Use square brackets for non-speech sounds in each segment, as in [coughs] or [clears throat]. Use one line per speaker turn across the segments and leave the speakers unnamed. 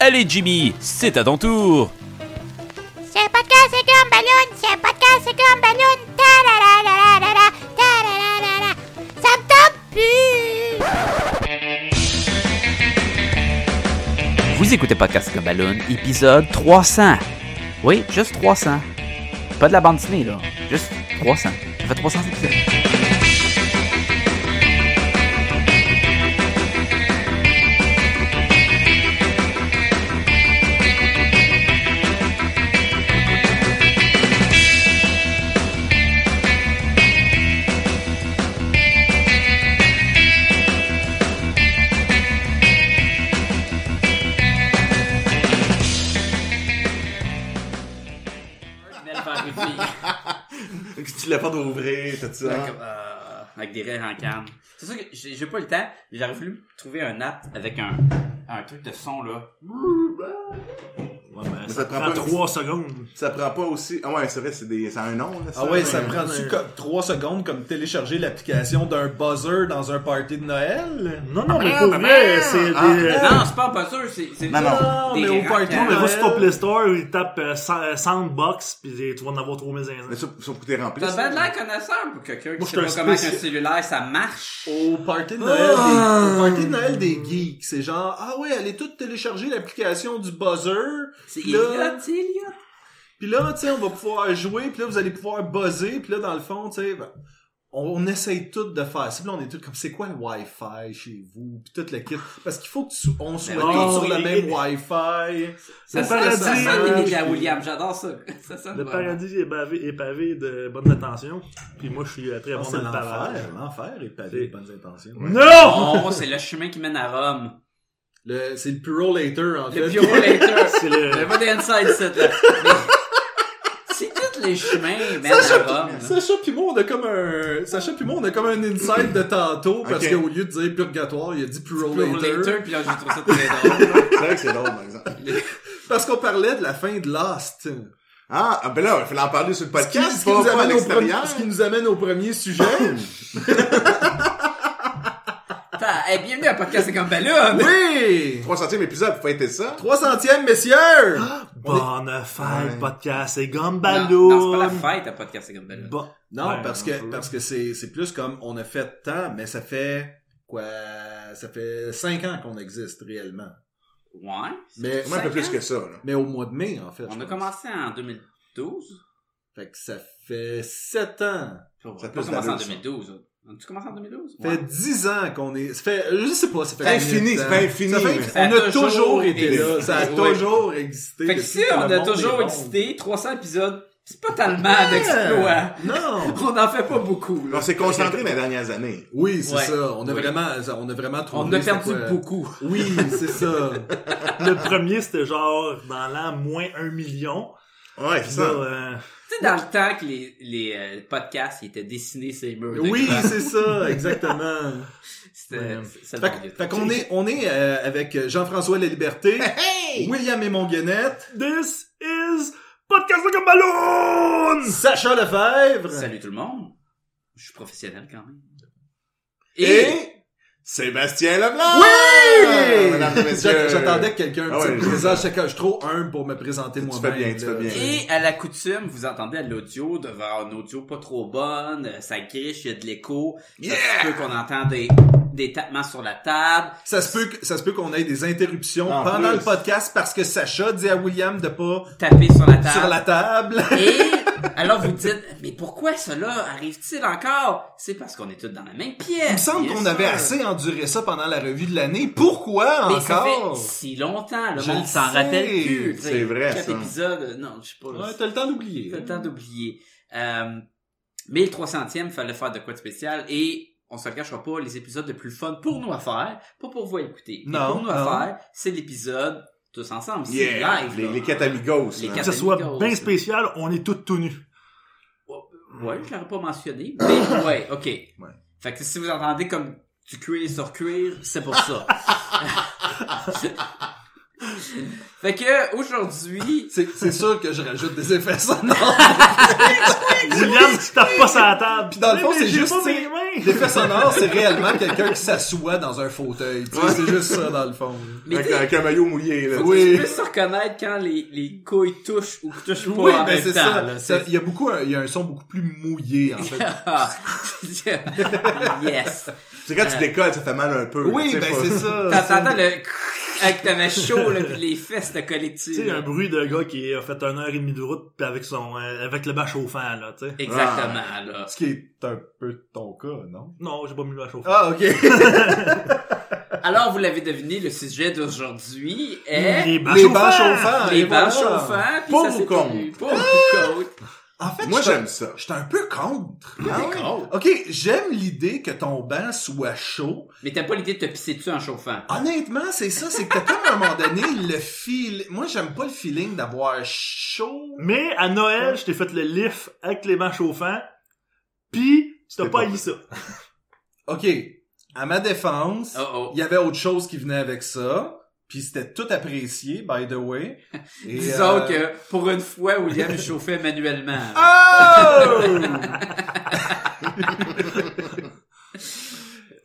Allez Jimmy, c'est à ton tour
C'est un podcast, c'est comme ballon, c'est un podcast, c'est comme ballon. Ta la la la la la la, ta la la la la. Ça me tente plus.
Vous écoutez Podcast Comme Ballon, épisode 300. Oui, juste 300. Pas de la bande dessinée, là. Juste 300. Ça fait 300 épisodes.
tu l'as pas d'ouvrir, tout ça.
Comme, euh, avec des rires en canne. C'est sûr que j'ai j'ai pas eu le temps. mais J'aurais voulu trouver un app avec un, un truc de son là.
Ouais, ben,
ça
ça,
prend
prend
pas-
3 secondes.
Ça prend pas aussi. Ah ouais, c'est vrai, c'est des... ça a un nom, là.
Ah ouais, ça
mais-
prend-tu 3 secondes comme télécharger l'application d'un buzzer dans un party de Noël?
Non, non, mais pour vrai, c'est des.
Ah,
euh,
Non, c'est pas pas sûr. C'est c'est
Non, non.
des
Ah, mais au
rires en
party,
canne.
on
mais
va
va sur ton Play Store, il tape euh, sa- euh, Soundbox, pis tu vas en avoir 3500.
Mais sauf, sauf que t'es rempli.
T'as
ça.
bien de l'air connaisseur pour quelqu'un qui
Moi, je suis
sait pas
un
comment un
spécial-
cellulaire ça marche.
Au party de Noël,
Ah.
des, au party de Noël des geeks, c'est genre ah ouais, allez toutes télécharger l'application du buzzer.
C'est
Puis là-
Elliot, c'est Elliot.
Puis là, tu sais, on va pouvoir jouer, puis là vous allez pouvoir buzzer, puis là dans le fond, tu sais, ben, on, on essaye tout de faire. C'est là on est tous comme c'est quoi le Wi-Fi chez vous, puis toute la kit parce qu'il faut que tu, on soit
Mais
tous
oui.
sur le
Oui.
même Wi-Fi.
Ben Ça
Le
sonne, ça
paradis,
sonne
euh,
Emilia
je-
Williams, j'adore ça. [laughs] Ça sonne
Le
vraiment.
paradis est, bavé, est pavé de bonnes intentions, pis moi je suis euh, très
Ah,
bon
c'est
dans le pavage.
l'enfer, l'enfer est pavé
C'est-
de bonnes intentions.
Non!
Oh, c'est le chemin qui mène à Rome.
Le- c'est le Puro Later en
Le
fait.
bureau later.
C'est
Le [laughs]
le.
pas d'inside set là. Mais C'est tous les chemins mènent à Rome.
[laughs]
là.
Sacha pis moi, on a comme un, Sacha pis moi, on a comme un insight de tantôt, parce
Ok.
qu'au lieu de dire purgatoire, il a dit Puro
Bureau
Later.
later, puis là, j'ai trouvé ça très drôle.
C'est vrai que c'est drôle, par exemple.
Parce qu'on parlait de la fin de Lost.
Ah, ah, ben là, il fallait en parler sur le
Ce qui,
podcast,
ce qui
pas,
nous
pas à
amène au premier,
l'extérieur.
ce qui nous amène au premier sujet.
[coughs]
Attends, hey, bienvenue à Podcast C'est comme Ballon!
oui!
300e épisode, faut fêter ça.
300e, messieurs!
Ah!
Bonne fête,
Ouais.
podcast, c'est
Non, non, c'est
Gumballoon!
pas la fête à Podcast C'est comme Ballon.
Bon.
Non,
Ouais,
parce
on
que,
peut.
parce que c'est, c'est plus comme on a fait tant, mais ça fait, quoi, ça fait 5 ans qu'on existe réellement.
Ouais.
Mais,
Moi, un peu
Cinq
plus
ans?
que ça, là.
mais au mois de mai, en fait. je
On a
pense.
commencé en 2012.
Fait que ça fait 7 ans.
On
Ça
a
peut
pas
se
commencé en
daller, ça.
2012. On a commencé en 2012?
Ça fait 10 ans qu'on est. Ça fait, je sais pas, ça
C'est
fait. combien de
infini,
temps.
c'est pas infini,
Ça fait-
mais-
Ça a
on a
toujours
toujours été
été
là.
là.
Ça a
Oui.
toujours existé.
Fait que
depuis
si
le
on a
monde
toujours
des
existé, 300 épisodes, c'est pas tellement
mondes.
d'exploits. [laughs]
Non!
On en fait pas beaucoup,
Ah,
là.
On s'est concentré dans les dernières années.
Oui, c'est
Ouais.
ça. On a
Oui.
vraiment, on a vraiment trouvé.
On a
c'est
perdu
quoi.
beaucoup.
Oui, c'est
[laughs]
ça.
Le premier, c'était genre dans l'an moins 1 million.
Ouais, c'est
Pis
ça.
là, euh,
Tu sais, dans le temps que les, les euh, podcasts ils étaient dessinés sur les murs.
oui,
d'écran.
c'est ça, exactement.
[laughs] C'était c'est le
Fait,
bon vieux
que- fait
temps.
qu'on est, on est euh, avec Jean-François Laliberté, William Guenette,
This is Podcast de Gumballoon!
Sacha Lefebvre.
Salut tout le monde. Je suis professionnel quand même.
Et...
Et,
Sébastien Leblanc!
Oui!
Mesdames et messieurs.
J'a- J'attendais que quelqu'un
Ah
me
ouais,
dise présente chacun. Je suis trop humble pour me présenter
Tu
moi-même.
fais bien, tu
là.
fais bien.
et à la coutume, vous entendez à l'audio devant un audio pas trop bonne, euh, ça griche, il y a de l'écho.
Yeah!
Ça se peut qu'on entend des, des tapements sur la table.
Ça se peut, que- ça se peut qu'on ait des interruptions
En
pendant
plus.
le podcast parce que Sacha dit à William de pas
Taper sur la table.
sur la
[laughs]
table.
Et alors vous dites, mais pourquoi cela arrive-t-il encore? C'est parce qu'on est tous dans la même pièce.
Il me semble
Yes,
qu'on avait
sir.
assez enduré ça pendant la revue de l'année. Pourquoi
Mais ça fait
encore?
si longtemps, le
Je
monde
le
s'en
sais.
rappelle plus. tu sais.
C'est vrai,
Quatre
ça.
épisodes, euh, non, je sais pas. là,
Ouais, t'as le temps d'oublier.
T'as le temps d'oublier. Euh, mais le 300e, fallait faire de quoi de spécial et on se le cachera pas, les épisodes les plus fun pour nous à faire, pas pour vous à écouter. mais
Non,
pour nous à
non.
faire, c'est l'épisode tous ensemble, c'est
Yeah!
live.
Les,
là.
les quatre amigos,
Les
là.
Que
quatre-
ce soit
Amigos.
bien spécial, on est tous tout nus.
Ouais,
Hmm.
je l'aurais pas mentionné,
[coughs]
mais ouais, ok.
Ouais.
Fait que si vous entendez comme
[laughs]
du cuir sur cuir, c'est pour ça. Fait que, aujourd'hui,
C'est c'est sûr que je rajoute des effets sonores.
William, tu tapes pas sur la table.
Puis dans le
Mais-
fond,
mais
c'est
j'ai
juste,
pas
tu
mes
sais,
mains.
L'effet sonore, c'est réellement quelqu'un qui s'assoit dans un fauteuil. tu sais, C'est juste ça, dans le fond.
mais
Avec,
t'sais,
avec un maillot mouillé, là.
tu
Oui.
peux se reconnaître quand les, les couilles touchent ou touchent pas
Oui,
en
ben
même temps,
c'est ça.
là.
Ça- Il y a beaucoup, un- il y a un son beaucoup plus mouillé, en fait.
Ah! [laughs] yes.
C'est quand tu décolles, ça fait mal un peu. là, tu
Euh. Oui,
sais,
ben
pas-
c'est ça.
[laughs]
T'entends le [laughs] avec ta main chaud, là, pis les fesses
[laughs]
de
Tu
collectif.
sais, un bruit de gars qui a fait une heure et demie de route pis avec son, euh, avec le bas chauffant, là, tu sais.
Exactement, là.
Ce qui est un peu ton cas, non?
Non, j'ai pas mis le bas chauffant.
Ah, [laughs] ok.
Alors, vous l'avez deviné, le sujet d'aujourd'hui est...
Les bas
Les bas
chauffants.
chauffants.
les
et voilà.
bains chauffants, puis
Pour
ça
ou
c'est
contre?
connu. Pour ou contre.
En fait,
Moi,
je suis-
j'aime ça.
je suis un peu contre. Ah ouais.
contre.
Ok, j'aime l'idée que ton banc soit chaud.
Mais t'as pas l'idée de te pisser dessus en chauffant.
Honnêtement, c'est ça, c'est que t'as comme à un moment donné le fil. Moi, j'aime pas le feeling d'avoir chaud.
Mais à Noël, je t'ai fait le lift avec les mains chauffants, pis tu t'as
C'était
pas
pas
haï ça.
Ok, à ma défense,
Oh oh.
il y avait autre chose qui venait avec ça. Puis c'était tout apprécié, by the way.
[laughs]
Et,
Disons
euh, Ah!
que pour une fois, William est chauffé manuellement. là.
[laughs]
Oh!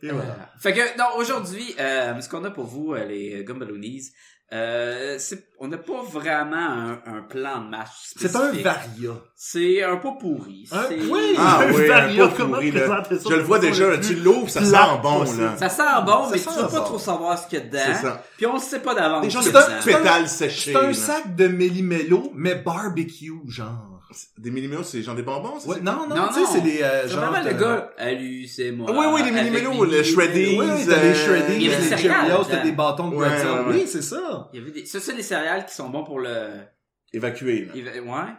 Et voilà.
Fait que non, aujourd'hui, euh, ce qu'on a pour vous, euh, les Gumballoonies, euh, c'est- on n'a pas vraiment un, un plan de match
C'est un
spécifique.
varia.
C'est un pot pourri.
Hein?
C'est-
Oui!
Ah
Le
oui, un
varia,
pot
comment
pourri, là.
présenter ça
Je le vois
pour
déjà,
le
là, tu l'ouvres, ça
plat
sent bon,
possible.
là.
Hein?
Ça sent bon,
Ça
mais tu
sent
vas pas
bon.
trop savoir ce qu'il y a
C'est
dedans.
ça.
Puis on le sait pas d'avance.
Des gens,
ce qu'il
c'est
y a
un-
dedans.
c'est
Pétales séchés.
C'est un
là.
sac de méli-mélo, mais barbecue, genre.
Des millimélos, c'est genre des bonbons, c'est
Ouais,
ça?
non, non,
Non,
tu sais,
non.
c'est des, euh,
C'est
genre.
vraiment le
de-
gars. Allez, c'est moi.
Oui, oui, les
Avec
mini-mélos,
Minnie.
le Shreddies.
Oui, oui, t'as des shreddies,
euh, Il y avait
des
des
Cheerios,
céréales
t'as des bâtons de
Ouais,
godzilla.
ouais, ouais.
Oui, c'est ça.
Il y avait des... Ça, c'est les céréales qui sont bons pour le...
Évacué, là.
il va- Ouais.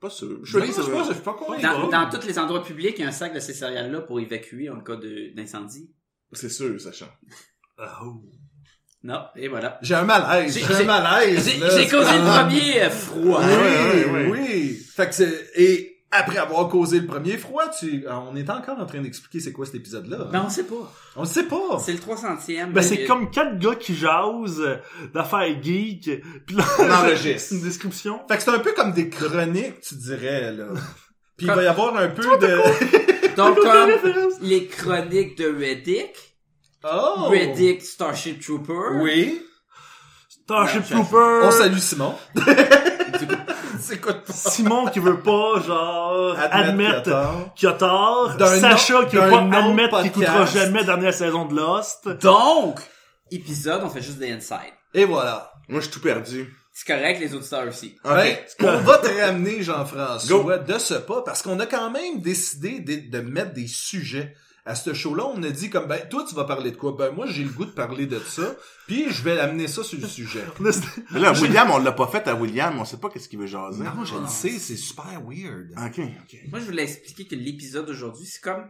Pas sûr.
Je
Shreddies, ça
sais
va.
pas, je suis pas con.
Dans, dans tous les endroits publics, il y a un sac de ces céréales-là pour évacuer en cas de- d'incendie.
C'est sûr, Sacha.
Ah, oh.
Non, et voilà.
J'ai un malaise,
J'ai-
j'ai un
j'ai-
malaise.
J'ai j'ai
là,
causé
c'est
le
comme-
premier euh, froid.
Ouais, ouais,
Oui,
ouais.
oui. Fait que c'est, et après avoir causé le premier froid, tu, ah, on est encore en train d'expliquer c'est quoi cet épisode-là.
Ben, on sait pas.
On le sait pas.
C'est le 300e.
Ben, c'est
mais-
comme quatre gars qui jasent euh, d'affaires geek, pis là, [laughs]
On enregistre.
une description.
Fait que c'est un peu comme des chroniques, tu dirais,
[laughs]
là. Puis il
Comme-
va y avoir un peu de...
[laughs]
Donc, comme les chroniques de Reddick.
Oh!
Reddick Starship Trooper.
Oui.
Starship
Ouais,
Trooper.
On
[laughs]
salue Simon. c'est quoi de
Simon qui veut pas, genre,
qu'il y
admettre
a tort.
qu'il a tort.
D'un
Sacha
autre-
qui veut
d'un
pas
autre
admettre qu'il écoutera
podcast.
jamais la dernière saison de
[laughs]
Lost.
Donc, épisode, on fait juste des inside.
Et voilà.
Moi, je suis tout perdu.
C'est correct, les auditeurs aussi.
Ok.
Ben, on va te ramener, Jean-François, de ce pas, parce qu'on a quand même décidé de, de mettre des sujets à ce show-là. On a dit comme, ben, toi, tu vas parler de quoi? Ben, moi, j'ai le goût de parler de ça, puis je vais l'amener ça sur le sujet.
Mais là, William, on l'a pas fait à William, on sait pas qu'est-ce qu'il veut jaser. Ah,
Non, je le sais, c'est super weird.
Ok, ok.
Moi, je voulais expliquer que l'épisode d'aujourd'hui, c'est comme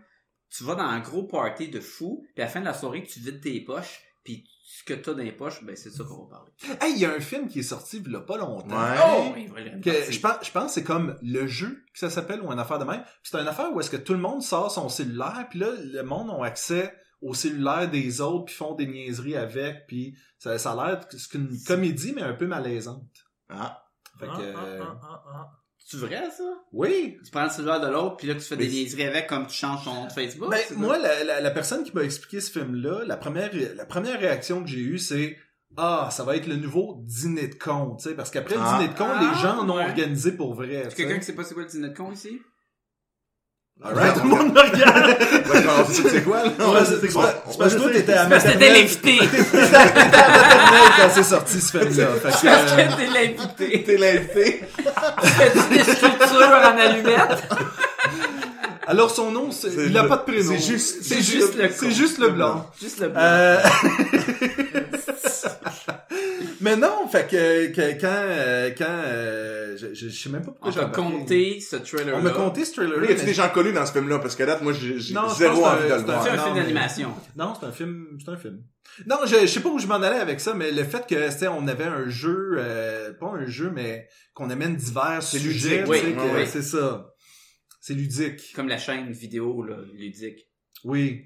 tu vas dans un gros party de fou, puis à la fin de la soirée, tu vides tes poches, puis ce que t'as dans les poches, ben c'est de ça qu'on va parler.
Hey, il y a un film qui est sorti il y a pas longtemps.
Ouais.
Oh! oui, voilà, une
Ah, Que
partie.
je pense, je pense que c'est comme le jeu que ça s'appelle ou une affaire de même. Puis c'est une affaire où est-ce que tout le monde sort son cellulaire, puis là le monde ont accès au cellulaire des autres puis font des niaiseries avec, puis ça, ça a l'air que c'est une comédie mais un peu malaisante.
Ah.
Fait que
Ah,
euh,
ah, ah, ah,
C'est vrai, ça?
oui.
Tu prends le cellulaire de l'autre, puis là, tu fais des
Mais-
niaiseries avec comme tu changes ton nom de Facebook.
Ben,
c'est
moi la, la, la personne qui m'a expliqué ce film là, la première la première réaction que j'ai eue c'est ah, ça va être le nouveau dîner de con, tu sais, parce qu'après
Ah.
le dîner de con,
Ah,
les gens en ont
ouais.
organisé pour vrai. tu
Est-ce que
sais.
quelqu'un qui sait pas c'est quoi le dîner de con ici?
All right,
Tout le monde me
[laughs]
regarde.
on va commencer. C'est quoi, là?
Ouais, c'est c'est pas- c'est parce que toi, t'étais à
Parce que t'étais
maternelle.
l'invité!
maternelle quand c'est sorti ce film-là.
[laughs]
Fait
Parce
que, euh,
que t'es l'invité!
T'es l'invité.
Fais-tu des sculptures en allumettes?
alors son nom, c'est-
C'est
il a
le-
pas de prénom.
c'est juste-
c'est juste,
le con.
c'est juste le blanc.
Juste le blanc.
Euh, [laughs] Mais non, fait que, que quand, euh, quand, euh, je, je, je sais même pas pourquoi
On
j'ai
t'a
embarqué.
compté ce trailer-là.
On m'a compté ce trailer.
Oui, y a-tu des gens connus dans ce film-là? Parce que date, moi, j'ai j'ai
Non, je
zéro
pense que
envie de
c'est
le
un-
voir.
C'est un
Ah, non,
film
mais-
d'animation.
Non, c'est un film, c'est un film. Non, je, je sais pas où je m'en allais avec ça, mais le fait que, tu sais, on avait un jeu, euh, pas un jeu, mais qu'on amène divers
C'est
sujets,
ludique,
tu
oui,
sais, que-
oui.
c'est ça. C'est ludique.
Comme la chaîne vidéo, là, ludique.
Oui.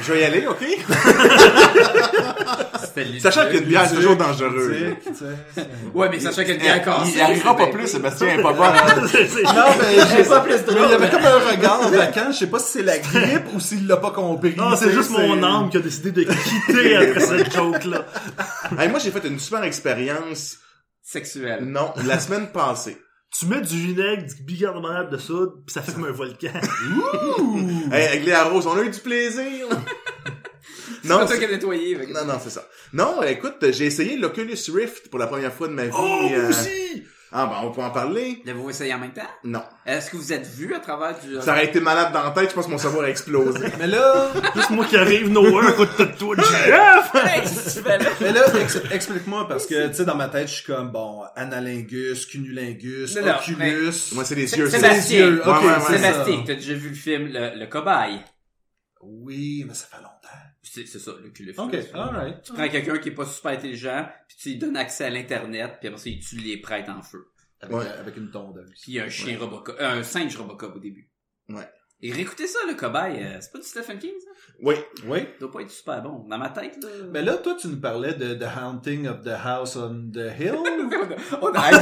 Je vais y aller, ok? Ah,
C'était C'était
Sachant
ludique.
qu'il y a une bière toujours dangereuse.
Critique, tu sais, c'est-
Ouais, mais sachant qu'il y a une bière cassée.
Il n'y arrivera pas
ben,
plus, Sébastien est pas bon.
C'est- c'est-
Non, mais j'ai pas
pas plus
plus
drôle.
Mais il y avait comme un regard en vacances, je sais pas si c'est la grippe ou s'il l'a pas compris.
[laughs] Non, c'est juste mon âme qui a décidé de
[laughs]
quitter après cette joke-là.
Hey, moi, j'ai fait une super expérience,
Sexuel.
non, la semaine passée.
Tu mets du vinaigre, du bicarbonate de soude, pis ça fait comme un volcan.
[laughs]
Hey, avec Léa Rose, on a eu du
[laughs]
plaisir.
C'est pas
non,
toi qui as nettoyé. fait que-
non, non, c'est ça. Non, écoute, j'ai essayé l'Oculus Rift pour la première fois de ma vie.
Oh, moi
euh,
aussi!
Ah, ben, on peut en parler?
L'avez-vous essayé en même temps?
Non.
Est-ce que vous êtes vu à travers du...
Ça aurait été malade dans la tête, je pense que mon cerveau a explosé.
[laughs]
Mais là,
Juste moi qui arrive nowhere à côté de toi, Jeff!
mais là, ex- explique-moi, parce que, tu sais, dans ma tête, je suis comme, bon, analingus, cunnilingus,
Non, non,
oculus.
Moi, c'est les
C'est-
yeux.
c'est
ça.
la-
les yeux.
Sébastien.
Ok,
Ouais, ouais, ouais.
c'est ça.
Sébastien, t'as déjà vu le film Le, le Cobaye?
Oui, mais ça fait longtemps.
C'est c'est ça, le culif.
Ok, alright.
Tu prends quelqu'un qui est pas super intelligent, puis tu lui donnes accès à l'Internet, puis après ça, il tue les prêtres en feu.
Avec,
Ouais.
avec une tondeuse.
Puis il y a un chien Robocop, euh, un singe Robocop au début.
Ouais.
Et réécoutez ça, le cobaye. euh, c'est pas du Stephen King, ça?
Oui.
Oui.
Ça doit pas être super bon. Dans ma tête, là...
Mais là, toi, tu nous parlais de The Haunting of the House on the Hill.
On
[laughs]
a un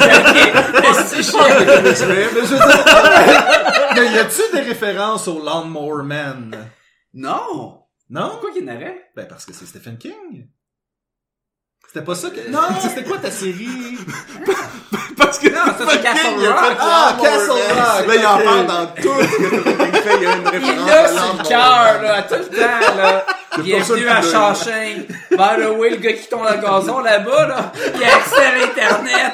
Ah, [laughs] c'est chiant.
[laughs] mais je veux dire, [laughs] mais y a-tu des références au Lawnmower Man?
Non!
Non?
Pourquoi qu'il y en aurait?
Ben, parce que c'est Stephen King. C'était pas ça [laughs] que... Non, c'était quoi ta série?
Parce que
Non, ça, c'est
fucking,
Castle
il a
Rock.
fait
Ah,
l'amour,
Castle
man.
Rock.
Là, il en
Ok.
parle dans tout ce que Stephen King fait. Il y a une
Il
référence
est là
à
sur le
l'amour,
cœur,
man.
là, tout le temps, là. Il est
pour ça
venu
que
à
tu
Shawshank. By the way, le gars qui tombe dans le gazon là-bas, là, il a accès à l'Internet.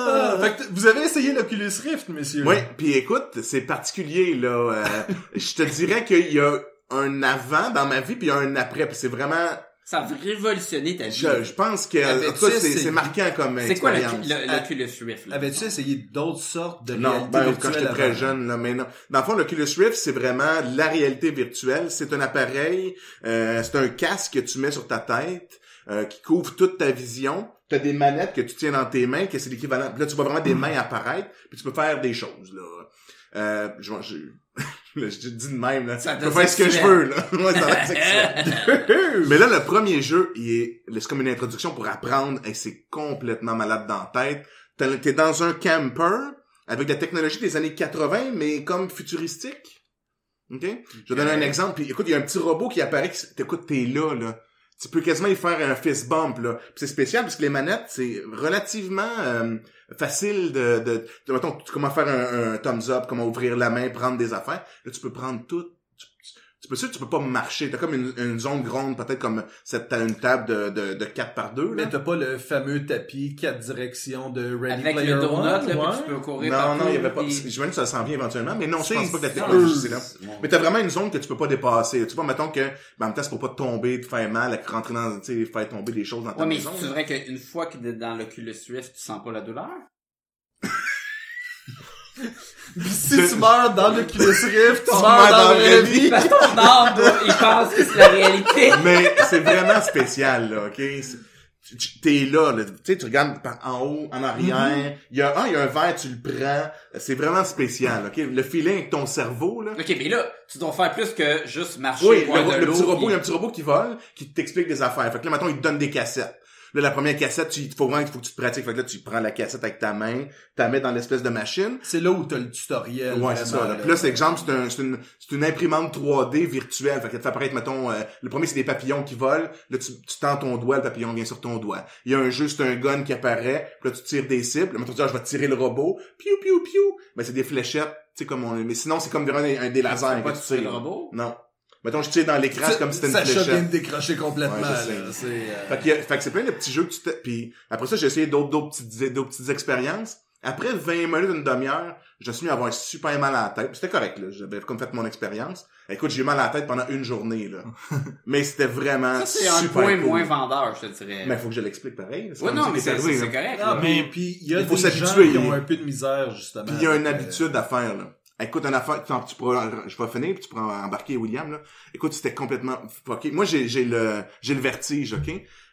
Ah, fait que t- vous avez essayé l'Oculus Rift, monsieur.
Oui, puis écoute, c'est particulier, là. euh, je te dirais qu'il y a un avant dans ma vie, puis il y a un après. Puis c'est vraiment...
Ça va révolutionner ta vie.
Je, je pense que...
Ah, mais
En tout cas,
tu sais,
c'est
c'est-
c'est marquant comme
C'est quoi le,
expérience.
le, le Oculus Rift, là?
Avais-tu essayé d'autres sortes de
Non,
réalités
ben, quand
virtuelles
j'étais
avant?
très jeune, là, mais non. Dans le fond, l'Oculus Rift, c'est vraiment la réalité virtuelle. C'est un appareil, euh, c'est un casque que tu mets sur ta tête, euh, qui couvre toute ta vision. T'as des manettes que tu tiens dans tes mains, que c'est l'équivalent. Puis Là, tu vois vraiment des
Mm.
mains apparaître, puis tu peux faire des choses, là. Euh, je, je, [laughs] là, je dis de même, là.
Ça
je
donne
peux faire ce que je
sexuel.
veux, là. Ouais, ça
[laughs]
va être sexuel. mais là, le premier jeu, il est, c'est comme une introduction pour apprendre, et c'est complètement malade dans la tête. T'as- T'es dans un camper, avec la technologie des années 80, mais comme futuristique. OK? Je vais donner un exemple. Puis écoute, il y a un petit robot qui apparaît. qui s- T'écoutes, t'es là, là. Tu peux quasiment y faire un fist bump, là. Puis c'est spécial parce que les manettes, c'est relativement euh, facile de, de, de- mettons, tu- comment faire un, un thumbs up, comment ouvrir la main, prendre des affaires. Là, tu peux prendre tout. Tu, tu- tu peux sûr, tu peux pas marcher. T'as comme une, une zone gronde, peut-être comme cette, t'as une table de, de, de 4 par 2, là.
Mais t'as pas le fameux tapis quatre directions de Ready
Avec
Player
le donut, là,
One,
puis
ouais.
tu peux courir
Non,
partout,
non, il y avait pas.
puis-
J'imagine que ça s'en vient éventuellement, mais non, je pense
C'est
pas que la
sûr.
technologie c'est là.
Bon.
Mais t'as vraiment une zone que tu peux pas dépasser. Tu vois, mettons que, ben, en même temps, c'est pour pas te tomber, te faire mal, rentrer dans, tu sais, faire tomber des choses dans ta
Ouais, mais
maison.
c'est vrai qu'une fois que t'es dans l'Oculus Rift, tu sens pas la douleur?
Puis si tu meurs dans l'Oculus Rift, tu meurs
meurs
dans la
dans
vraie
la vie.
vie.
Parce que ton âme, doit- il pense que c'est la réalité.
Mais c'est vraiment spécial, là, ok? C'est- tu- tu- T'es là, là. tu sais, tu regardes par en haut, en arrière.
Mm-hmm.
Il y a un, il y a un verre, tu le prends. C'est vraiment spécial, ok? Le filet avec ton cerveau, là.
Ok, mais là, tu dois faire plus que juste marcher
Oui,
boire de
le, le
l'eau,
petit robot, il y a un
puis-
petit robot qui vole, qui t'explique des affaires. Fait que là, maintenant, il te donne des cassettes. Là, la première cassette, tu, il faut vraiment, il faut que tu te pratiques. Fait que là, tu prends la cassette avec ta main, tu la mets dans l'espèce de machine.
C'est là où t'as le tutoriel.
Ouais, c'est
vraiment,
ça. Là, Puis là, c'est exemple, c'est un- c'est une, c'est une imprimante 3D virtuelle. Fait que te fait apparaître, mettons, euh, le premier, c'est des papillons qui volent. Là, tu, tu tends ton doigt, le papillon vient sur ton doigt. Il y a un jeu, c'est un gun qui apparaît. Puis là, tu tires des cibles. Là, mettons, tu dis, ah, je vais tirer le robot. Piou, piou, piou. Mais c'est des fléchettes. Tu sais, comme on, mais sinon, c'est comme vraiment un, un des lasers.
pas
que
tuer
tires.
le robot?
Non. Mettons, je tire dans l'écran, c'est comme si c'était une
Sacha vient
fléchette.
de décrocher complètement.
Ouais, je sais.
là. C'est, euh,
Fait que, fait que c'est plein de petits jeux que tu t'es... Puis après ça, j'ai essayé d'autres, d'autres, petites, d'autres petites expériences. Après 20 minutes, une demi-heure, je me suis mis à avoir super mal à la tête. C'était correct, là. J'avais comme fait mon expérience. Écoute, j'ai eu mal à la tête pendant une journée, là. Mais c'était vraiment
Ça, c'est un
super
point
cool.
moins vendeur, je te dirais.
Mais faut que je l'explique pareil.
ouais,
comme
non,
ça
mais
qui est
c'est
arrivé,
c'est
là.
correct.
Ah,
là.
mais puis il y a
euh, il faut
des gens
s'habituer.
qui ont un peu de misère justement.
Puis il y a une
Euh,
habitude à faire, là. Écoute, une affaire, tu, tu pourras, je vais finir, puis tu pourras embarquer William, là. Écoute, c'était complètement fucké. Moi, j'ai, j'ai le, j'ai le vertige, ok?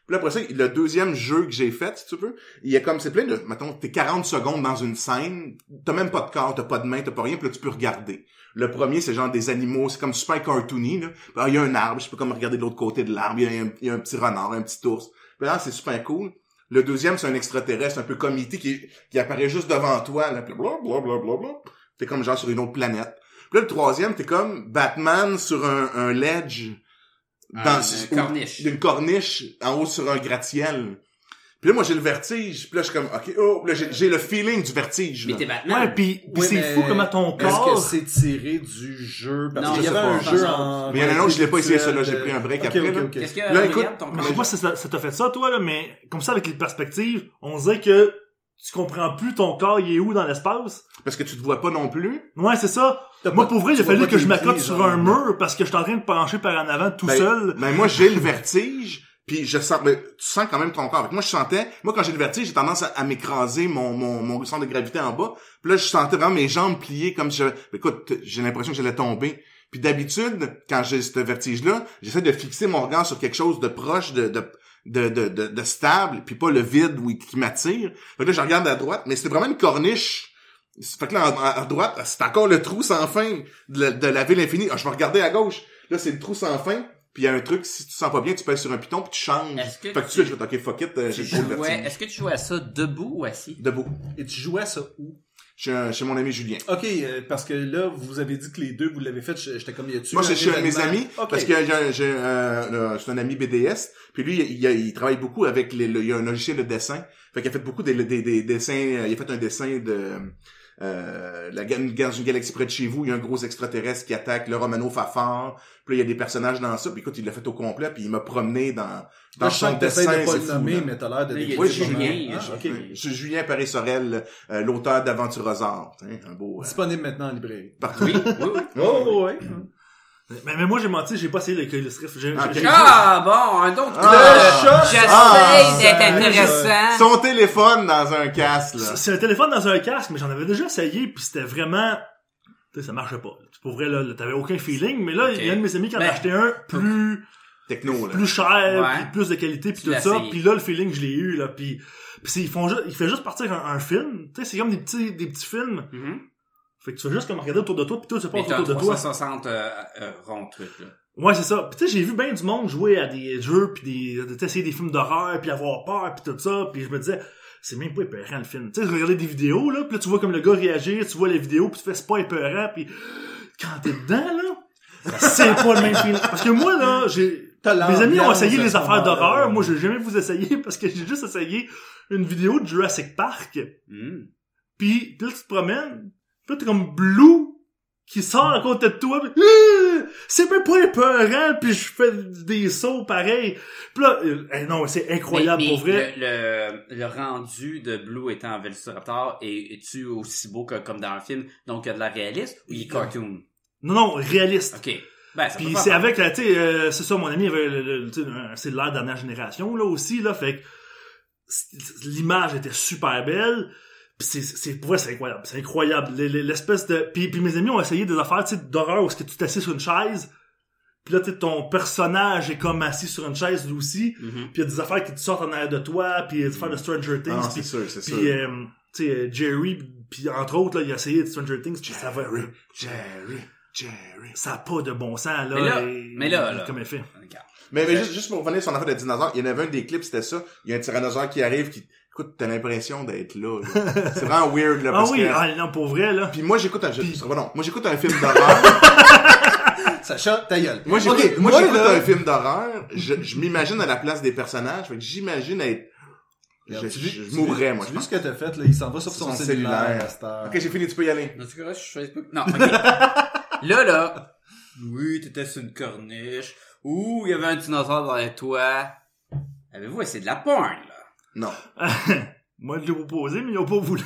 Puis là, après ça, le deuxième jeu que j'ai fait, si tu veux, il y a comme, c'est plein de, mettons, t'es 40 secondes dans une scène, t'as même pas de corps, t'as pas de main, t'as pas rien, puis là, tu peux regarder. Le premier, c'est genre des animaux, c'est comme super cartoony, là. Puis là, il y a un arbre, je peux comme regarder de l'autre côté de l'arbre, il y, a un- il y a un petit renard, un petit ours. Puis là, c'est super cool. Le deuxième, c'est un extraterrestre, un peu comme E.T. qui, qui apparaît juste devant toi, là, puis bla, bla, bla, bla, bla. T'es comme genre sur une autre planète. Puis là, le troisième, t'es comme Batman sur un, un ledge.
Ah, une corniche.
D'une corniche en haut sur un gratte-ciel. Puis là, moi, j'ai le vertige. Puis là, je suis comme, OK, oh, Puis là, j'ai j'ai le feeling du vertige.
Mais
là.
t'es Batman.
Ouais, pis, pis
Ouais,
c'est
mais
fou comment ton
Euh, Est-ce que
corps.
c'est tiré du jeu? Parce
Non,
que
je
il y avait
sais
un
pas.
jeu en...
Mais il y en a un autre, je l'ai pas essayé,
celui-là,
celui-là, j'ai pris un break
Ok,
après,
ok,
là.
ok.
euh, Qu'est-ce que
Là, écoute,
regarde ton
Je sais
corps.
pas si ça ça t'a fait ça, toi, là, mais comme ça, avec les perspectives, on dirait que tu comprends plus ton corps, il est où dans l'espace.
Parce que tu te vois pas non plus.
Ouais, c'est ça.
T'as
Moi,
pas-
pour vrai,
tu
j'ai
vois
fallu
pas
que je
tes
m'accote
pieds,
sur
genre.
un mur parce que je suis en train de pencher par en avant tout
Ben,
seul.
ben, moi, j'ai le vertige. Puis je sens, ben, tu sens quand même ton corps. Fait que Moi, je sentais, moi, quand j'ai le vertige, j'ai tendance à, à m'écraser mon, mon, mon centre de gravité en bas. Puis là, je sentais vraiment mes jambes pliées comme si je, écoute, j'ai l'impression que j'allais tomber. Puis d'habitude, quand j'ai ce vertige-là, j'essaie de fixer mon regard sur quelque chose de proche, de, de, de, de, de, de stable, puis pas le vide où il- qui m'attire. Fait que là, je regarde à droite, mais c'était vraiment une corniche. Fait que là, à, à droite, c'est encore le trou sans fin de, la- de la ville infinie. Ah, je vais regarder à gauche. Là, c'est le trou sans fin. Puis il y a un truc, si tu te sens pas bien, tu pèses sur un piton, puis tu changes.
Est-ce
fait
que
que
tu-
tu fais, je fais, OK, fuck it, euh,
Tu
j'ai le gros
jouais-
vertige.
Est-ce que tu jouais à ça debout ou assis?
Debout.
Et tu jouais à ça où?
Chez, un- chez mon ami Julien.
Ok, euh, parce que là, vous avez dit que les deux, vous l'avez fait, j- j'étais comme, y a-tu
Moi,
un
c'est chez mes
événement?
amis,
Ok.
parce que j'ai un- j'ai un- euh, c'est un ami BDS, puis lui, il, il- il travaille beaucoup avec, les, le- il y a un logiciel de dessin, fait qu'il a fait beaucoup des, des, des dessins, euh, il a fait un dessin de... Euh, la, ga- dans une galaxie près de chez vous, il y a un gros extraterrestre qui attaque le Romano Fafard. Puis là, il y a des personnages dans ça. Puis écoute, il l'a fait au complet. Puis il m'a promené dans dans
Là, je
son
sens que t'essayes
dessin.
de pas
c'est
le
fou,
nommer,
là.
mais t'as l'air de...
Mais il y a
découvrir
du
son
Julien,
nom.
je-
Ah, ok.
Je suis Julien Paris-Sorel, euh, l'auteur d'Aventurosard. Hein, Un beau... euh,
Disponible maintenant en librairie.
partout.
Oui,
[laughs]
oui, oui.
Oh, ouais.
Mais, mais moi, j'ai menti, j'ai pas essayé le, le strip. J'ai-
Ok.
j'ai-
Ah, bon, un autre
Ah,
cloche. J'essaie
ah,
d'être
ça-
intéressant.
Son téléphone dans un casque, là.
C'est c'est un téléphone dans un casque, mais j'en avais déjà essayé, puis c'était vraiment... Tu sais, ça marchait pas. Pour vrai, là, là, t'avais aucun feeling, mais là, il y a un de mes amis qui en a
Ben,
acheté un plus...
Techno, là.
plus cher,
Ouais.
puis plus de qualité, puis
Tu
tout
l'as
ça.
essayé.
Puis là, le feeling, je l'ai eu, là. Puis, puis c'est- ils font juste, il fait juste partir un, un film. Tu sais, c'est comme des petits, des petits films.
Mhm.
Fait que tu vas juste comme regarder autour de toi, puis tout se
Mais
passe
t'as un
autour de toi.
360 euh, euh, ronds trucs, là.
Ouais, c'est ça. Puis tu sais, j'ai vu bien du monde jouer à des jeux, puis des, t'essayer des films d'horreur, puis avoir peur, puis tout ça. Puis je me disais, c'est même pas épeurant, le film. Tu sais, je regardais des vidéos, là, puis là, tu vois comme le gars réagir, tu vois les vidéos, puis tu fais, c'est pas épeurant, puis quand t'es dedans, là,
[laughs]
c'est pas le même film. Parce que moi, là, j'ai...
T'as l'ambiance
Mes amis ont essayé
à
les
ce
affaires
moment-là.
d'horreur. Moi, je vais jamais vous essayer [laughs] parce que j'ai juste essayé une vidéo de Jurassic Park.
Hmm.
Puis, puis là, tu te promènes. Puis là, t'es comme Blue qui sort à côté de toi. puis, Euh, c'est même pas épeurant. Puis je fais des sauts pareils. Puis là, euh, eh non, c'est incroyable
Mais- mais
pour vrai.
Le, le, le rendu de Blue étant en Velociraptor est- est-tu aussi beau que comme dans le film? Donc, il y a de la réaliste ou il est cartoon?
Non, non, réaliste.
OK. Ben, ça peut
Puis
pas
c'est
faire.
avec, la- tu sais, euh, c'est ça, mon ami avait, le- le- tu sais, un- c'est de la dernière génération, là aussi, là, fait que c'est- c'est- l'image était super belle. Puis c'est, c'est, pour vrai, c'est incroyable, c'est incroyable. Les- les- L'espèce de, puis, puis mes amis ont essayé des affaires, tu sais, d'horreur où est-ce que tu t'assises sur une chaise, puis là, tu sais, ton personnage est comme assis sur une chaise lui aussi,
Mhm.
puis il y a des affaires qui te sortent en arrière de toi, puis il y a des affaires de Stranger Things,
Ah, non, c'est
puis,
sûr, c'est sûr.
puis, euh, tu sais, euh, Jerry, puis entre autres, là, il a essayé de Stranger Things, puis ça va,
Jerry, Jerry, Jerry.
ça n'a pas de bon sens, là.
Mais là-
et-
mais là, là.
Comme effet.
Regarde.
Mais, mais juste, juste pour revenir sur l'affaire de dinosaure, il y en avait un des clips, c'était ça. Il y a un tyrannosaure qui arrive, qui, écoute, t'as l'impression d'être là, là. C'est vraiment weird, là,
Ah
parce
oui,
que...
ah, non, pour vrai, là.
Puis moi, j'écoute un, non, moi, j'écoute un film d'horreur.
Sacha, ta gueule.
moi, j'écoute,
Ok,
moi,
moi,
j'écoute
là-
un film d'horreur. Je, je m'imagine à la place des personnages. Fait que j'imagine être, je,
Regarde, tu
je,
lis-
je
tu
mourrais,
lis-
moi, je
tu lis
pense.
ce que t'as fait, là, il s'en va sur
Sur
son
son cellulaire.
cellulaire à cette heure.
Ok, j'ai fini, tu peux y aller.
Non, tu crois que je suis Facebook? Non, ok.
[laughs]
là, là. Oui, t'étais sur une corniche. Ouh, il y avait un dinosaure dans les toits. Avez-vous essayé de la porn, là?
Non.
Moi, je l'ai proposé, mais ils n'ont pas voulu.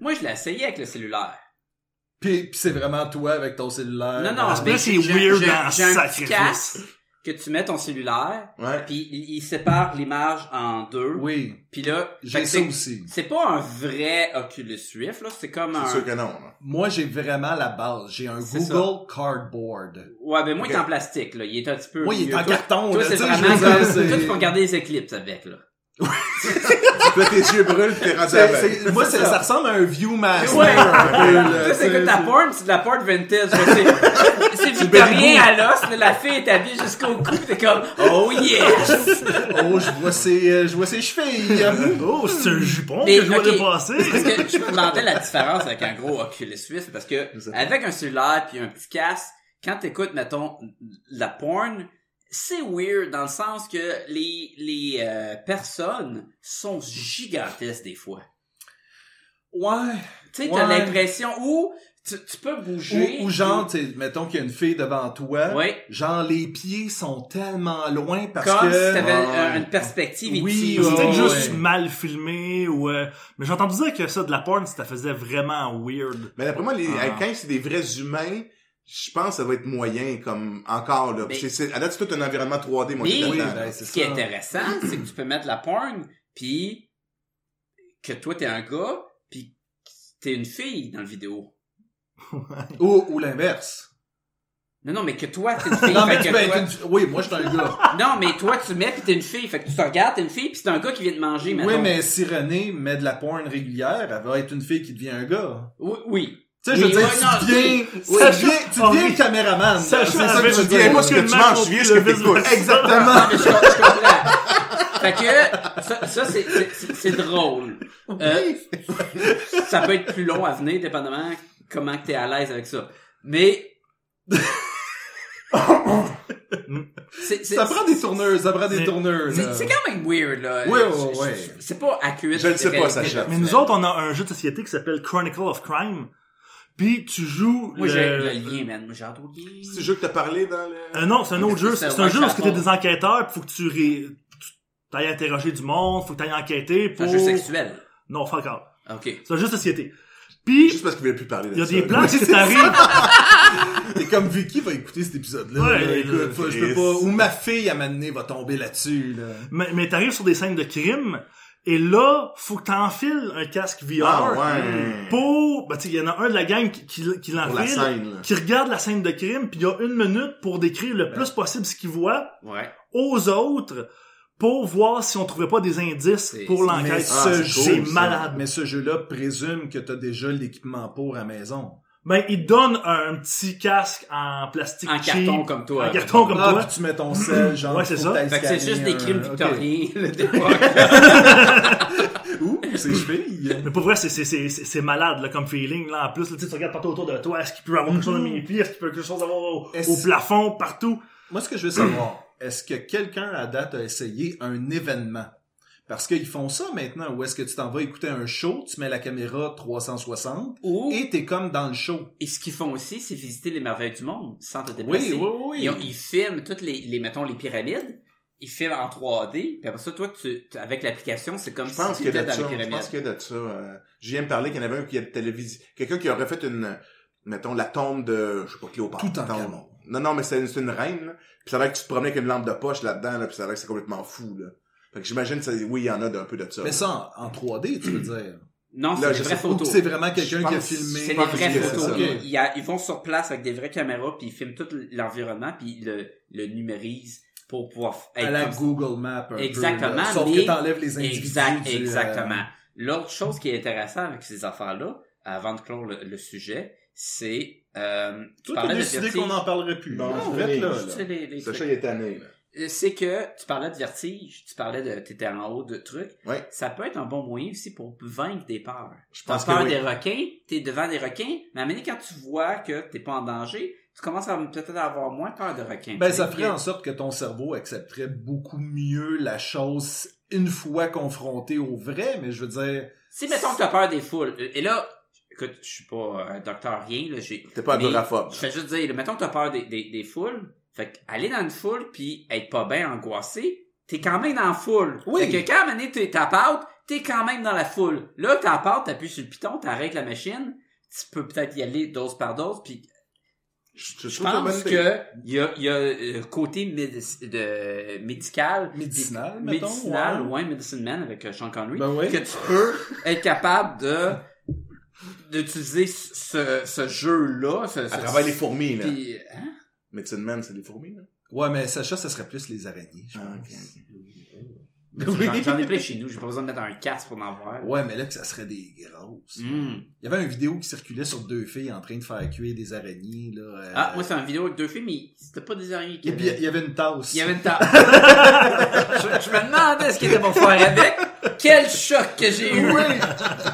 Moi, je l'ai essayé avec le cellulaire.
Puis, puis c'est vraiment toi avec ton cellulaire.
Non, non,
mais
Ah, mais
c'est
j'ai-
weird
j'ai-
en
j'ai un petit
sacrifice.
casque. que tu mets ton cellulaire,
Ouais.
puis il, il sépare l'image en deux.
Oui,
Puis là, fait
j'ai
que
ça
c'est-
aussi.
c'est pas un vrai Oculus Rift, là, c'est comme
C'est
un...
sûr que non, là.
Moi, j'ai vraiment la base. J'ai un
C'est
Google Cardboard.
Ouais, ben moi,
Ok.
il est en plastique, là. Il est un petit peu...
Oui, il est
mieux.
en
Toi-
carton.
Toi,
là,
c'est
tu sais, je
vraiment
veux dire,
comme...
c'est-
Toi, tu peux regarder les éclipses avec, là.
Puis là, tes yeux brûlent, t'es rendu
C'est-
Ben,
aveugle.
c'est- Moi, c'est- ça ressemble à un Viewmaster.
Ouais.
un peu, là,
Toi, c'est
tu
que
sais,
ta
c'est-
porn, c'est de la porn vintage. là,
[laughs]
c'est- C'est victorien à l'os, mais la fille est habillée jusqu'au cou, t'es comme, oh yes!
Oh, je vois ses, euh, je vois ses chevilles.
[laughs] Oh, c'est un jupon
Mais,
que je vois
ok. Parce
dépasser.
que je me
[laughs]
demandais la différence avec un gros Oculus Rift, parce que avec un cellulaire puis un petit casque, quand t'écoutes, mettons, la porn, c'est weird dans le sens que les, les euh, personnes sont gigantesques des fois.
ouais.
Tu sais, t'as
Ouais.
l'impression où tu, tu peux bouger.
Ou, ou genre, tu sais, mettons qu'il y a une fille devant toi.
Ouais.
Genre, les pieds sont tellement loin parce
comme
que...
si t'avais
Ouais.
euh, une perspective
Oui,
ici.
C'est peut-être
ouais.
juste mal filmé ou. euh, Mais j'ai entendu dire que ça, de la porn, ça faisait vraiment weird.
Mais d'après moi, les,
Ah.
quand c'est des vrais humains, je pense que ça va être moyen, comme, encore, là.
Mais-
C'est, c'est, à date, c'est tout un environnement 3D, moi, qui
Mais
est
oui,
dedans,
ben,
là.
c'est
ce qui est
ça.
intéressant, c'est que tu peux mettre la porn, puis que toi t'es un gars, puis t'es une fille dans le vidéo.
Ou, ou l'inverse.
Non, non, mais que toi t'es une fille.
[laughs] Non, mais
fait
tu
que
peux
toi-
être une- Oui, moi, je suis un gars.
non, mais toi tu mets puis t'es une fille, fait que tu te regardes, t'es une fille, puis c'est un gars qui vient de manger.
Oui,
[laughs] mettons.
mais si René met de la porn régulière, elle va être une fille qui devient un gars.
Oui, oui.
Tu sais, je
Oui,
veux dire,
ouais,
tu
non,
deviens,
oui.
tu
Ça
deviens,
joue-
tu
oh,
deviens
oui.
caméraman.
Ça
C'est
joue
ça que
avec
je veux
le
dire.
Dis-moi ce que
Aucune
tu manges,
marque,
je viens ce que
aucune
t'écoutes.
vis-
Exactement.
Ah, mais je, je comprends. fait que ça, ça c'est- c'est c'est- c'est drôle. Euh, ça peut être plus long à venir, dépendamment comment que t'es à l'aise avec ça. Mais c'est c'est-
Ça prend des tourneurs, ça prend des
Mais-
tourneurs.
C'est
là.
c'est quand même weird, là.
Oui,
Je-
oui,
je-
oui.
je- C'est pas accurate.
Je le sais
c'est
pas,
réalité.
Sacha.
Mais nous autres, on a un jeu de société qui s'appelle Chronicle of Crime. Puis tu joues.
Moi,
le-
j'ai le lien, man. Moi, j'ai hâte au lien.
C'est le jeu que t'as parlé dans le...
Euh, non, c'est un autre jeu.
C'est
C'est
un
un jeu où
workshop,
tu es
non?
des enquêteurs, pis faut que tu, ré... tu ailles interroger du monde, faut que tu ailles enquêter
C'est
pour.
un jeu sexuel.
Non, fuck off.
OK.
C'est un jeu de société. Puis
Juste parce qu'il voulait plus parler de
il y a
ça.
des plans
Ouais.
que t'arrives.
T'es comme Vicky va écouter cet épisode-là.
Ouais,
là,
euh,
écoute, faut- je peux
Chris.
pas. Ou ma fille à m'amener va tomber là-dessus. Là.
[laughs] mais mais t'arrives sur des scènes de crime. Et là, faut que t'enfiles un casque VR.
Ah, ouais.
Pour, bah, tu sais, il y en a un de la gang qui, qui, qui
Pour la
l'enfile,
scène, là.
qui regarde la scène de crime, puis il y a une minute pour décrire le
Ben.
plus possible ce qu'il voit
Ouais.
aux autres pour voir si on trouvait pas des indices
C'est-
pour
Mais
l'enquête.
ce
c'est
jeu,
hein, c'est
ça.
malade.
Mais ce jeu-là présume que t'as déjà l'équipement pour à maison.
Ben, il te donne un petit casque en plastique
En
cheap,
carton comme toi.
en carton comme
ah,
toi.
puis tu mets
[clears throat]
ton sel, genre.
Ouais, c'est
faut
ça.
t'ailles
Fait que c'est
scanner euh,
juste des
un-
crimes
ok.
victoriens, là, d'époque.
Ouh, c'est cheville.
Mais pour vrai, c'est, c'est, c'est, c'est c'est malade là, comme feeling. Là. En plus, là, tu sais, tu regardes partout autour de toi. Est-ce qu'il peut avoir quelque chose à mes pieds? Est-ce qu'il peut quelque chose avoir au,
Mhm. Est-ce-
au plafond, partout?
Moi, ce que je veux savoir, est-ce que quelqu'un à date a essayé un événement? Parce qu'ils font ça maintenant, où est-ce que tu t'en vas écouter un show, tu mets la caméra 360
Ou,
et t'es comme dans le show.
et ce qu'ils font aussi, c'est visiter les merveilles du monde sans te
Oui,
déplacer.
oui, oui.
Ils, ont- ils filment toutes les, les, mettons, les pyramides. Ils filment en 3D. Puis après ça, toi, tu, tu- avec l'application, c'est comme
Je pense
si
qu'il y
tu
a
étais
de
dans
ça.
les
Je
pyramides.
pense qu'il y a de ça. euh, J'ai viens me parler qu'il y en avait un qui a télévisé. Quelqu'un qui aurait fait une, mettons, la tombe de, je sais pas, Cléopâtre.
Tout en
Tombe.
camon.
Non, non, mais c'est une, c'est une reine, là. Puis ça va que tu te promenais avec une lampe de poche là-dedans, là, puis ça va que c'est complètement fou, là. Fait que j'imagine, ça, oui, il y en a d'un peu de ça.
Mais
là.
ça, en, en 3D, tu veux dire.
Non,
Là,
c'est des
je
vraies
sais
Ou que
photos.
c'est vraiment
Je
quelqu'un
pense
qui a
C'est
filmé.
les
pense
vraies
que c'est
photos.
ça.
Ils, ils a- ils vont sur place avec des vraies caméras, puis ils filment tout l'environnement, puis ils le, le numérisent pour pouvoir f-
à la
comme-
Google Map. un peu,
Exactement,
là. Sauf
mais-
que t'enlèves les individus.
Exact,
du, euh,
exactement. L'autre chose qui est intéressante avec ces affaires-là, avant de clore le, le sujet, c'est... Euh, tu
Toi, t'as
parlais de
décidé
vertige.
qu'on n'en parlerait plus.
Non,
Là,
on
vous êtes là,
Juste
là.
les- les
Sacha,
trucs.
il est tanné, là.
Euh, c'est que tu parlais de vertige, tu parlais de t'étais en haut de trucs.
Ouais.
Ça peut être un bon moyen aussi pour vaincre des peurs.
Je
T'as
pense que
peur
oui.
des requins, t'es devant des requins, mais à un moment donné, quand tu vois que t'es pas en danger, tu commences à peut-être avoir moins peur de requins.
Ben, ça ferait en sorte que ton cerveau accepterait beaucoup mieux la chose une fois confronté au vrai, mais je veux dire,
Si mettons que t'as peur des foules, euh, et là, écoute, je suis pas un docteur rien, là, j'ai...
T'es pas
Mais-
agoraphobe.
Je fais juste dire, là, mettons que t'as peur des, des, des foules, fait que aller dans une foule puis être pas bien angoissé, t'es quand même dans la foule.
Oui.
Fait que quand à un moment donné, t'es t'as peur, t'es quand même dans la foule. Là, t'as peur, t'appuies sur le piton, t'arrêtes la machine, tu peux peut-être y aller dose par dose, puis
Je,
Je pense que il y a, il y a euh, côté médic- de, médical,
Médicinal,
des-
mettons,
médicinal,
ouais.
ouais, Medicine Man avec euh, Sean Connery,
Ben ouais.
que tu peux être capable de d'utiliser ce, ce jeu-là, ce, ce-
À travers les fourmis, là.
puis- hein?
Medicine Man, c'est des fourmis, là.
Ouais, mais Sacha, ça serait plus les araignées, je pense.
J'en- J'en ai plein chez nous, j'ai pas besoin de mettre un casque pour en voir.
Ouais, mais là, que ça serait des grosses.
Ah. Mm.
Il y avait une vidéo qui circulait sur deux filles en train de faire cuire des araignées, là. euh,
Ah, moi c'est une vidéo avec deux filles, mais c'était pas des araignées. qui
Et puis, il y
avaient-
avait une tasse.
Il y avait une table. [laughs] je, je me demandais ce qu'il était pour faire avec. Quel choc que j'ai eu!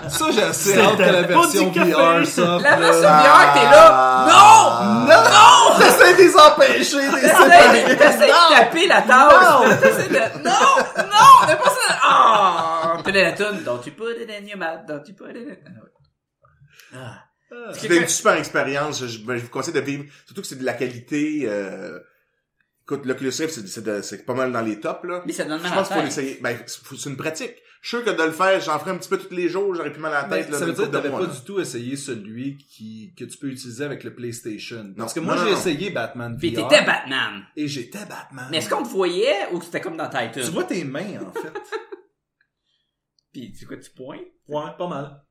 Ça, j'ai assez hâte que la
C'était pas
version
du café.
VR sorte.
La version
là.
VR, t'es là! Non!
Ah!
Non, non! [laughs] J'essaie de les empêcher, de les
T'essayes
séparer.
t'essayes de taper la
Non!
tasse! T'essayes de... Non! Non! Fais pas ça! Ah! [laughs] Puis là, la toune, Don't you put it in your mouth, don't you put it in... Ah, ouais. Ah. Est-ce
C'était
que-
une super expérience. Je, je- ben, je vous conseille de vivre. Surtout que c'est de la qualité. Euh... Écoute, l'Oculus Rift, c'est- c'est de- c'est pas mal dans les tops, là.
Mais ça donne
Je
mal à la
pense qu'il faut
tête.
l'essayer. Ben, c'est c'est une pratique. Je suis sûr que de le faire, j'en ferai un petit peu tous les jours, j'aurais plus mal à la tête, là, dans
ça veut
une couple
dire que
de
t'avais
mois,
pas
là.
du tout essayé celui qui, que tu peux utiliser avec le PlayStation. Parce que
Non,
moi,
non,
j'ai
non.
essayé Batman
Puis
VR.
t'étais Batman.
Et j'étais Batman.
Mais est-ce qu'on te voyait ou c'était comme dans Titan?
Tu vois tes mains, en fait.
Puis tu quoi, tu pointes?
[laughs] ouais, pas mal.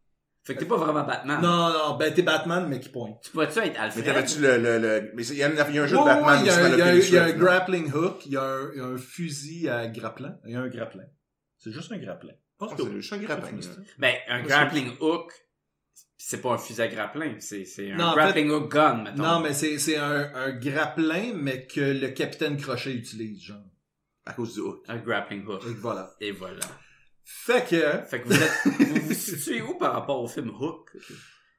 Fait que t'es pas vraiment Batman.
Non, non, ben t'es Batman, mais qui pointe.
Tu peux-tu être
Mais
Alfred?
t'avais-tu le, le, le, mais il y, a un- il y a un jeu
Ouais,
de Batman
ouais, il y a
aussi
un-
dans
il y a un-
l'Oculus
Il y a un
Rift, non?
grappling hook, il y a un- il y a un fusil à grappelin. Il y a un grappelin. C'est juste un grappelin.
Ah, c'est juste un grappin, là.
Ben, un grappling hook, c'est pas un fusil à grappling, c'est c'est un
Non, en
grappling hook gun, mettons.
Non, mais c'est c'est un, un grappelin, mais que le capitaine Crochet utilise, genre.
À cause du hook.
Un grappling hook.
Fait que voilà.
Et voilà.
Fait que,
Fait que vous êtes, vous
[laughs]
vous situez où par rapport au film Hook?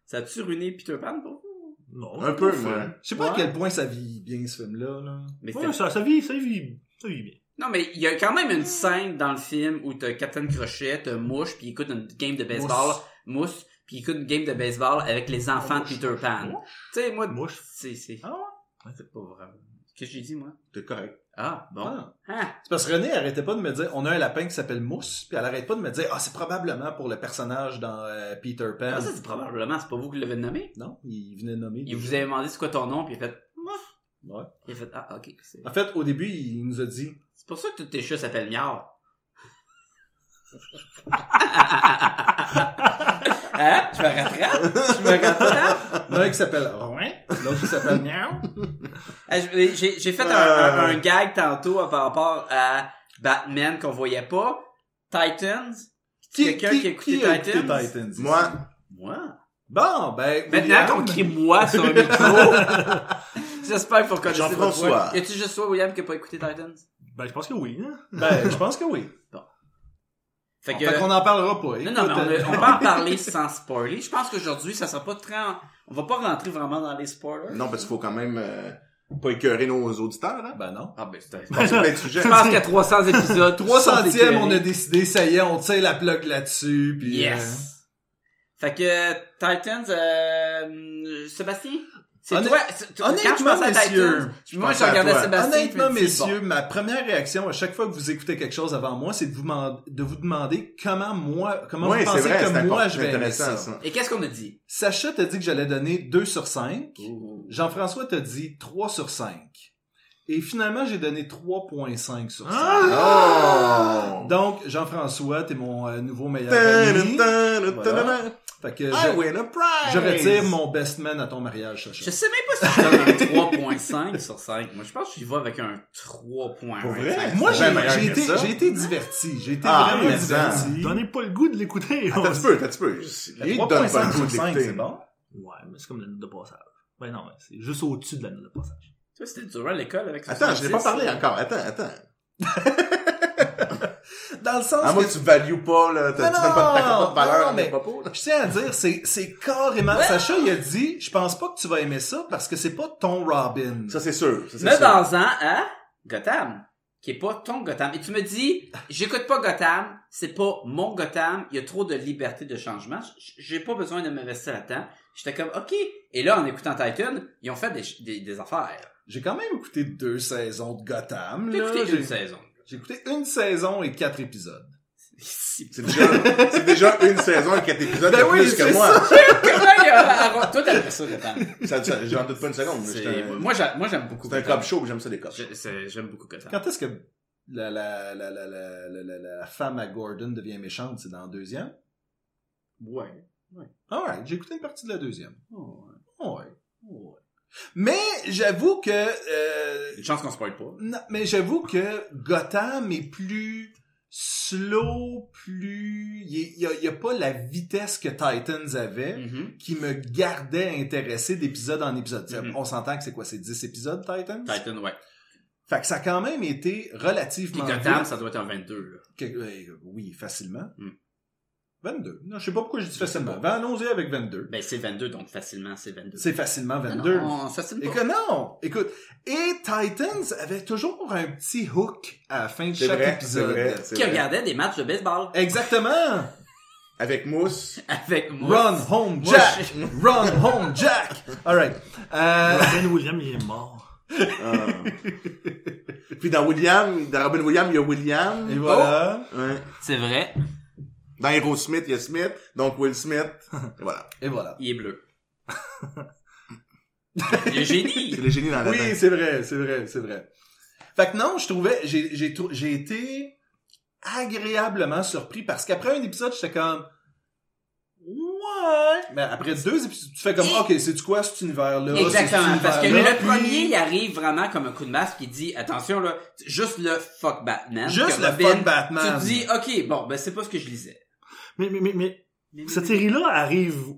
Ça a-tu ruiné Peter Pan pour vous?
Non.
Un peu,
pas
moi.
fait.
je sais pas à
Ouais.
quel point ça vit bien ce film-là, là.
Mais
Ouais,
c'était-
ça, ça vit, ça vit, ça vit bien.
Non, mais il y a quand même une scène dans le film où t'as Captain Crochet, t'as Mouche, puis il écoute une game de baseball, Mousse, puis il écoute une game de baseball avec les enfants de Peter Pan. Tu sais, moi,
Mouche.
c'est... c'est-
Ah
C'est pas vraiment... Qu'est-ce que j'ai dit, moi?
T'es correct.
Ah, bon.
Ah.
Ah.
C'est parce que René arrêtait pas de me dire, on a un lapin qui s'appelle Mousse, puis elle arrête pas de me dire, ah, c'est probablement pour le personnage dans euh, Peter Pan.
Ah, ça, c'est probablement, c'est pas vous qui l'avez nommé.
Non, il venait de nommer.
Il vous avait demandé c'est quoi ton nom, puis il a fait. Moi.
Ouais.
Il a fait Ah, ok. C'est
En fait, au début, il nous a dit,
c'est pour ça que tous tes chats s'appellent Miao. [laughs] hein? Tu me rattrapes? Tu me hein? rattrapes?
l'un qui s'appelle Rouin, l'autre qui s'appelle Euh, Miaou.
Ah, je- J'ai j'ai fait un, un, un gag tantôt hein, par rapport à Batman qu'on voyait pas. Titans. Quelqu'un qui a écouté
a
Titans?
écouté Titans ici?
Moi,
Moi.
Bon, ben.
Maintenant qu'on crie moi sur un micro. J'espère qu'on connaît
Jean-François.
Y a-tu juste toi, William, qui a pas écouté Titans?
Ben, je pense que oui, hein.
Ben, je pense que oui.
Fait
Fait qu'on en parlera pas.
Non, non,
Écoute,
mais
euh,
on, on va en parler sans spoiler. Je pense qu'aujourd'hui, ça sera pas très... en- On va pas rentrer vraiment dans les spoilers.
non, parce qu'il faut quand même, euh, pas écœurer nos auditeurs, hein.
Ben non.
Ah ben, c'est...
Parce que plein de sujets.
Je pense qu'à 300 épisodes...
300e, on a
des...
décidé, ça y est, on tire la plug là-dessus. puis, euh,
Yes! Fait que, Titans, euh, Sébastien? C'est
Honnêt-
toi? c'est- tu-
honnêtement,
quand je pensais à
messieurs,
Titans, moi,
pensais
je
à
regardais
toi.
Sébastien.
Honnêtement,
puis je me dis,
messieurs, ma première réaction à chaque fois que vous écoutez quelque chose avant moi, c'est de vous, man- de vous demander comment moi, comment
Oui,
vous
c'est
pensez
vrai, c'est
que moi
important,
je
c'est
vais aimer
intéressant,
ça.
ça.
bon. Et qu'est-ce qu'on a dit?
Sacha t'a dit que j'allais donner 2 sur 5.
Ouh.
Jean-François t'a dit 3 sur 5. Et finalement, j'ai donné 3.5 sur 5.
Ah! Oh!
Donc, Jean-François, t'es mon euh, nouveau meilleur ami. Voilà.
I
Fait que je,
win a prize!
je retire mon best man à ton mariage,
Je
Sacha.
sais même pas si je donne un 3.5 sur 5. Moi, je pense que j'y vais avec un 3.1.
Pour vrai?
Moi,
C'est
j'ai
bien meilleur
j'ai
que
été,
ça.
j'ai été diverti. J'ai été
Ah,
vraiment
mais ça.
diverti.
Donnez pas le goût de l'écouter.
Attends, un petit peu, attends, un petit peu. Il
Il
donne pas le goût de l'écouter.
c'est bon.
Ouais, mais c'est comme la note de passage. Ben non, mais c'est juste au-dessus de la note de passage.
Toi, c'était durant l'école avec
Attends, je n'ai pas
70.
parlé hein. encore. Attends, attends.
Dans le sens
À moins
que
que tu values pas, là. t'as-
Non,
Tu donnes pas t'as
non,
pas de valeur à
non, mais-
mes propos, là.
je tiens à dire, c'est, c'est carrément... Sacha, il a dit, je pense pas que tu vas aimer ça parce que c'est pas ton Robin.
Ça, c'est sûr. Ça, c'est
Mais
sûr.
dans un, hein, Gotham, qui est pas ton Gotham. Et tu me dis, j'écoute pas Gotham, c'est pas mon Gotham, il y a trop de liberté de changement, j- j'ai pas besoin de me rester là-dedans. J'étais comme, ok. Et là, en écoutant Titan, ils ont fait des, ch- des, des affaires.
J'ai quand même écouté deux saisons de Gotham.
J'ai
là.
écouté
J'ai-
une saison.
J'ai écouté une saison et quatre épisodes.
Si-
C'est déjà, c'est déjà une saison et quatre épisodes
Ben
de
oui,
plus
c'est
[laughs]
que moi.
Quand même, que. Toi, t'aimerais ça, le temps.
Ça- ça- J'en doute pas une seconde. mais
C'est-
C'est un-
Moi, j'a- moi, j'aime beaucoup
c'est un
Gotham.
cop show, puis j'aime ça des cops.
Je- c'est- J'aime beaucoup Gotham.
Quand est-ce que la, la, la, la, la, la, la- la femme à Gordon devient méchante? C'est dans le deuxième?
Ouais.
Alright, j'ai écouté une partie de la deuxième. Ah
Oh, ouais. Ah
Ouais. ouais. Mais j'avoue que... euh,
Une chance qu'on spoil pas.
Non, mais j'avoue que Gotham est plus slow, plus... Il n'y a, il y a pas la vitesse que Titans avait
Mhm.
qui me gardait intéressé d'épisode en épisode. C'est-
Mhm.
On s'entend que c'est quoi? C'est 10 épisodes, Titans?
Titan, ouais.
Fait que ça a quand même été
Puis
relativement...
Gotham,
vite.
ça doit être un 22, là.
Que- euh, oui, facilement.
Mm.
22. Non, je sais pas pourquoi je dis facilement. Ben, Allons-y avec 22.
Ben, c'est 22, donc facilement, c'est 22.
C'est facilement
Ah
22.
Non, ça, c'est
Et
pas.
que non! Écoute, et Titans avait toujours un petit hook à la fin de
C'est
chaque
vrai, c'est
épisode. euh,
vrai. c'est
Qui
vrai.
regardait des matchs de baseball
Exactement!
Avec Mousse.
avec moi.
Run home,
Moi,
Jack! Run home, Jack! Alright. Euh,
Robin Williams, il Ben, est mort.
Ah. Puis dans William, dans Robin Williams, il y a William.
et voilà.
Ouais.
C'est vrai,
Dans Hero Smith, il y a Smith. Donc Will Smith. Et voilà.
Et voilà.
il
[laughs]
est bleu. Le génie!
C'est le génie dans la
Oui, c'est vrai, c'est vrai, c'est vrai. Fait que non, je trouvais, j'ai, j'ai, trou- j'ai été agréablement surpris parce qu'après un épisode, j'étais comme, ouais. Mais après deux épisodes, tu fais comme,
Et-
ok, c'est du quoi cet univers-là?
Exactement, parce que le
premier
premier, il arrive vraiment comme un coup de masque, il dit, attention là, juste le fuck Batman.
Juste
Que
le
Robin,
fuck Batman.
Tu te dis, ok, bon, ben c'est pas ce que je lisais.
Mais, mais, mais, mais
Mais-
cette série-là arrive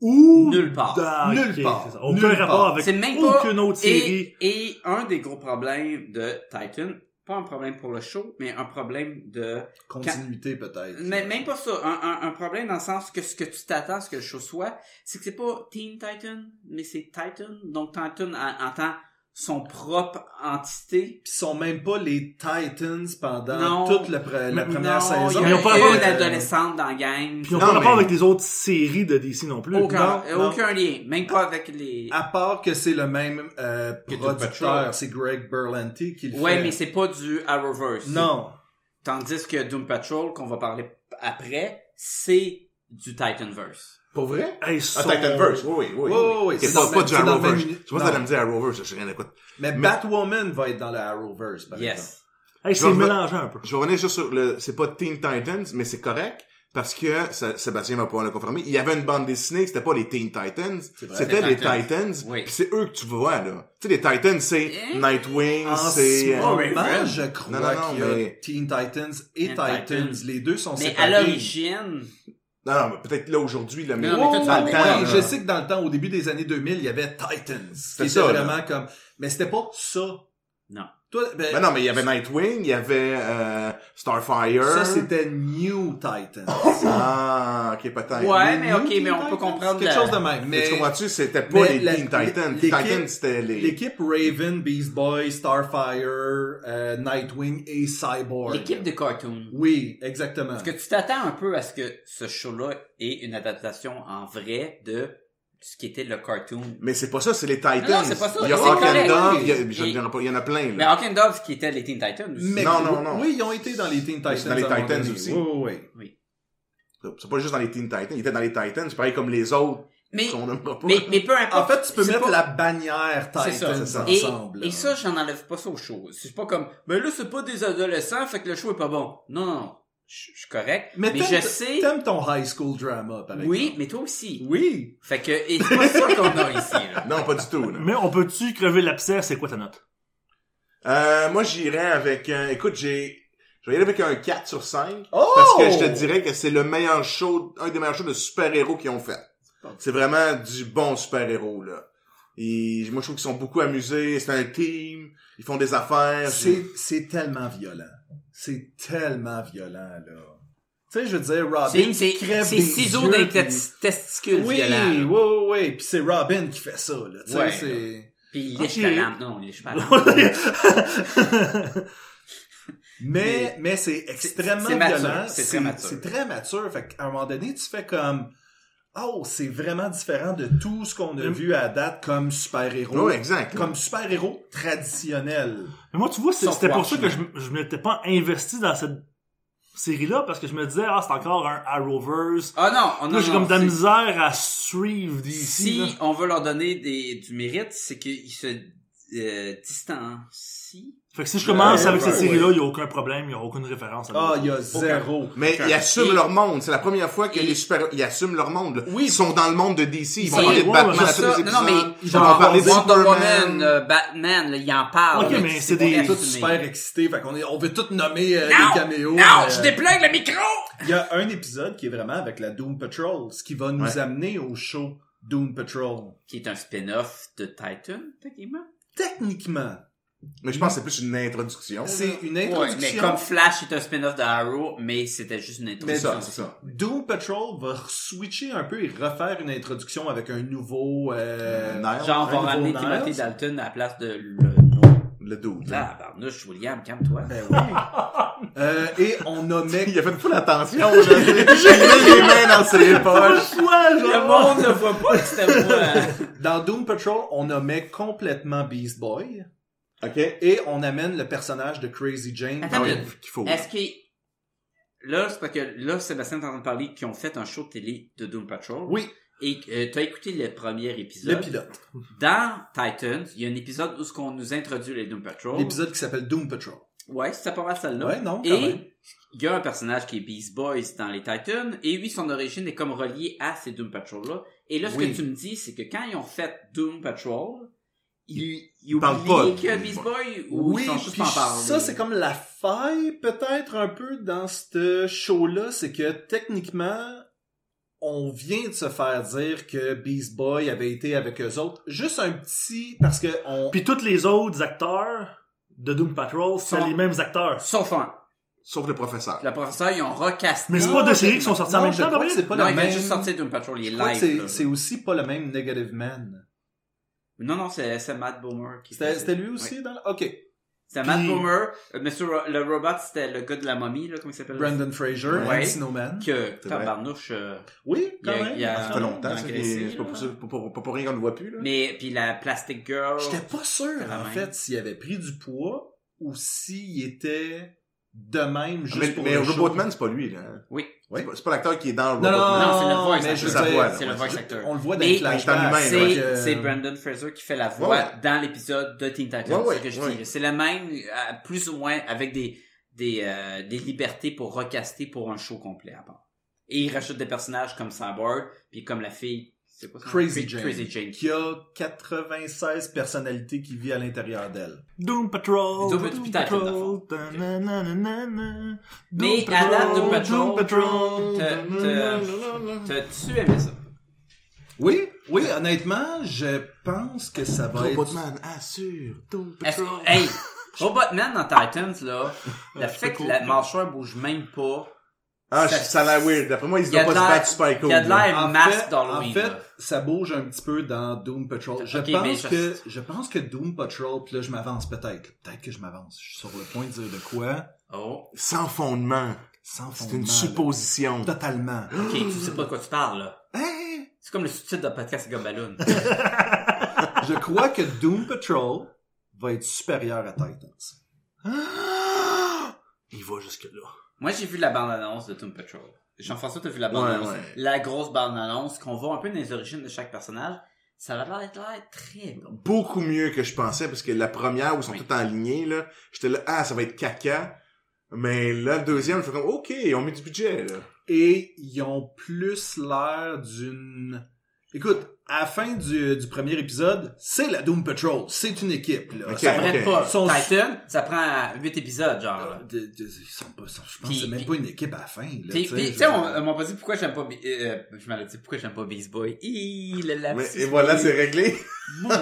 où?
Nulle part.
Dans-
Nulle
Ah, ok,
part.
c'est ça. Aucun
Nulle
rapport
part.
avec
C'est même pas-
aucune autre série.
Et, et un des gros problèmes de Titan, pas un problème pour le show, mais un problème de...
Continuité, peut-être.
Mais même pas ça, un, un, un problème dans le sens que ce que tu t'attends, à ce que le show soit, c'est que c'est pas Teen Titan, mais c'est Titan. Donc Titan en, en tant son propre entité,
Pis ils sont même pas les Titans pendant
Non.
toute la, pre- la
Non,
première saison. euh,
Il
Mais
n'y
ils
a,
ont pas
pas
rapport
une
avec- euh,
adolescente dans la gang.
Puis on
Non,
n'a pas rapport
mais-
avec les autres séries de DC non Ah, plus.
aucun,
non, non.
aucun lien. Même pas avec les...
À part que c'est le même euh,
Que Doom Patrol.
producteur, c'est Greg Berlanti qui le fait.
Ouais, mais c'est pas du Arrowverse.
Non,
Tandis que Doom Patrol, qu'on va parler après, c'est du Titanverse.
pour vrai?
Hey, son-
Ah, Titanverse, oui, oui, oui.
Oui, oui, oui,
C'est
c'est
pas,
dans
pas
le-
du
c'est dans le
Arrowverse.
même-
Je pense que
non.
ça me dire Arrowverse, j'ai rien à quoi.
Mais,
Mais-
Batwoman va être dans la Arrowverse, par exemple.
Yes.
Hey,
Je
c'est
vais-
mélangé un peu.
Je vais revenir juste sur le, c'est pas Teen Titans, mais c'est correct. Parce que, ça- Sébastien va pouvoir le confirmer, il y avait une bande dessinée, c'était pas les Teen Titans,
vrai.
c'était
Les
les
Titans.
Titans,
Oui.
Puis c'est eux que tu vois, là. Tu sais, les Titans, c'est
Eh?
Nightwing,
En
c'est... euh,
ce
Oh,
moment,
mais vraiment.
je crois
Non, non, non,
qu'il y a
mais-
Teen Titans et
And
Titans.
Titans.
Les deux sont
Mais à
séparés.
l'origine,
Non, non, mais peut-être là aujourd'hui, là, mais,
Non, mais toi, tu
dans le
parles-
temps, là.
ouais,
Oui, je sais que dans le temps, au début des années 2000, il y avait Titans. C'était
ça, là.
vraiment comme... Mais c'était pas ça.
Non.
Toi, ben,
Ben non, mais il y avait Nightwing, il y avait euh, Starfire.
Ça, c'était
[laughs]
New Titans.
Ah, ok, peut-être.
Ouais,
Les
mais
New
ok,
Teen
mais on peut
Titans,
comprendre
Quelque
la-
chose de même.
Mais
Mais
tu comprends-tu, c'était pas
mais
les
la-
Teen Titans.
l'équipe-
Titans, c'était les...
l'équipe Raven, Beast Boy, Starfire, euh, Nightwing et Cyborg.
l'équipe de cartoon.
Oui, exactement.
Est-ce que tu t'attends un peu à ce que ce show-là ait une adaptation en vrai de ce qui était le cartoon?
Mm.
Mais c'est pas ça, c'est les Titans.
Non, non, c'est pas ça,
Il y a
c'est
Rock
correct.
and Dove, il y, a-
Et-
je- il y en a pas- il y en a plein,
Mais
là.
Hawk and Dove, qui était les Teen Titans aussi.
Mais-
Non, non, non.
Oui, ils ont été dans les Teen Titans.
Dans les
à un moment
Titans
donné.
aussi.
Oui, oui, oui.
C'est pas juste dans les Teen Titans. Ils étaient dans les Titans, c'est pareil comme les autres
Mais,
qu'on nommera pas.
mais, mais peu importe.
En fait, tu peux
C'est
mettre
pas-
la bannière
C'est ça.
Titans
Et,
ensemble. là.
et ça, j'en enlève pas ça aux choses. C'est pas comme, mais là, c'est pas des adolescents, fait que le show est pas bon. Non, non, non. Je je suis correct. Mais,
mais t'aimes-
je sais.
T'aimes ton high school drama, par exemple.
Oui, mais toi aussi.
Oui.
Fait que, et c'est pas ça qu'on a ici,
[laughs]
là.
Non, pas du tout, là.
Mais on peut-tu crever l'abcès? C'est quoi ta note?
Euh, moi, j'irais avec un, écoute, j'ai, je vais y aller avec un 4 sur 5.
Oh!
Parce que je te dirais que c'est le meilleur show, un des meilleurs shows de super-héros qu'ils ont fait. C'est vraiment du bon super-héros, là. Et moi, je trouve qu'ils sont beaucoup amusés. C'est un team. Ils font des affaires.
C'est, c'est tellement violent. C'est tellement violent, là. Tu sais, je veux dire, Robin
C'est,
qui
c'est,
crève
c'est
Ah, des
ciseaux
yeux,
d'un
puis-
tes- testicule
Oui,
violent,
oui,
là.
oui, oui. Puis c'est Robin qui fait ça, là. Tu sais,
Ouais,
c'est...
Puis il lèche
Ok.
la lampe. Non, il lèche
[laughs]
pas la lampe.
Moi,
Mais, mais c'est extrêmement
c'est mature,
violent.
c'est très mature.
C'est très mature. Fait qu'à un moment donné, tu fais comme... Oh, c'est vraiment différent de tout ce qu'on a vu à date comme super-héros.
Oui, exact.
Comme super-héros traditionnel.
tu vois, c'est-
Sauf
c'était pour ça
Watchmen.
que je, je m'étais pas investi dans cette série-là parce que je me disais, ah, c'est encore un Arrowverse.
Ah non, on
Moi,
a
j'ai comme de la misère à suivre d'ici. là.
Si on veut leur donner des, du mérite, c'est qu'ils se euh, distancient.
Fait que si je commence
Ouais,
avec cette
ouais,
série-là, il n'y a aucun problème, il n'y a aucune référence à
Ah,
l'autre.
il y a zéro.
Mais ils assument
Et-
leur monde. C'est la première fois que
Et-
les super ils assument leur monde. là.
Oui.
Ils sont dans le monde de DC. Ils vont
Et-
parler de
ouais,
Batman
ouais,
à
Mais
tous
ça,
les
non, non,
épisodes.
mais
Ils vont
genre
parler de
Wonder
Superman.
Woman, euh, Batman, là, il en parle.
Ok,
là,
mais
tu sais
c'est
qu'on
des-
est à
Tout
Ah, tout
super
aimer.
excité. Fait qu'on est, on veut tout nommer euh,
Non!
les caméos.
Non,
mais-
je déplugue le micro!
Il y a un épisode qui est vraiment avec la Doom Patrol, ce qui va nous
Ouais.
amener au show Doom Patrol.
Qui est un spin-off de Titan, techniquement.
Techniquement,
Mais je pense que c'est plus une introduction.
c'est une
Ouais,
introduction.
mais comme Flash est un spin-off de Arrow, mais c'était juste une
C'est
introduction.
ça, c'est ça.
Doom Patrol va switcher un peu et refaire une introduction avec un nouveau... euh,
Nair,
Genre, on
Un
va ramener
nouveau
Timothy
Niles.
Dalton à la place de le...
le dude.
Là, barnouche, William, calme-toi.
Ben oui. Euh, et
[laughs]
on nommait...
Il a fait full attention.
[laughs]
là. J'ai mis les mains dans ses poches.
Ouais, genre,
Le monde ne voit pas que c'était moi.
Dans Doom Patrol, on nommait complètement Beast Boy.
OK.
Et on amène le personnage de Crazy Jane.
Attends,
Ah oui,
mais-
qu'il faut.
[laughs] Est-ce que là, c'est parce que là, Sébastien est en train de parler qu'ils ont fait un show de télé de Doom Patrol.
Oui,
Et euh, t'as écouté le premier épisode.
le pilote.
Dans Titans, il y a un épisode où ce qu'on nous introduit les Doom Patrol.
L'épisode qui s'appelle Doom Patrol.
Ouais, c'est pas mal celle-là.
Ouais, non, quand même.
et il y a un personnage qui est Beast Boys dans les Titans, et lui, son origine est comme reliée à ces Doom Patrol-là. Et là, ce
Oui.
que tu me dis, c'est que quand ils ont fait Doom Patrol, ils, ils
parlent
oublient
pas
qu'il y a
de
Beast
Doom
Boy, ou
Oui,
ils sont juste
puis
en parler.
ça c'est comme la faille peut-être un peu dans ce show-là, c'est que techniquement, on vient de se faire dire que Beast Boy avait été avec eux autres, juste un petit, parce que on...
Puis tous les autres acteurs de Doom Patrol, c'est
Sont-
les mêmes acteurs.
Sauf un.
Sauf le professeur.
Le professeur, ils ont recasté.
Mais c'est pas deux séries qui sont sorties en
Non,
même
je
temps,
crois
Gabriel?
que c'est pas
non,
le
il vient
même...
juste sortir Doom Patrol, il est
Je crois que
live.
c'est-
là.
c'est aussi pas le même Negative Man.
Non, non, c'est c'est Matt Boomer. qui
C'était
faisait-
c'était lui
Ouais.
aussi dans... le- Ok,
C'était Matt
Puis-
Boomer. Euh, Monsieur Ro- le Robot, c'était le gars de la momie, là, comment il s'appelle?
Brandon Fraser,
Ouais.
and Snowman.
Que,
C'est vrai.
tabarnouche. euh,
Oui,
Il y
quand
a- il y a-
même.
Ça fait longtemps, ça.
Dans
qu'il est- C'est pas
Gracie,
pour ça- pas pour- pas pour rien qu'on le voit plus, là.
Mais, puis la Plastic Girl.
J'étais pas sûr,
Quand
en
même.
fait, s'il avait pris du poids ou s'il était de
Ah,
même juste
Ah, Mais,
pour
mais
le
Robotman,
show.
c'est pas lui, là.
Oui.
C'est pas- C'est pas l'acteur qui est dans
Non, non,
Robotman.
Non, c'est le voice
mais
actor.
je
veux dire,
c'est le
ouais,
voice
c'est-
actor.
On le voit dans
Mais-
les flashbacks.
Mais
C'est
ouais,
euh,
c'est Brandon Fraser qui fait la voix
Ouais.
dans l'épisode de Teen Titans.
Ouais,
c'est ce que je
ouais,
dis.
ouais.
C'est la même, euh, plus ou moins, avec des des, euh, des libertés pour recaster pour un show complet à part. Et il rajoute des personnages comme Cyborg, puis comme la fille, c'est quoi son nom?
Crazy
Cra-
Jane.
Crazy Jane.
Qui a 96 personnalités qui vivent à l'intérière d'elle.
Doom Patrol,
Doom Patrol,
nananana,
Mais
Doom
à date,
Patrol,
Doom Patrol,
Doom Patrol.
t'as- t'as- t'as-tu aimé ça?
Oui, oui, honnêtement, je pense que ça va être...
Robotman assure Doom
Est-ce-
Patrol.
Hey! Robotman dans Titans,
[laughs]
là, le fait que la mâchoire bouge même pas,
Ah, je- ça a l'air weird. D'après moi, ils se
Il y a
doivent pas
de
se
l'air-
battre super cool.
il y a de
là.
l'air masque
fait,
d'Halloween.
en fait,
là.
ça bouge un petit peu dans Doom Patrol. Je
Ok, mais
pense
je-
que je pense que Doom Patrol, puis là je m'avance peut-être. Peut-être que je m'avance. Je suis sur le point de dire de quoi.
Oh.
Sans fondement.
Sans
C'est une
fondement, là.
supposition.
Totalement.
Ok, tu sais pas de quoi tu parles, là.
Hein?
C'est comme le sous-titre de
[laughs]
podcast Gumballoon.
Je crois que Doom Patrol va être supérieur à Titans.
[gasps]
Il va jusque-là.
Moi, j'ai vu la bande-annonce de Tomb Patrol. Jean-François, t'as vu la bande-annonce?
Ouais, ouais.
La grosse bande-annonce qu'on voit un peu dans les origines de chaque personnage. Ça va l'air l'air très bon.
Beaucoup mieux que je pensais, parce que la première où ils sont
Oui.
tous en lignée, là, j'étais là, ah, ça va être caca. Mais là, le deuxième, je fais comme, ok, on met du budget, là.
Et ils ont plus l'air d'une... Écoute, à la fin du, du premier épisode, c'est la Doom Patrol. C'est une équipe, là.
Ok.
Ça prend pas.
Son-
Titan, ça prend 8 épisodes, genre. là.
Ah, de- de- ils sont pas, sont- je pense
Puis-
que c'est même
puis-
pas une équipe à la fin.
Euh,
Là,
Puis,
tu sais,
puis,
je
tu sais,
veux
on,
dire.
on m'a dit pourquoi j'aime pas, Be- euh, je m'en ai dit pourquoi j'aime pas Beast Boy. Hi, le
Ah,
Mais,
lapsus.
et voilà, c'est réglé.
Moi,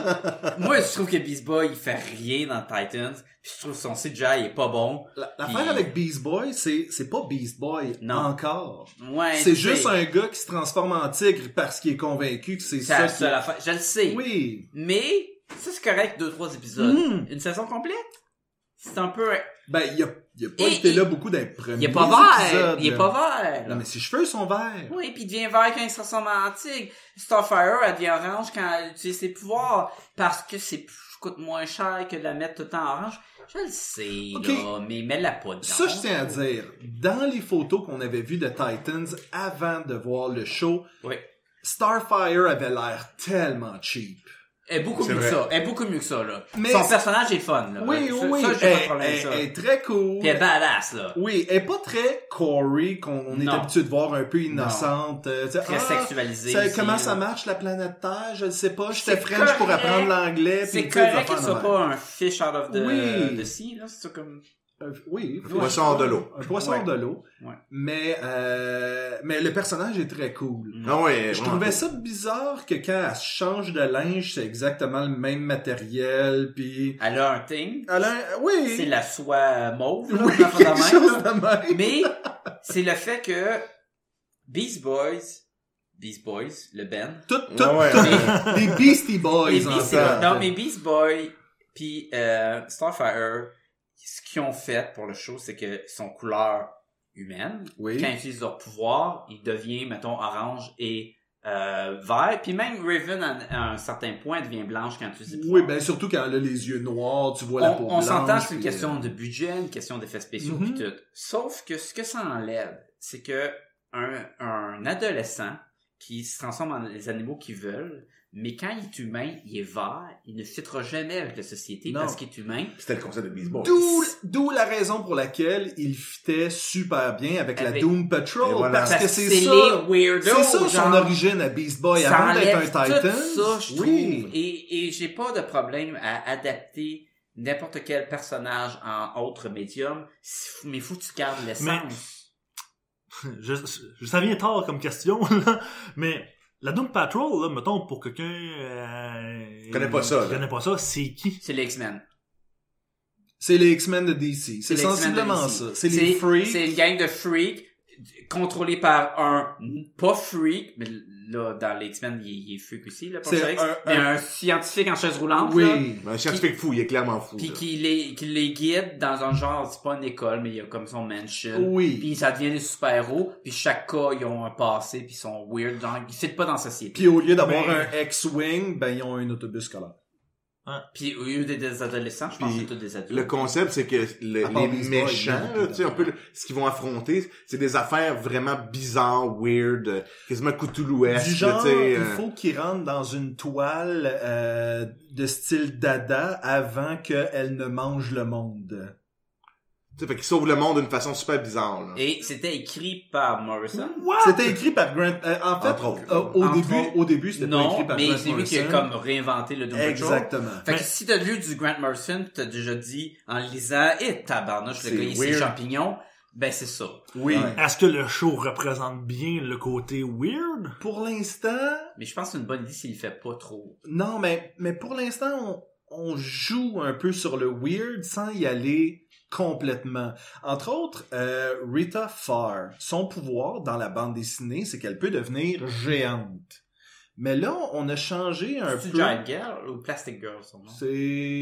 moi, je trouve que Beast Boy, il fait rien dans Titans. Puis je trouve son CGI est pas bon.
La-
puis-
L'affaire avec Beast Boy, c'est c'est pas Beast Boy
Non.
euh,
Ben,
encore.
Ouais.
c'est
tu
juste
sais,
un gars qui se transforme en tigre parce qu'il est convaincu que c'est
C'est la
ça.
seule
qui-
affaire. Je le sais.
Oui.
Mais, ça c'est correct, deux, trois épisodes.
Mm.
Une saison complète? C'est un peu...
Ben, il a, il a pas
Et-
été
et-
là beaucoup dans les premiers
Il est pas vert!
épisodes,
Il est
là.
pas vert!
Non, mais ses cheveux sont verts.
Oui, puis il devient vert quand il se transforme en tigre. Starfire, elle devient orange quand elle utilise ses pouvoirs. Parce que c'est... Je coûte moins cher que de la mettre tout le temps en orange. Je le sais,
Ok.
là, mais mets-la pas dedans.
Ça, je tiens à dire, dans les photos qu'on avait vues de Titans avant de voir le show,
Oui.
Starfire avait l'air tellement cheap.
Elle est beaucoup
C'est
mieux
vrai.
que ça. Elle est beaucoup mieux que ça, là.
Mais
Son
c'est-
personnage est le fun, là.
Oui,
Euh, Ça-
oui, oui.
Ça, j'ai pas de
elle,
problème avec
elle-
ça.
elle est très cool.
Puis elle est badass, là.
Oui, elle est pas très Corey qu'on est
Non.
habitué de voir un peu innocente. euh, tu sais,
Très
ah,
sexualisée
ça-
aussi,
comment
là.
ça marche la planète Terre, je ne sais pas, je
C'est
suis French pour
correct.
apprendre l'anglais. puis
C'est
tu sais, des
correct
affaires
qu'elle soit
de
pas un fish out of the,
Oui.
the sea, là. C'est ça comme...
même. Euh, oui,
Poisson hors de l'eau.
Un poisson
Ouais.
de l'eau.
Ouais.
Mais, euh, mais le personnage est très
Mm.
cool.
Ah ouais,
Mm. Je
vraiment.
trouvais ça bizarre que quand elle change de linge, c'est exactement le même matériel, puis...
Elle a un thing.
Alain, euh,
C'est
oui!
la soie mauve, là,
Oui,
dans le fond de
quelque
même,
chose
là.
de même.
Mais c'est le fait que Beast Boys, Beast Boys, le Ben,
Tout, tout,
Ah ouais.
tout-
[laughs] Mais-
les Beastie Boys,
les
en
Beast,
fait.
non mais Beast Boy puis euh, Starfire, ce qu'ils ont fait pour le show, c'est que son couleur humaine,
Oui.
quand ils utilisent leur pouvoir, il devient mettons orange et euh, vert, puis même Raven à, à un certain point devient blanche quand tu utilises.
Oui, ben surtout quand elle a les yeux noirs, tu vois la peau
on, on
blanche.
s'entend, c'est une
puis, euh,
question de budget, une question d'effets spéciaux,
Mhm.
puis tout. Sauf que ce que ça enlève, c'est que un, un adolescent qui se transforme en les animaux qu'il veulent, mais quand il est humain, il est vert, il ne fitera jamais avec la société
Non.
parce qu'il est humain.
C'était le concept de
euh,
baseball.
D'où, d'où la raison pour laquelle il fitait super bien avec, la
Avec-
Doom Patrol,
Et voilà.
parce, que c'est ça,
les weirdos,
c'est ça son
genre.
origine à Beast Boy,
Ça
avant d'être un
enlève tout
Titan.
ça, je
oui.
trouve. Et, et j'ai pas de problème à adapter n'importe quel personnage en autre médium, si- mais faut que tu gardes l'essence.
je, je- ça vient tard comme question, [laughs] là, mais la Doom Patrol, là, mettons, pour quelqu'un... Euh,
Connais pas ça,
qui
là.
connaît pas ça, c'est qui?
C'est les X-Men.
C'est les X-Men de DC. C'est
les X-Men
sensiblement
de
ça.
DC.
C'est les
C'est
freaks.
une gang de freaks contrôlée par un
Mhm.
pas freak, mais là dans les X-Men il, il est freak aussi là, pour
C'est
Shrek,
un-
mais
un-
un scientifique en chaise roulante là,
Oui.
Un scientifique fou, il est clairement fou.
puis
là.
qui les qui les guide dans un genre c'est pas une école mais il y a comme son mansion.
Oui.
Puis ça devient des super-héros, puis chaque cas, ils ont un passé, puis ils sont weird, genre, ils fitent pas dans la société.
Puis au lieu d'avoir
Mais-
un X-Wing, ben ils ont un autobus scolaire.
Puis au lieu d'être des adolescents, je pense que
Puis
c'est tous des adultes.
Le concept, c'est que le-
À part
les
Beast Boy, il y en
méchants,
a
là,
plus
tu sais, un peu le- ce qu'ils vont affronter, c'est des affaires vraiment bizarres, weird, euh, quasiment Cthulhu-esque,
Du
là,
genre,
tu sais,
il
euh,
faut qu'il rentre dans une toile euh, de style dada avant qu'elle ne mange le monde.
tu sais, fait qu'ils sauvent le monde d'une façon super bizarre, là.
Et c'était écrit par Morrison.
C'était écrit par Grant. euh, en fait,
Entre autres.
euh, au,
Entre
début,
autres.
au début, c'était pas
Non,
écrit par
mais
Grant
c'est lui qui a
Morrison.
comme réinventé le Doom Patrol.
Exactement.
Fait que
Mais-
si t'as lu du Grant Morrison, pis t'as déjà dit en le lisant, et tabarnouche, le
C'est
gars, il sait
weird.
champignons, ben c'est ça.
Oui.
Ouais.
Est-ce que le show représente bien le côté weird?
Pour l'instant,
Mais je pense que c'est une bonne idée s'il le fait pas trop.
non, mais, mais pour l'instant, on, on joue un peu sur le weird sans y aller complètement. Entre autres, euh, Rita Farr, son pouvoir dans la bande dessinée, c'est qu'elle peut devenir géante. Mais là, on a changé un
C'est
peu.
Giant Girl ou Plastic Girl, son nom?
C'est.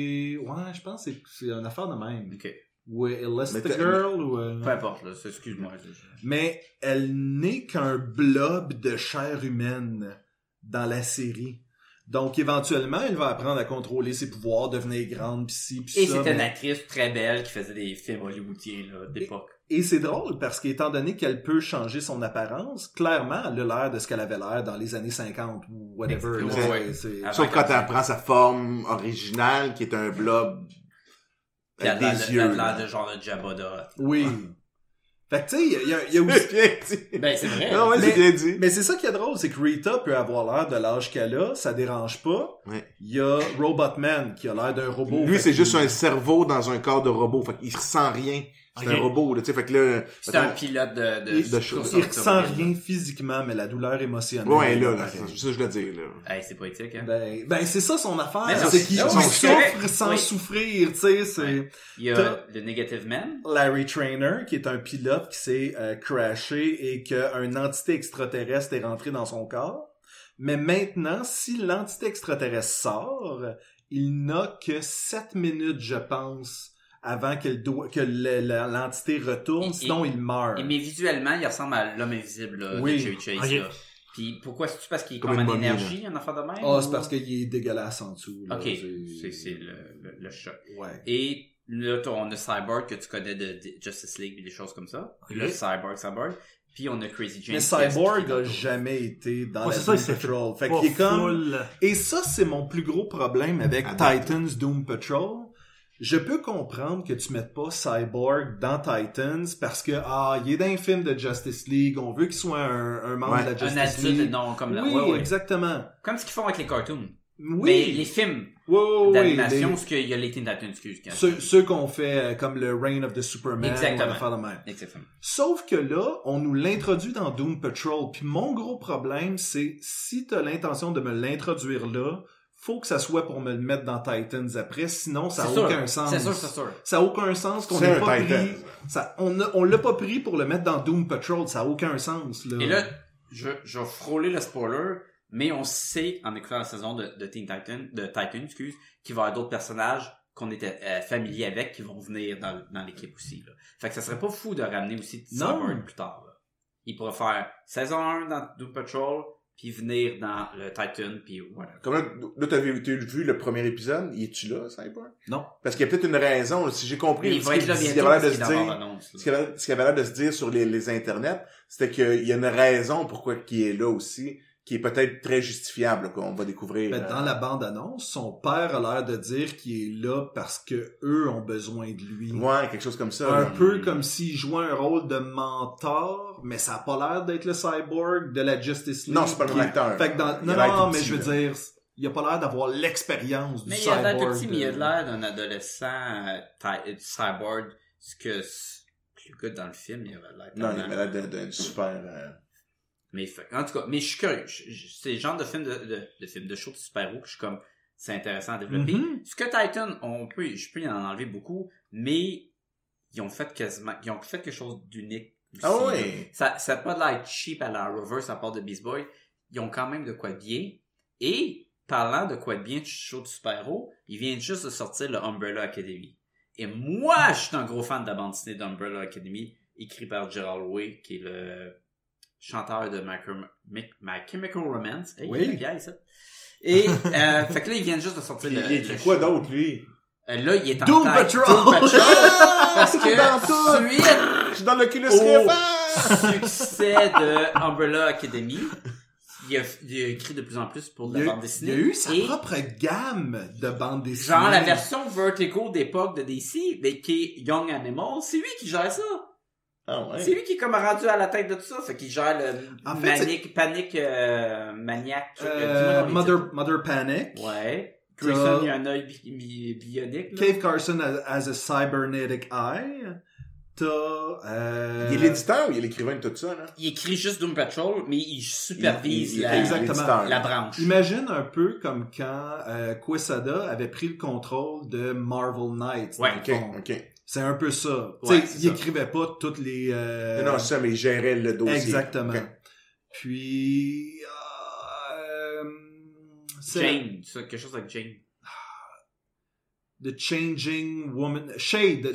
Ouais, je pense que c'est- c'est une affaire de même.
Ok.
Ou euh,
Mais t'as-
Elastigirl ou. euh,
Peu importe, là. c'est- Excuse-moi. je-
Mais elle n'est qu'un blob de chair humaine dans la série. Donc, éventuellement, elle va apprendre à contrôler ses pouvoirs, devenir grande, pis ci, pis
Et
ça.
c'était une
mais-
actrice très belle qui faisait des films hollywoodiens, là, d'époque.
Et c'est drôle, parce qu'étant donné qu'elle peut changer son apparence, clairement, elle a l'air de ce qu'elle avait l'air dans les années 50 ou whatever.
Exactement.
là.
Ouais.
C'est-
Ah,
Sauf quand elle prend sa forme originale, qui est un blob
Puis
avec
Elle a l'air
des
de- elle a
yeux.
l'air
là.
de genre de Jabba the Hutt.
Oui. Fait que, tu sais, il y a- il y, a- il y a aussi...
[laughs] C'est [laughs] bien dit.
Ben, c'est vrai.
Non, ouais, c'est bien dit.
Mais c'est ça qui est drôle, c'est que Rita peut avoir l'air de l'âge qu'elle a, ça dérange pas.
Ouais.
Il y a Robotman qui a l'air d'un robot.
Lui,
Fait
c'est
que-
juste un cerveau dans un corps de robot. Fait qu'il ressent rien. C'est
Ok.
un robot, là, tu sais. Fait que là,
C'est un
mettons-
pilote de... de,
Il- de-
Il ressent rien physiquement, mais la douleur émotionnelle. euh,
Ouais, là, là. C'est ça, que je le dis, là.
Hey, c'est poétique, hein?
Ben, ben, c'est ça son
Mais
affaire,
non,
c'est qu'il
non,
il
oui, c'est
souffre
vrai.
sans
Oui.
souffrir, tu sais, c'est
Il y a le Negative Man.
Larry Trainer qui est un pilote qui s'est euh, crashé et qu'une entité extraterrestre est rentrée dans son corps. Mais maintenant, si l'entité extraterrestre sort, il n'a que 7 minutes, je pense, avant qu'elle doit, que le- la- l'entité retourne,
Il-
sinon il, meurt.
Et mais visuellement, il ressemble à l'homme invisible là,
Oui.
de Chevy Chase.
Ok.
là. Puis pourquoi c'est-tu parce qu'il est
Comme
comme en
une momie,
énergie, un enfant de même?
hein. Ah,
ou-
c'est parce qu'il est dégueulasse en dessous. là.
Ok, c'est c'est le, le, le choc.
Ouais.
Et là, t- on a Cyborg que tu connais de, de Justice League et des choses comme ça.
Ok.
Le Cyborg, Cyborg. Puis on a Crazy Jane.
Mais Cyborg a jamais été dans
Ouais,
la
c'est ça, il
Doom
s'est fait
Patrol. Fait
pas
qu'il est comme...
full.
Et ça, c'est mon plus gros problème avec Titans Doom Patrol. Je peux comprendre que tu mettes pas Cyborg dans Titans parce que, ah, il est dans un film de Justice League, on veut qu'il soit un, un membre
Ouais.
de la
Un
Justice
adulte,
League.
non, comme la...
oui,
ouais, ouais.
exactement.
Comme ce qu'ils font avec les cartoons. Mais les
Oui,
films
oui, oui, oui,
d'animation,
les-
ce qu'il y a les Teen Titans, excuse. quand-
ceux, ceux qu'on fait euh, comme le Reign of the Superman,
Exactement.
on va faire de même.
Exactement.
Sauf que là, on nous l'introduit dans Doom Patrol. Puis mon gros problème, c'est si t'as l'intention de me l'introduire là, faut que ça soit pour me le mettre dans Titans après, sinon ça
C'est
n'a
sûr.
aucun sens.
C'est sûr, c'est sûr.
Ça n'a aucun sens qu'on
C'est
n'ait
un
pas
Titan.
pris. Ça, on ne- on l'a pas pris pour le mettre dans Doom Patrol, ça n'a aucun sens. Là.
Et là, je, je vais frôler le spoiler, mais on sait, en écoutant la saison de, de Teen Titan, de Titan, excuse, qu'il va y avoir d'autres personnages qu'on était euh, familier avec qui vont venir dans, dans l'équipe aussi. Là. Fait que ça serait pas fou de ramener aussi
Non.
Cyborg plus tard. Là. Il pourrait faire saison 1 dans Doom Patrol, puis venir dans le Titan, puis voilà.
Comment, là, t'avais t'as vu le premier épisode? Il est-tu là, Cyborg?
Non.
Parce qu'il y a peut-être une raison, là, si j'ai compris.
Mais il
ce
va
qu'il
être là
dit, il
bientôt
avait l'air
parce
de
qu'il
se
est dans
dire-
l'annonce.
ce qu'il avait, ce qu'il avait l'air de se dire sur les, les internets, c'était qu'il y a une raison pourquoi qu'il est là aussi, qui est peut-être très justifiable, qu'on va découvrir. euh,
Ben, dans la bande-annonce, son père a l'air de dire qu'il est là parce que eux ont besoin de lui.
Ouais, quelque chose comme ça.
un
là.
peu comme s'il jouait un rôle de mentor, mais ça a pas l'air d'être le cyborg de la Justice League.
Non, c'est pas le
qui-
même acteur.
Fait que dans...
Il a
Non,
l'air
non,
tout
mais
petit,
je veux
là.
dire, il a pas l'air d'avoir l'expérience du
Mais il a
cyborg.
l'air de petit, mais il a
euh,
de-
l'air d'un adolescent euh, ti- euh, du cyborg, ce que s- le gars dans le film, il avait l'air.
Non, il
tellement-
avait l'air d'un- d'un super. euh,
Mais fait- en tout cas, mais je suis curieux. Je- je- C'est le genre de film de, de, de film de show de super-héros que je suis comme c'est intéressant à développer.
Mm-hmm.
Mhm.
Ce que Titan, on peut, je peux y en enlever beaucoup, mais ils ont fait quasiment, ils ont fait quelque chose d'unique. aussi,
Ah
là.
ouais.
Ça, ça a pas de l'air cheap à la reverse à part de Beast Boy. Ils ont quand même de quoi de bien. Et, parlant de quoi de bien, de show de super-héros, ils viennent juste de sortir le Umbrella Academy. Et moi, je suis un gros fan de la bande dessinée d'Umbrella Academy, écrit par Gerald Way, qui est le chanteur de My, Chem- My- My Chemical Romance. Hey,
Oui.
il y a Pierre, ça. Et, euh, fait que là, ils viennent juste de sortir
Il
le.
il écrit
le-
quoi d'autre, lui?
Euh, Là, il est en
Doom
tête.
Patrol!
Doom Patrol! Ah! Parce
Je suis [laughs] dans tout!
que, suite
Je suis dans l'Oculus
Oh.
Rift!
succès de Umbrella Academy. Il a, il a écrit de plus en plus pour de
Il y
la
a,
bande
il y
dessinée.
a eu sa
Et
propre gamme de bandes dessinées.
Genre la version Vertigo d'époque de DC, mais qui est Young Animal, c'est lui qui gère ça.
Ah
C'est
ouais.
lui qui est comme rendu à la tête de tout ça. Fait qu'il gère le
En fait,
manique, panique euh, maniaque.
Euh,
Dis-moi dans les
Mother, Mother Panic.
titres. Ouais. Grayson,
T'as-
il y a un œil bi- bi- bionique. là.
Cave Carson as, as a cybernetic eye. T'as... Euh...
Il est l'éditeur ou il est l'écrivain de tout ça, là?
Il écrit juste Doom Patrol, mais il supervise
Il- il- il-
la,
Exactement.
la branche.
Imagine un peu comme quand euh, Quesada avait pris le contrôle de Marvel Knights. dans
Ouais,
le
Ok,
fond.
ok.
Euh,
C'est un peu ça.
Ouais,
Tu sais,
c'est
il
ça.
écrivait pas toutes les. euh,
Non, non, ça, mais il gérait le dossier.
exactement.
Ok.
Puis. euh, c'est-
Jane, ça, quelque chose avec Jane.
The Changing Woman. Shade. The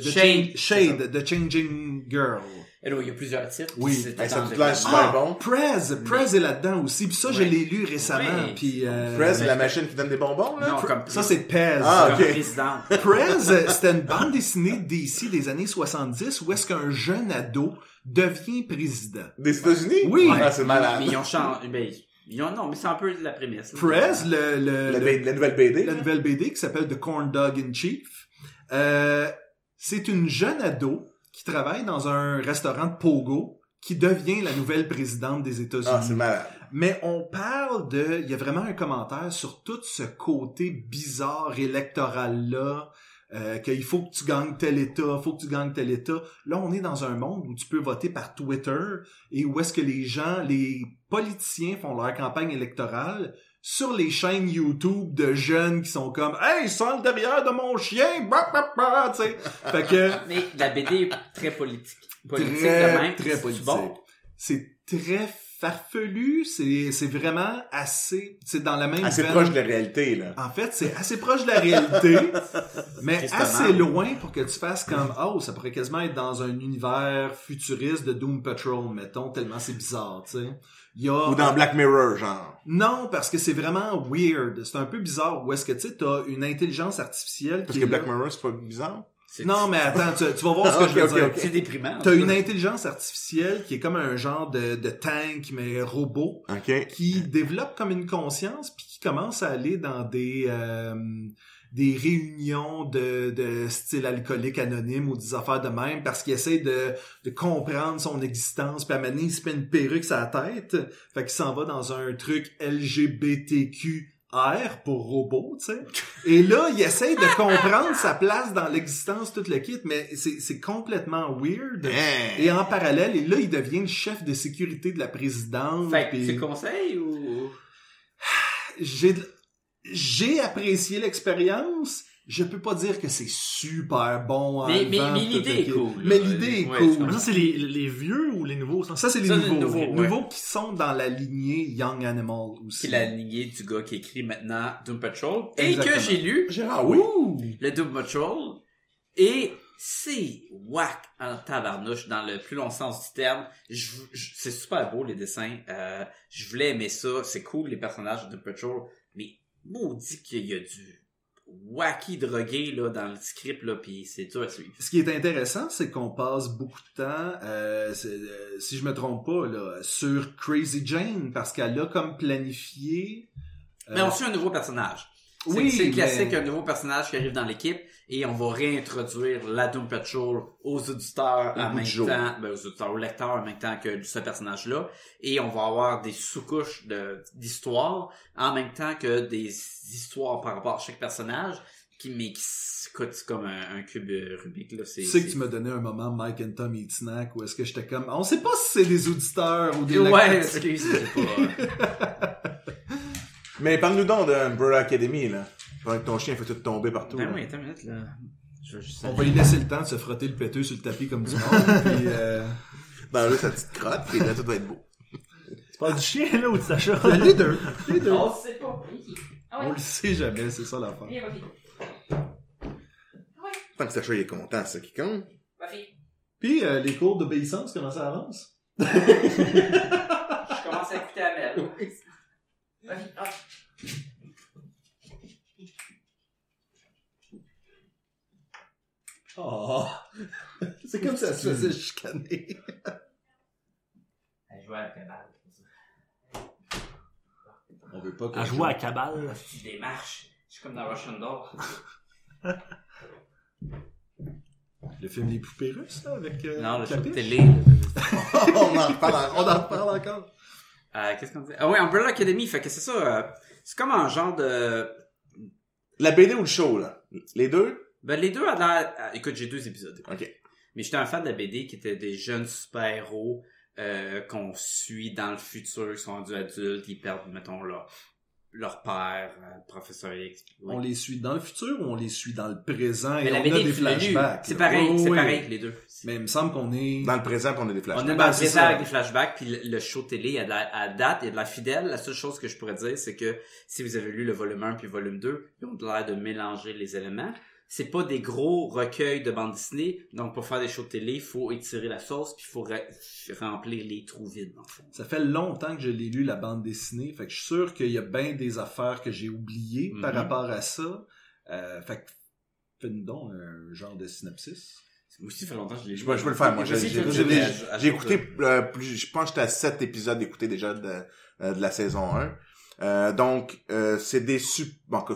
Chan-
Shade.
Shade. The Changing Girl.
Hello, il y a plusieurs titres.
Oui,
C'était
ben, ça
dans
a tout
le
l'air
développement.
super
Ah,
bon.
Prez. Prez est là-dedans aussi. Puis ça, je
Ouais.
l'ai lu récemment.
Ouais.
Puis. euh,
Prez, c'est la machine qui donne des bonbons, là?
Non, comme
Ça, c'est Pez.
Ah,
comme
ok.
[laughs]
président.
Prez, euh, c'était une bande dessinée d'ici des années 70 où est-ce qu'un jeune ado devient président.
Des États-Unis?
Oui.
Ah, c'est malade.
Mais ils ont changé. Ben, ils ont, non, mais c'est un peu de la prémisse. là.
Prez, le, le,
La,
le-
ba- la nouvelle BD?
la
là?
nouvelle BD qui s'appelle The Corn Dog in Chief, euh, c'est une jeune ado qui travaille dans un restaurant de Pogo qui devient la nouvelle présidente des
Ah, c'est
États-Unis.
malade.
Mais on parle de... Il y a vraiment un commentaire sur tout ce côté bizarre électoral-là, euh, qu'il faut que tu gagnes tel État, faut que tu gagnes tel État. Là, on est dans un monde où tu peux voter par Twitter et où est-ce que les gens, les politiciens font leur campagne électorale sur les chaînes YouTube de jeunes qui sont comme « Hey, sors le derrière de mon chien! Bah, bah, bah, tu sais. Fait que...
Mais la BD est très politique. Politique
Très,
de même.
très
c'est-tu
politique.
Bon.
C'est très farfelu, c'est c'est vraiment assez, c'est dans la même
Assez
veine.
proche de la réalité, là.
En fait, c'est assez proche de la réalité,
[laughs]
mais
Tristement.
assez loin pour que tu fasses comme oh, ça pourrait quasiment être dans un univers futuriste de Doom Patrol, mettons, tellement c'est bizarre, tu sais. Il y a
Ou dans Black Mirror, genre.
non parce que c'est vraiment weird, c'est un peu bizarre. Où est-ce que tu sais, t'as une intelligence artificielle
Parce
qui
que
est là.
Black Mirror, c'est pas bizarre.
C'est-
Non, mais attends, tu, tu vas voir ce
[laughs]
que
Ah,
je veux
ok, ok,
dire.
ok.
C'est déprimant.
T'as une intelligence artificielle qui est comme un genre de, de tank mais robot
OK.
qui développe comme une conscience puis qui commence à aller dans des euh, des réunions de, de style alcoolique anonyme ou des affaires de même parce qu'il essaie de, de comprendre son existence puis à un moment donné, il se fait une perruque sur la tête fait qu'il s'en va dans un truc LGBTQ R pour robot, tu sais. Et là, il essaie de comprendre sa place dans l'existence, tout le kit, mais c'est c'est complètement weird.
Hein.
Et en parallèle, et là, il devient le chef de sécurité de la présidence.
Fait que
puis-
tu conseilles ou...
j'ai j'ai apprécié l'expérience. Je peux pas dire que c'est super bon. en
Mais- mais-
vente,
mais
tout
l'idée
le
est
kit.
cool, là.
Mais l'idée est
Ouais, je
cool.
Mais ça, c'est les, les vieux ou les nouveaux? Ça,
Ça, c'est les
Ça, c'est
nouveaux.
le nouveau,
les
ouais.
nouveaux qui sont dans la lignée Young Animal
C'est
aussi.
la lignée du gars qui écrit maintenant Doom Patrol. Et
Exactement.
que j'ai lu
Gérard, oui.
le Doom Patrol. Et c'est whack en tabarnouche dans le plus long sens du terme. Je- je- C'est super beau les dessins. Euh, je voulais aimer ça. C'est cool les personnages de Doom Patrol. Mais maudit qu'il y a du wacky drogué là, dans le script. Là, puis c'est dur à suivre.
Ce qui est intéressant, c'est qu'on passe beaucoup de temps, euh, c'est- euh, si je me trompe pas, là, sur Crazy Jane parce qu'elle a comme planifié.
Mais
euh,
on suit un nouveau personnage. C'est
Oui,
c'est
mais-
classique, un nouveau personnage qui arrive dans l'équipe et on va réintroduire la Doom Patrol aux auditeurs
Au
en
bout
même
du jour.
temps, ben, aux auditeurs, aux lecteurs en même temps que ce personnage-là. Et on va avoir des sous-couches de- d'histoires en même temps que des histoires par rapport à chaque personnage qui, mais qui s- écoute, c'est comme un, un cube euh, Rubik, là. C'est,
Tu sais que
c'est-
tu m'as donné un moment Mike and Tom Eat Snack où est-ce que j'étais comme on sait pas si c'est des auditeurs ou des
Ouais,
lecteurs.
excuse, j'ai pas.
Mais parle-nous donc de Umbrella Academy, là. Pendant que ton chien fait tout tomber partout.
Ben
là.
oui, attends une minute, là. Je vais juste
On va lui laisser le temps de se frotter le péteux sur le tapis comme du monde. puis,
[laughs]
euh,
Dans le sa petite crotte, et là, tout va être beau.
Tu parles du chien, là, ou de Sacha?
Les deux, les deux.
Oh, c'est pas
On le sait jamais, c'est ça l'affaire.
Tant que Sacha il est content, c'est ça qui compte.
Puis euh, les cours d'obéissance, comment ça avance?
Je commence à écouter Amel.
Oh.
Ah!
[laughs] c'est comme ça se faisait chicaner.
Elle jouait à la cabane.
On veut pas que
À jouer à cabale.
Tu démarches. Je suis comme dans Russian Doll.
le film des poupées russes là, avec euh,
Non, le show de
Clapiche.
télé.
on en reparle
[laughs] On en
encore.
reparle encore.
Euh, Qu'est-ce qu'on dit? Ah oui, Umbrella Academy. Fait que c'est ça. euh, c'est comme un genre de...
La BD ou le show, là? Les deux?
Ben, les deux, à la- à- écoute, j'ai deux épisodes. écoute.
Ok.
Mais j'étais un fan de la BD qui était des jeunes super-héros euh, qu'on suit dans le futur, qui sont rendus adultes, ils perdent, mettons, leur, leur père, euh, professeur X.
On les suit dans le futur ou on les suit dans le présent et
Mais la
on
BD,
a des
tu l'as lu.
flashbacks. là.
C'est
Oh,
pareil,
Oui,
c'est
oui.
pareil, les deux.
Mais il me semble qu'on est.
Dans le présent, puis on a des flashbacks.
On est
Ben,
dans
c'est
le présent
ça.
avec des flashbacks, puis le- le show télé à, la- à date et de la fidèle. La seule chose que je pourrais dire, c'est que si vous avez lu le volume 1 puis le volume 2, ils ont l'air de mélanger les éléments. C'est pas des gros recueils de bandes dessinées, donc pour faire des shows télé, il faut étirer la sauce, puis il faut re- remplir les trous vides, dans le fond.
Ça fait longtemps que je l'ai lu, la bande dessinée. Fait que je suis sûr qu'il y a bien des affaires que j'ai oubliées par
Mhm.
rapport à ça. Euh, fait que fais-nous donc un genre de synopsis.
Moi aussi, ça fait longtemps que je l'ai
Je peux, je peux le faire, moi. J'ai
Vas-y,
j'ai-
tu-
j'ai-
tu-
j'ai-
à- à-
j'ai écouté, euh, plus- je pense que j'étais à 7 épisodes d'écouter déjà de, euh, de la saison 1. Euh, donc, euh, c'est des... Su bon, que-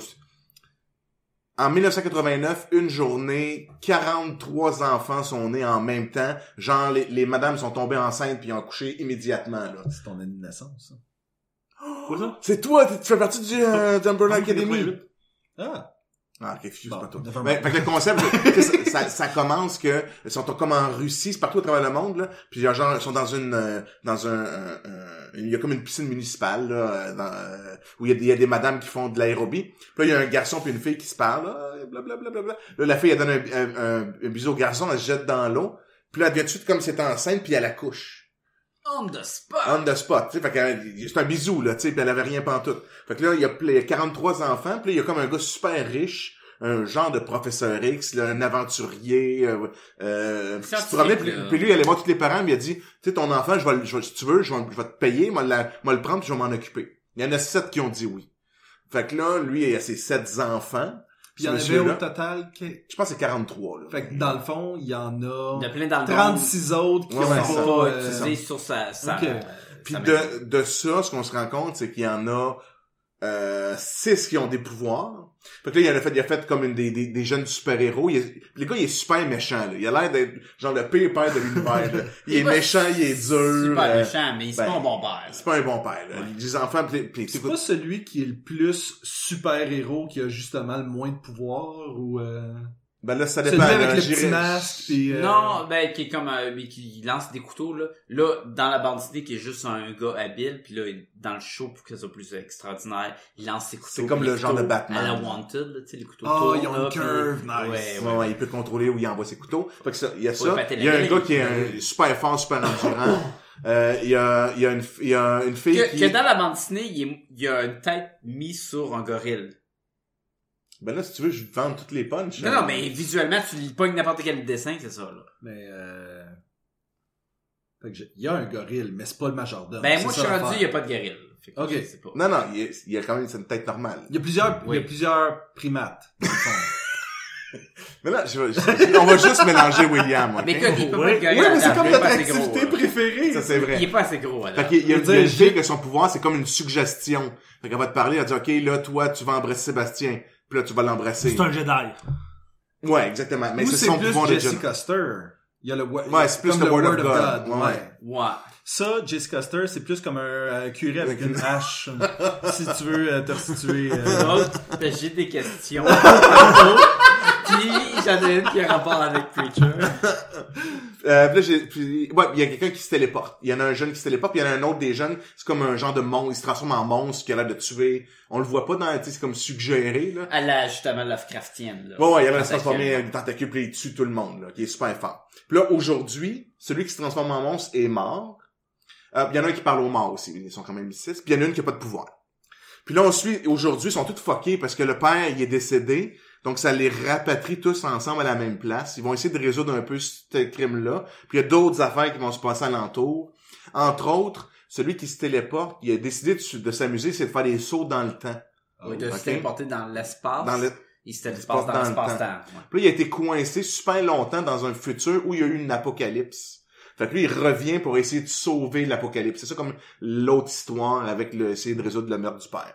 en 1989, une journée, 43 enfants sont nés en même temps. Genre, les, les madames sont tombées enceintes puis ont couché immédiatement, là.
C'est ton hein. année de naissance, ça.
Quoi, ça?
C'est toi, tu tu fais partie du euh, Dumberland
Ah, oui,
Academy.
oui,
Ah!
Ah, ok, excuse,
Bon,
pas toi.
never mind.
Mais, fait que le
[laughs]
concept, c'est- c'est- ça, ça, commence que ils sont comme en Russie, c'est partout à travers le monde là. Puis genre, genre, ils sont dans une, euh, dans un, euh, euh, il y a comme une piscine municipale là, euh, dans, euh, où il y, a, des- il y a des madames qui font de l'aérobie. Puis là, il y a un garçon puis une fille qui se parlent, là, euh, blablabla. Là, la fille elle donne un, un, un- un bisou au garçon, elle se jette dans l'eau. Puis là, elle devient tout de suite comme c'est enceinte, puis elle accouche.
on the spot.
on the spot, tu sais, fait que, euh, c'est un bisou, là, tu sais, puis elle avait rien pantoute. Fait que là, il y a pl- il y a 43 enfants, puis là, il y a comme un gars super riche, un genre de professeur X, là, un aventurier, euh, euh, qui se
Scientifique,
promenait, puis,
là.
puis lui, il allait voir tous les parents, puis il a dit, tu sais, ton enfant, je vais, le- je vais- si tu veux, je vais, je vais te payer, moi, la, moi le prendre, puis je vais m'en occuper. Il y en a sept qui ont dit oui. Fait que là, lui, il a ses sept enfants.
Puis il y en
Ce
avait
monsieur-là,
au total. que-
Je pense que c'est 43, là.
Fait que dans le fond, il y en a
Il y en a plein dans le monde.
36 autres qui
Ouais,
ont
ouais,
pas,
ça.
Pas
euh,
utilisé sur sa, sa, euh,
ok.
Puis
sa maison.
de, de ça, ce qu'on se rend compte, c'est qu'il y en a euh, six qui ont des pouvoirs. Fait que là, il y en a fait, il a fait comme une des, des, des jeunes super-héros. Il est- Le gars, il est super méchant. Là. Il a l'air d'être genre le pire père de l'univers.
[laughs]
là. Il est
pas
méchant, il est dur.
Super
euh,
méchant, mais c'est
ben,
pas un bon père.
C'est pas un bon père. Là. Les enfants, pis, pis,
C'est pas celui qui est le plus super-héros qui a justement le moins de pouvoir ou euh...
ben là, ça
celui
dépend.
avec
là,
le
j'irais-
petit masque puis euh,
Non, ben, qui est comme, euh, lui qui lance des couteaux, là. Là, dans la bande dessinée, qui est juste un gars habile, puis là, il- dans le show, pour que ça soit plus extraordinaire, il lance ses couteaux.
C'est comme
puis les
le genre
couteaux
de Batman.
À la Wanted, là, tu sais, les couteaux.
Ah,
tournent,
ils ont
là,
une
puis-
curve, nice.
Ouais, ouais.
Ouais, ouais, il peut contrôler où il envoie ses couteaux. Fait que ça, il y a
Faut
ça.
épater
Il
la
y a un
grille.
gars qui est un super fort, super
[coughs]
endurant. Euh, il y a, il y a une, il y a une fille
Que,
qui...
que dans la bande dessinée, il, est- il y a une tête mise sur un gorille.
Ben là, si tu veux, je vends toutes les punches. hein.
Non, non, mais visuellement, tu lis pas n'importe quel dessin, c'est ça, là.
mais euh... fait que j'ai- il y a un gorille mais c'est pas le majordome.
Ben,
c'est
moi, je
ça
suis
l'affaire.
rendu, il y a pas de gorille. Fait que
Ok.
je sais pas.
Non, non, il y a, il y a quand même une tête normale.
Il y a plusieurs il y
Oui.
a plusieurs primates. dans le fond.
Mais là, je, je- on va juste mélanger William, ok?
Mais que, il peut pas
Ouais.
être gorille.
oui, mais c'est
Adam,
comme
il est
notre
pas assez gros,
activité
là.
préférée.
Ça, c'est
Il
vrai.
est pas assez gros, Adam.
Fait qu'il y a
Je veux
une
dire, j'ai-
fille que son pouvoir, c'est comme une suggestion. Fait qu'elle va te parler, elle dit, OK, là, toi, tu vas embrasser Sébastien. Puis là, tu vas l'embrasser.
C'est un Jedi.
Ouais, exactement. Mais
Ou
c'est
c'est
son
plus
pouvoir de
Jessica
Jedi.
Custer. Il y a le wo-
Ouais, c'est plus
comme
le Word of God. Ouais.
Ouais.
Ça, Jessica Custer, c'est plus comme un euh, curé avec une hache. [laughs] si tu veux euh, te resituer. euh,
[laughs] Donc, ben, j'ai des questions. Puis j'en ai une qui a rapport avec Preacher.
Euh, puis là, j'ai, puis, ouais, il y a quelqu'un qui se téléporte. Il y en a un jeune qui se téléporte, puis il y en a un autre des jeunes. C'est comme un genre de monstre. Il se transforme en monstre qui a l'air de tuer. On le voit pas dans, tu sais, c'est comme suggéré, là.
À la, justement, Lovecraftienne, là.
Ouais, ouais, il y avait un
Tentacule.
transformé en tentacule, puis il tue tout le monde, là, qui est super fort. Puis là, aujourd'hui, celui qui se transforme en monstre est mort. Euh, puis il y en a un qui parle aux morts aussi, ils sont quand même six. Puis il y en a une qui a pas de pouvoir. Puis là, on suit, aujourd'hui, ils sont tous fuckés parce que le père, il est décédé. Donc, ça les rapatrie tous ensemble à la même place. Ils vont essayer de résoudre un peu ce crime-là. Puis il y a d'autres affaires qui vont se passer alentour. Entre autres, celui qui se téléporte, il a décidé de, de s'amuser, c'est de faire des sauts dans le temps.
Ouais, de
Ok.
se téléporter dans l'espace.
Dans le,
Il se téléporte
Dans
dans
le
l'espace-temps. ouais.
Puis là, il a été coincé super longtemps dans un futur où il y a eu une apocalypse. Fait que lui, il revient pour essayer de sauver l'apocalypse. C'est ça comme l'autre histoire avec le essayer de résoudre le meurtre du père.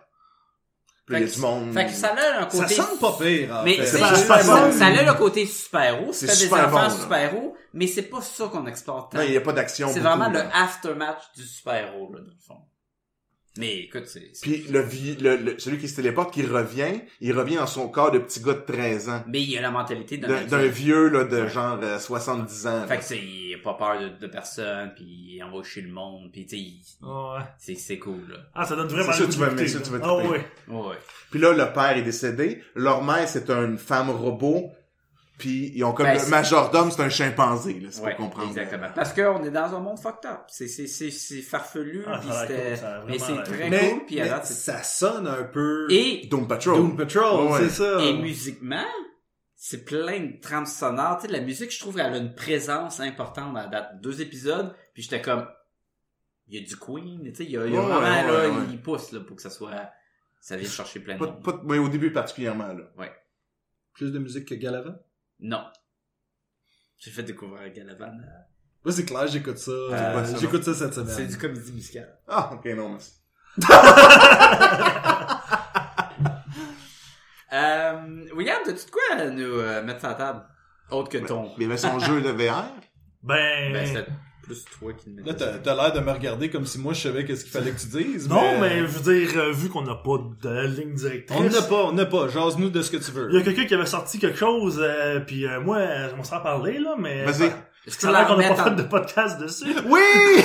Puis là, il y a
que-
du monde.
Fait que ça a un
Ça
côté...
semble pas pire. en
mais
fait.
c'est-
Ça-
ça,
ça- ça-
ça- ça a le côté super-héros.
C'est
C'est des
super
enfants
bon, là.
super-héros, mais c'est pas ça qu'on exporte. tant.
Non, il n'y a pas d'action.
c'est
beaucoup,
vraiment le
là.
aftermatch du super-héros, là, dans le fond. Mais écoute, c'est... c'est-
Puis le, vie- le, le- celui qui se téléporte, qui revient, il revient dans son corps de petit gars de 13 ans.
Mais il y a la mentalité d'un
D'un
adulte.
d'un vieux, là, de genre euh, 70 ans.
Fait que c'est, il a pas peur de, de personne, puis il envoie chez le monde, puis tu sais, il-
Ouais.
c'est, c'est cool, là.
Ah, ça donne vraiment
C'est sûr,
le goût
tu vas
d'écouter,
aimer ça,
là.
tu vas
Ah
triper.
ouais.
Ouais.
Puis là, le père est décédé. Leur mère, c'est une femme robot. Puis ils ont comme...
Ben,
le
c'est-
majordome, c'est un chimpanzé, là, c'est
ouais,
pour comprendre.
Exactement. euh, Parce qu'on est dans un monde fucked up. C'est, c'est, c'est, c'est farfelu,
Ah, ça
puis
a l'air
c'était-
cool, ça a
mais
vraiment
c'est
l'air
très
mais,
cool, puis à
mais
date, c'est...
ça sonne un peu
Et,
Doom Patrol.
Doom Patrol,
Ouais, ouais.
c'est ça.
et musiquement, c'est plein de trames sonores. Tu sais, la musique, je trouve, elle a une présence importante à date. Deux épisodes, puis j'étais comme, il y a du Queen, tu sais, il y a, il y a
Ouais,
vraiment,
ouais,
là,
ouais.
il pousse, là, pour que ça soit, ça vienne chercher plein de
Pas,
monde.
pas- mais au début particulièrement, là.
Plus de musique que Galavan.
Non. J'ai fait découvrir Galavan.
Moi, c'est clair, j'écoute ça. euh,
pas ça,
j'écoute ça cette semaine.
Euh, C'est du comédie musicale.
Ah, ok, non, merci.
Euh, William, t'as-tu de quoi à nous euh, mettre sur la table? Autre que ton.
Mais il y avait son jeu de VR.
Ben.
Ben, c'est plus toi qui le
Là,
mettais.
t'as t'as l'air de me regarder comme si moi, je savais qu'est-ce qu'il fallait que tu dises.
non, mais je veux dire, euh, vu qu'on n'a pas de ligne directrice.
On n'a pas, on n'a pas. Jase-nous de ce que tu
Il y a
veux.
quelqu'un qui avait sorti quelque chose, euh, puis euh, moi, euh, on s'en parlait, là, mais.
Vas-y.
Je peux
Ça a
la
l'air qu'on n'a
remettre
Ah, pas
en...
fait de podcast dessus.
Oui!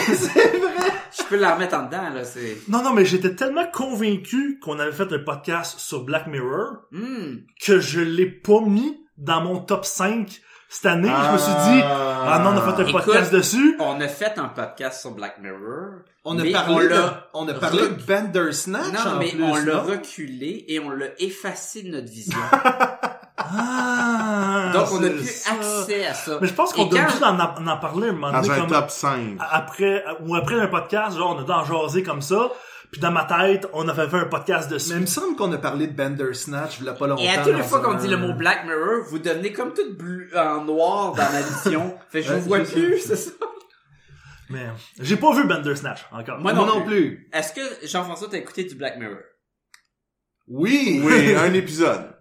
c'est vrai!
Je peux la remettre en dedans, là, c'est.
Non, non, mais j'étais tellement convaincu qu'on avait fait un podcast sur Black Mirror
Hmm.
que je l'ai pas mis dans mon top 5 Cette année, je me suis dit, ah non, on a fait un
Écoute,
podcast dessus.
On a fait un podcast sur Black Mirror.
On
mais
a parlé, de,
l'a-
on a parlé de Bandersnatch
Non,
en
mais
plus,
on l'a
là.
reculé et on l'a effacé de notre
[laughs]
vision.
Ah,
Donc, on a
c'est
plus
ça.
accès à ça.
Mais je pense qu'on
Et
doit
quand-
juste en, en- en parler un moment
Dans
donné.
un
comme-
top
Ah.
5.
après ou après un podcast, genre on a d'en jaser comme ça, puis dans ma tête, on avait fait un podcast
Mais
dessus.
il me semble qu'on a parlé de Bandersnatch il y a pas longtemps.
Et à toutes les
dans
fois qu'on
un-
dit le mot Black Mirror, vous devenez comme tout bleu, en noir dans la vision. fait que je
Ouais,
vous vois
c'est
plus, c'est ça.
Mais j'ai pas vu Bandersnatch encore.
Moi
Moi non plus.
Est-ce que, Jean-François, t'as écouté du Black Mirror?
Oui.
Oui, hein. un épisode.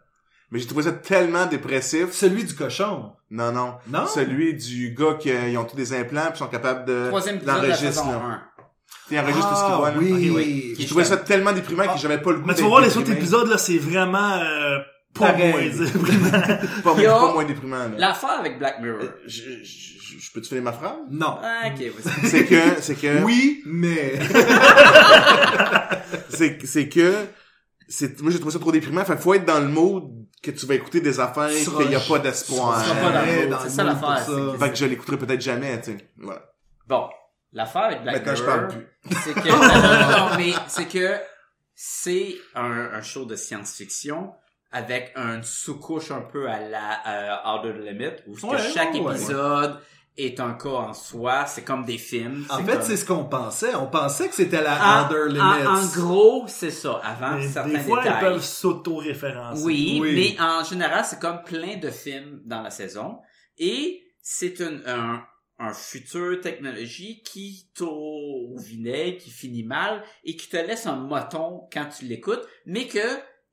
Mais j'ai trouvé ça tellement dépressif.
[laughs] Celui du cochon.
Non, non.
Non?
Celui du gars qui euh, ils ont tous des implants puis sont capables de
Troisième épisode de la
d'enregistrer.
saison
là.
1.
Ils enregistrent tout ce qu'ils voient. là.
Ah, oui.
Ok, oui.
oui.
J'ai trouvé ça tellement déprimant que j'avais pas le goût
Mais tu vas
d'être
voir les autres
déprimé.
épisodes là, c'est vraiment euh, pas
Pareil.
moins [laughs] vraiment.
Pas,
Yo.
pas moins déprimant. là.
L'affaire avec Black Mirror.
Euh, Je, je- je- je peux-tu finir ma phrase?
Non.
Ah, ok, vas-y.
C'est que, c'est que,
[laughs] Oui,
[laughs]
mais...
c'est, c'est que, c'est, moi j'ai trouvé ça trop déprimant. Fait que faut être dans le mode que tu vas écouter des affaires et
Sera-
qu'il n'y a pas
On
d'espoir.
sera
pas dans le
jamais
mood, c'est ça
mood pour
l'affaire, c'est que-
Fait que je l'écouterai peut-être jamais, tu sais. Voilà.
Bon. L'affaire avec Black
Maintenant, je
Mirror.
parle plus.
C'est que, non, non, non, mais c'est que c'est un, un show de science-fiction avec une sous-couche un peu à la euh, Outer Limit où ce que
Ouais,
chaque
ouais, ouais.
épisode est un cas en soi. C'est comme des films.
En
comme-
fait, c'est ce qu'on pensait. On pensait que c'était la
En-
Under Limits.
Ah, en, en gros, c'est ça. Avant
Mais
certains
des fois,
détails.
ils peuvent s'auto-référencer.
Oui,
Oui.
mais en général, c'est comme plein de films dans la saison. Et c'est une- un, un futur technologie qui tourne au vinaigre, qui finit mal et qui te laisse un moton quand tu l'écoutes, mais que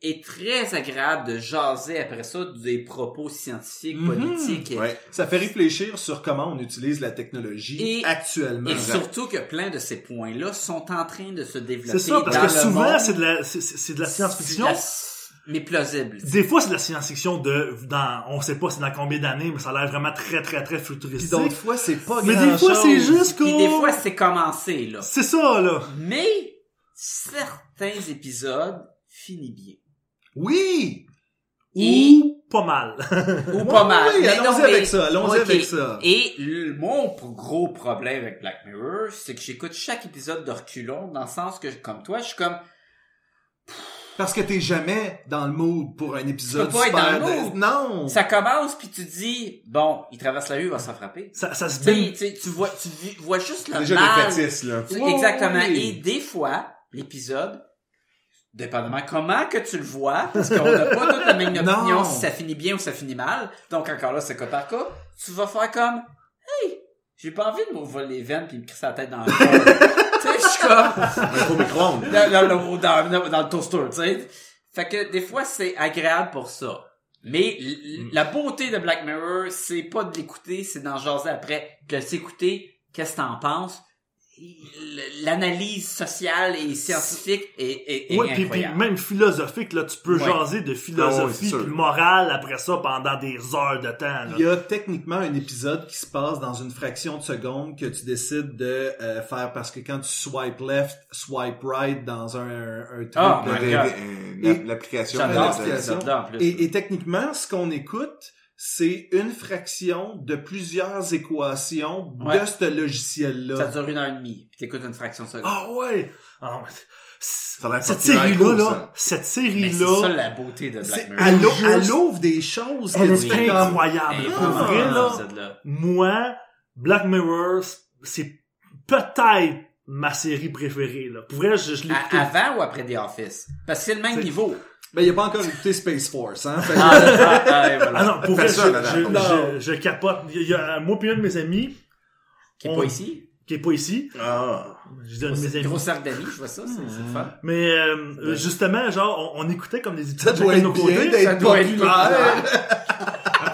est très agréable de jaser après ça des propos scientifiques,
Mhm.
politiques. et-
Ouais.
Ça fait réfléchir sur comment on utilise la technologie
Et-
actuellement.
Et surtout que plein de ces points-là sont en train de se développer.
C'est ça, parce
dans
que
le
souvent
monde.
c'est de la c'est- c'est c'est de la science-fiction.
C'est de la- Mais plausible.
Des fois, c'est de la science-fiction de, dans, on sait pas c'est dans combien d'années, mais ça a l'air vraiment très, très, très
Puis
futuristique.
d'autres fois, c'est pas
mais des
grand-chose.
fois, c'est juste
Puis des
qu'on...
fois, c'est commencé, là.
C'est ça, là.
Mais certains épisodes finissent bien.
Oui!
Et-
Ou pas mal. [laughs]
Ou pas
Ouais,
mal.
oui,
Mais
allons-y
non, mais-
avec ça, allons-y
Ok.
avec ça.
Et le- mon p- gros problème avec Black Mirror, c'est que j'écoute chaque épisode de reculons, dans le sens que, comme toi, je suis comme...
Parce que t'es jamais dans le mood pour un épisode
Tu peux pas être
super
dans le
de-
mood.
Non!
Ça commence, puis tu dis, bon, il traverse la rue, il va se faire frapper.
Ça, ça se
Tu sais, tu sais, tu vois, tu vis- vois juste le
Déjà
mal.
des fétiches, là.
Tu-
Ouais,
Exactement.
ouais.
Et des fois, l'épisode, dépendamment comment que tu le vois, parce qu'on n'a pas toute la même opinion
Non.
si ça finit bien ou ça finit mal, donc encore là, c'est cas par cas, tu vas faire comme, hey, j'ai pas envie de me voler les veines puis me crisser la tête dans le corps. [laughs] tu sais, je suis comme,
Un gros micro-ondes.
dans, dans le- dans- dans- dans le toaster, tu sais. Fait que des fois, c'est agréable pour ça. Mais l- l- la beauté de Black Mirror, c'est pas de l'écouter, c'est d'en jaser après. De s'écouter, qu'est-ce que t'en penses? L- L'analyse sociale et scientifique est, est, est
Ouais, puis, puis
incroyable.
même philosophique, là, tu peux
Ouais.
jaser de
Ah ouais, c'est
philosophie
sûr.
puis morale après ça pendant des heures de temps. là.
Il y a techniquement un épisode qui se passe dans une fraction de seconde que tu décides de euh, faire parce que quand tu swipe left, swipe right dans un, un truc
Ah,
de-
my
Des-
God.
des- euh,
Et-
L'application.
J'adore
de-
cette
de- de-
épisode-là, en plus.
Et, et techniquement, ce qu'on écoute, c'est une fraction de plusieurs équations de
Ouais.
ce
Ça
logiciel-là.
dure une heure et demie, puis t'écoutes une fraction de seconde.
Ah ouais! Ah ouais.
a l'air
Cette
populaire,
série-là,
cool,
là,
ça.
cette
Mais c'est ça
série-là,
la beauté de Black
C'est-
Mirror.
Elle,
Juste-
ou- elle ouvre des choses
elle
que tu
est
fais comme- Ben,
incroyable.
Elle est
Pour
vraiment
vrai,
dans
là,
cet épisode-là.
moi, Black Mirror, c'est peut-être ma série préférée, là. Pour vrai, je, je l'ai
À- Avant ou après The Office? Parce que c'est le même
C'est-
niveau.
Ben, il a pas encore écouté Space Force, hein. Fait que-
Ah, ah, ah, et voilà.
Ah non, pour vrai, je,
Personne, là,
je-
non.
je- je capote. Il y a moi puis un de mes amis,
Qui est
on-
pas ici?
qui est pas ici,
Ah.
je dis un de mes
Oh, C'est un
amis,
gros cercle d'amis, je vois ça, c'est c'est le fun.
Mais euh, euh, justement, genre, on, on écoutait comme des
ça
épisodes
doit
chacun de nos
être bien
côtés.
d'être
doit être
populaire.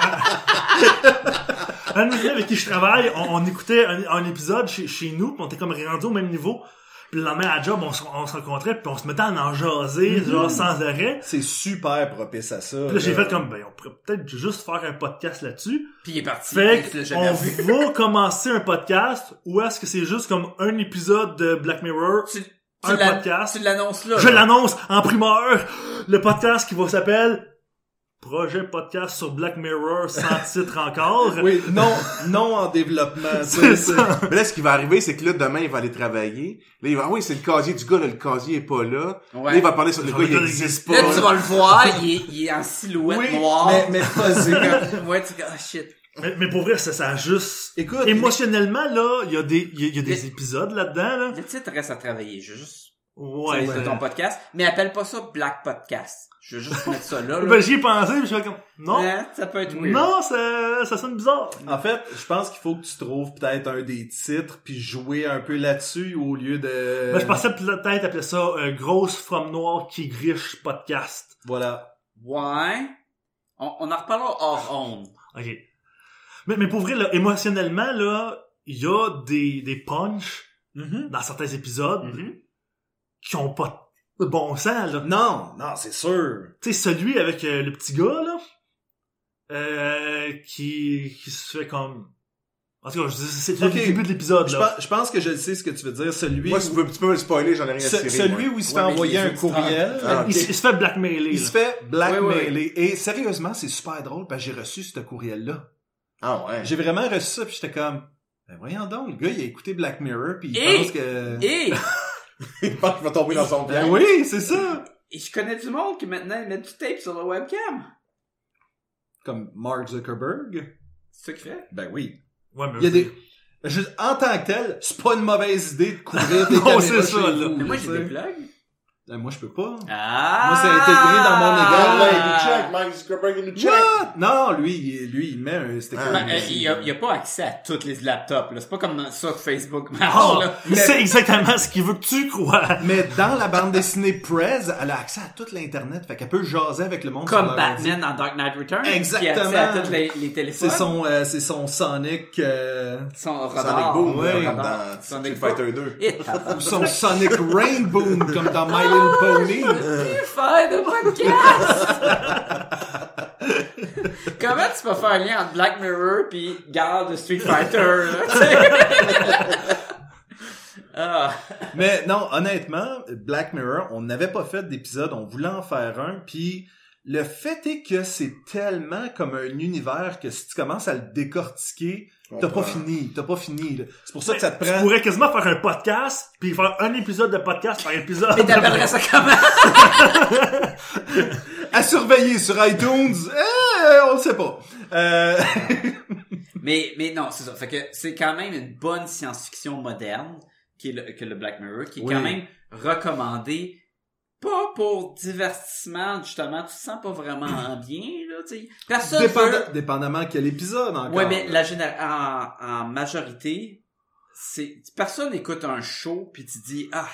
Un de mes amis avec qui je travaille, on, on écoutait un, un épisode chez, chez nous, puis on était comme rendu au même niveau. Puis le lendemain à job, on, se- on se rencontrait, puis on se mettait à en jaser,
Mm-hmm.
genre sans arrêt.
C'est super propice à ça.
Puis là, j'ai fait comme, ben, on pourrait peut-être juste faire un podcast là-dessus.
Puis il est parti.
Fait
tu l'as
que,
jamais
on
revu.
va commencer un podcast, ou est-ce que c'est juste comme un épisode de Black Mirror,
Tu, tu
un
l'an-
podcast.
Tu l'annonces là.
Je
là.
l'annonce en primeur, le podcast qui va s'appeler projet podcast sur Black
[laughs]
Mirror sans titre encore.
Oui, non, non en développement.
c'est
C'est
ça.
Mais là, ce qui va arriver, c'est que là, demain, il va aller travailler. Là, il va, ah oui, c'est le casier du gars, là, le casier est pas là.
Ouais.
Là, il va parler sur le
Sur
gars,
le
il
gars,
existe pas.
Là, tu vas le voir, il est, il est en silhouette
Oui,
noire.
mais, mais posé.
[laughs] ouais, tu dis, ah shit.
Mais, mais pour vrai, ça, ça a juste.
Écoute,
Émotionnellement, là, il y a des, il y a- il y a des épisodes là-dedans, là.
Le titre reste à travailler, je veux juste.
Ouais.
c'est ton podcast, mais appelle pas ça Black Podcast. Je veux juste
[laughs]
mettre ça là. là.
Ben, j'y ai pensé, mais je suis comme, non.
Hein, ça peut être weird.
Non, ça, ça sonne bizarre.
En fait, je pense qu'il faut que tu trouves peut-être un des titres puis jouer un peu là-dessus au lieu de.
Ben, je pensais peut-être appeler ça euh, Grosse From Noire qui griche podcast.
Voilà.
Ouais. On, on en reparlera hors on.
OK. Mais, mais pour vrai, là, émotionnellement, là, il y a des, des punchs dans certains épisodes qui ont pas de bon sens, là.
Mm-hmm. Non, non, c'est sûr.
Tu sais, celui avec euh, le petit gars, là, euh, qui, qui se fait comme... En tout cas, je dis, c'est le
Ok.
début de l'épisode,
Je,
là.
pense- je pense que je le sais ce que tu veux dire. Celui
Moi,
où-
si tu veux, tu peux me le spoiler, j'en ai rien à
ce-
tirer.
celui
moi.
où il se fait
Ouais, mais
envoyer
les
un
auditeurs-
courriel.
Ah,
Il, se- il se fait blackmailer,
Il
là.
se fait blackmailer.
Oui,
Et sérieusement, c'est super drôle parce que j'ai reçu ce courriel-là.
Ah [laughs] ouais.
J'ai vraiment reçu ça puis j'étais comme, ben voyons donc, le gars il a écouté Black Mirror puis il
Et-
pense que...
Et,
Il pense qu'il va tomber dans son
Ben
piège.
oui, c'est ça!
et je connais du monde qui maintenant met du tape sur la webcam.
Comme Mark Zuckerberg.
Secret.
Ben oui.
Ouais, mais...
Il y a des... Je- en tant que tel, c'est pas une mauvaise idée de
[laughs]
couvrir des
Non,
caméras
c'est
chez
ça, là.
vous,
Mais moi,
tu
j'ai
sais.
des plugs.
Ben, moi, je peux pas.
Ah!
Moi, c'est intégré dans mon
Ah
égard.
ouais, il nous check, Mike Zuckerberg, il nous check.
What? Non, lui, il- lui, il met un sticker.
Ah,
Ben,
mais
euh, il y a, il y a pas accès à tous les laptops. là. C'est pas comme dans- ça que Facebook.
Oh,
Ah,
là.
[laughs] C'est exactement ce qu'il veut que tu crois.
Mais dans la bande dessinée Prez, elle a accès à toute l'Internet. Fait qu'elle peut jaser avec le monde. sur
Comme
leur
Batman dans Dark Knight Returns.
Exactement.
Qui a accès à tous les, les
C'est
téléphones.
son, euh, c'est son Sonic,
[laughs]
euh,
son
Sonic
radar.
Boom,
ouais,
comme
radar.
dans
Sonic
Street
Boom.
Fighter 2.
Et t'as
ou son Sonic Rainbow, comme dans My Little Pony.
pu faire de podcast!
[laughs]
Comment tu peux faire un lien entre Black Mirror pis Garde de Street
[laughs]
Fighter, là, [laughs] tu sais? Ah.
Mais non, honnêtement, Black Mirror, on n'avait pas fait d'épisode, on voulait en faire un, puis le fait est que c'est tellement comme un univers que si tu commences à le décortiquer, t'as pas fini, t'as pas fini. là. C'est pour ça que ça te
Tu
prend...
pourrais quasiment faire un podcast, puis faire un épisode de podcast par épisode.
Mais t'appellerais ça comment?
À surveiller sur iTunes, eh, on le sait pas. Euh,
Mais, mais non, c'est ça. Fait que c'est quand même une bonne science-fiction moderne qui est le, que le Black Mirror, qui est
Oui.
quand même recommandé pas pour divertissement, justement. Tu te sens pas vraiment
[clears throat]
bien, là, tu sais. Personne
dépenda-
veut-
Dépendamment quel épisode encore.
Ouais, mais la géné- en, en majorité, c'est personne écoute un show puis tu dis ah.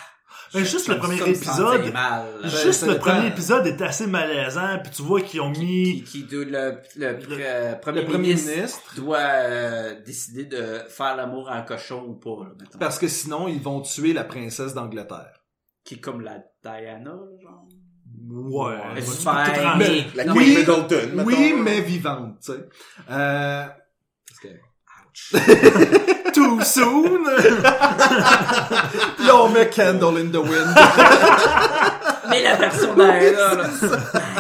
Mais
je-
Ben, juste
je
le premier
me sentais
épisode.
mal.
Juste
ben, ça
le
dépend.
premier épisode est assez malaisant, puis tu vois qu'ils ont
Qui,
mis...
qui doit le, le, euh, premier,
Le premier
ministre,
ministre.
doit euh, décider de faire l'amour à un cochon ou pas. là, mettons.
Parce que sinon, ils vont tuer la princesse d'Angleterre.
Qui est comme la Diana, là, genre.
Ouais.
Elle est
tu peux
super
tout ranger.
mais-
La
non,
Queen
Oui,
Middleton, mettons.
Oui, mais vivante, tu sais. Euh, [laughs]
Too soon!
là, on met Candle in the Wind.
Mais la version Diana, là.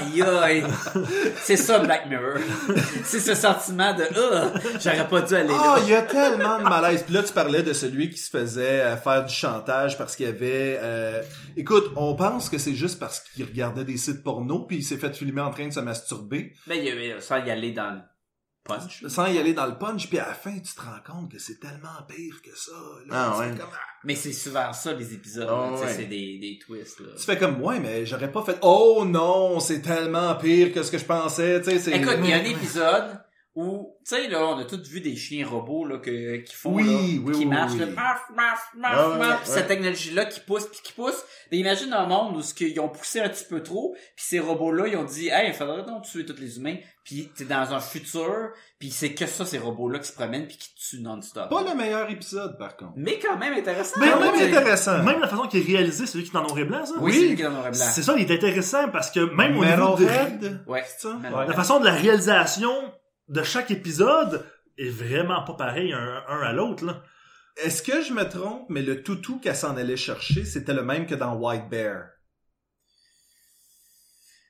Aïe, aïe. C'est ça, Black Mirror. C'est ce sentiment de, ah, j'aurais pas dû aller là.
Ah, il y a tellement de malaise. Puis là, tu parlais de celui qui se faisait euh, faire du chantage parce qu'il y avait... euh, Écoute, on pense que c'est juste parce qu'il regardait des sites porno puis il s'est fait filmer en train de se masturber
Mais il y avait- sans y aller dans le punch.
sans y aller dans le punch. Puis à la fin, tu te rends compte que c'est tellement pire que ça. là.
Ah,
tu,
ouais.
fais comme,
Mais c'est souvent ça, les épisodes.
Ah,
tu sais,
ouais.
C'est des, des twists. Là.
tu fais comme, ouais, mais j'aurais pas fait... Oh non, c'est tellement pire que ce que je pensais. tu sais, c'est-
Écoute, il y a un épisode où, tu sais, là, on a tous vu des chiens robots là, que, qui font,
Oui,
là,
oui,
qui
oui,
marchent,
oui.
là, marf, marf, marf,
Ah, ouais,
marf,
ouais.
cette technologie-là qui pousse, puis qui pousse. Mais imagine un monde où ce qu'ils ont poussé un petit peu trop, puis ces robots-là, ils ont dit, hey, il faudrait donc tuer tous les humains, puis t'es dans un futur, puis c'est que ça, ces robots-là qui se promènent, puis qui te tuent non-stop.
Pas le meilleur épisode, par contre.
Mais quand même intéressant.
Mais
hein,
quand même
tu sais.
intéressant.
Même la façon qu'il est réalisé, celui qui est en noir et blanc, ça.
Oui, c'est lui qui est dans le noir et blanc.
C'est ça, il est intéressant, parce que même au niveau de...
Metalhead,
Ouais.
c'est ça?
Ouais.
La façon de la réalisation de chaque épisode est vraiment pas pareil un, un à l'autre, là.
Est-ce que je me trompe, mais le toutou qu'elle s'en allait chercher, c'était le même que dans White Bear?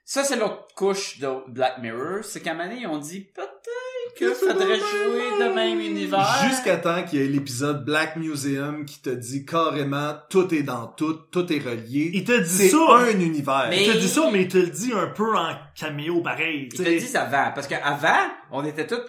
Ça, c'est l'autre couche de Black Mirror. C'est qu'à un moment donné, ils ont dit peut-être
Que
que
c'est
ça devrait
le même
jouer le même univers.
Jusqu'à temps qu'il y ait l'épisode Black Museum qui te dit carrément tout est dans tout, tout est relié.
Il te dit
C'est
ça.
un univers.
Mais-
Il te dit ça, mais il te le dit un peu en caméo pareil.
Ils
tu
te
sais.
le disent avant. Parce qu'avant, on était tous.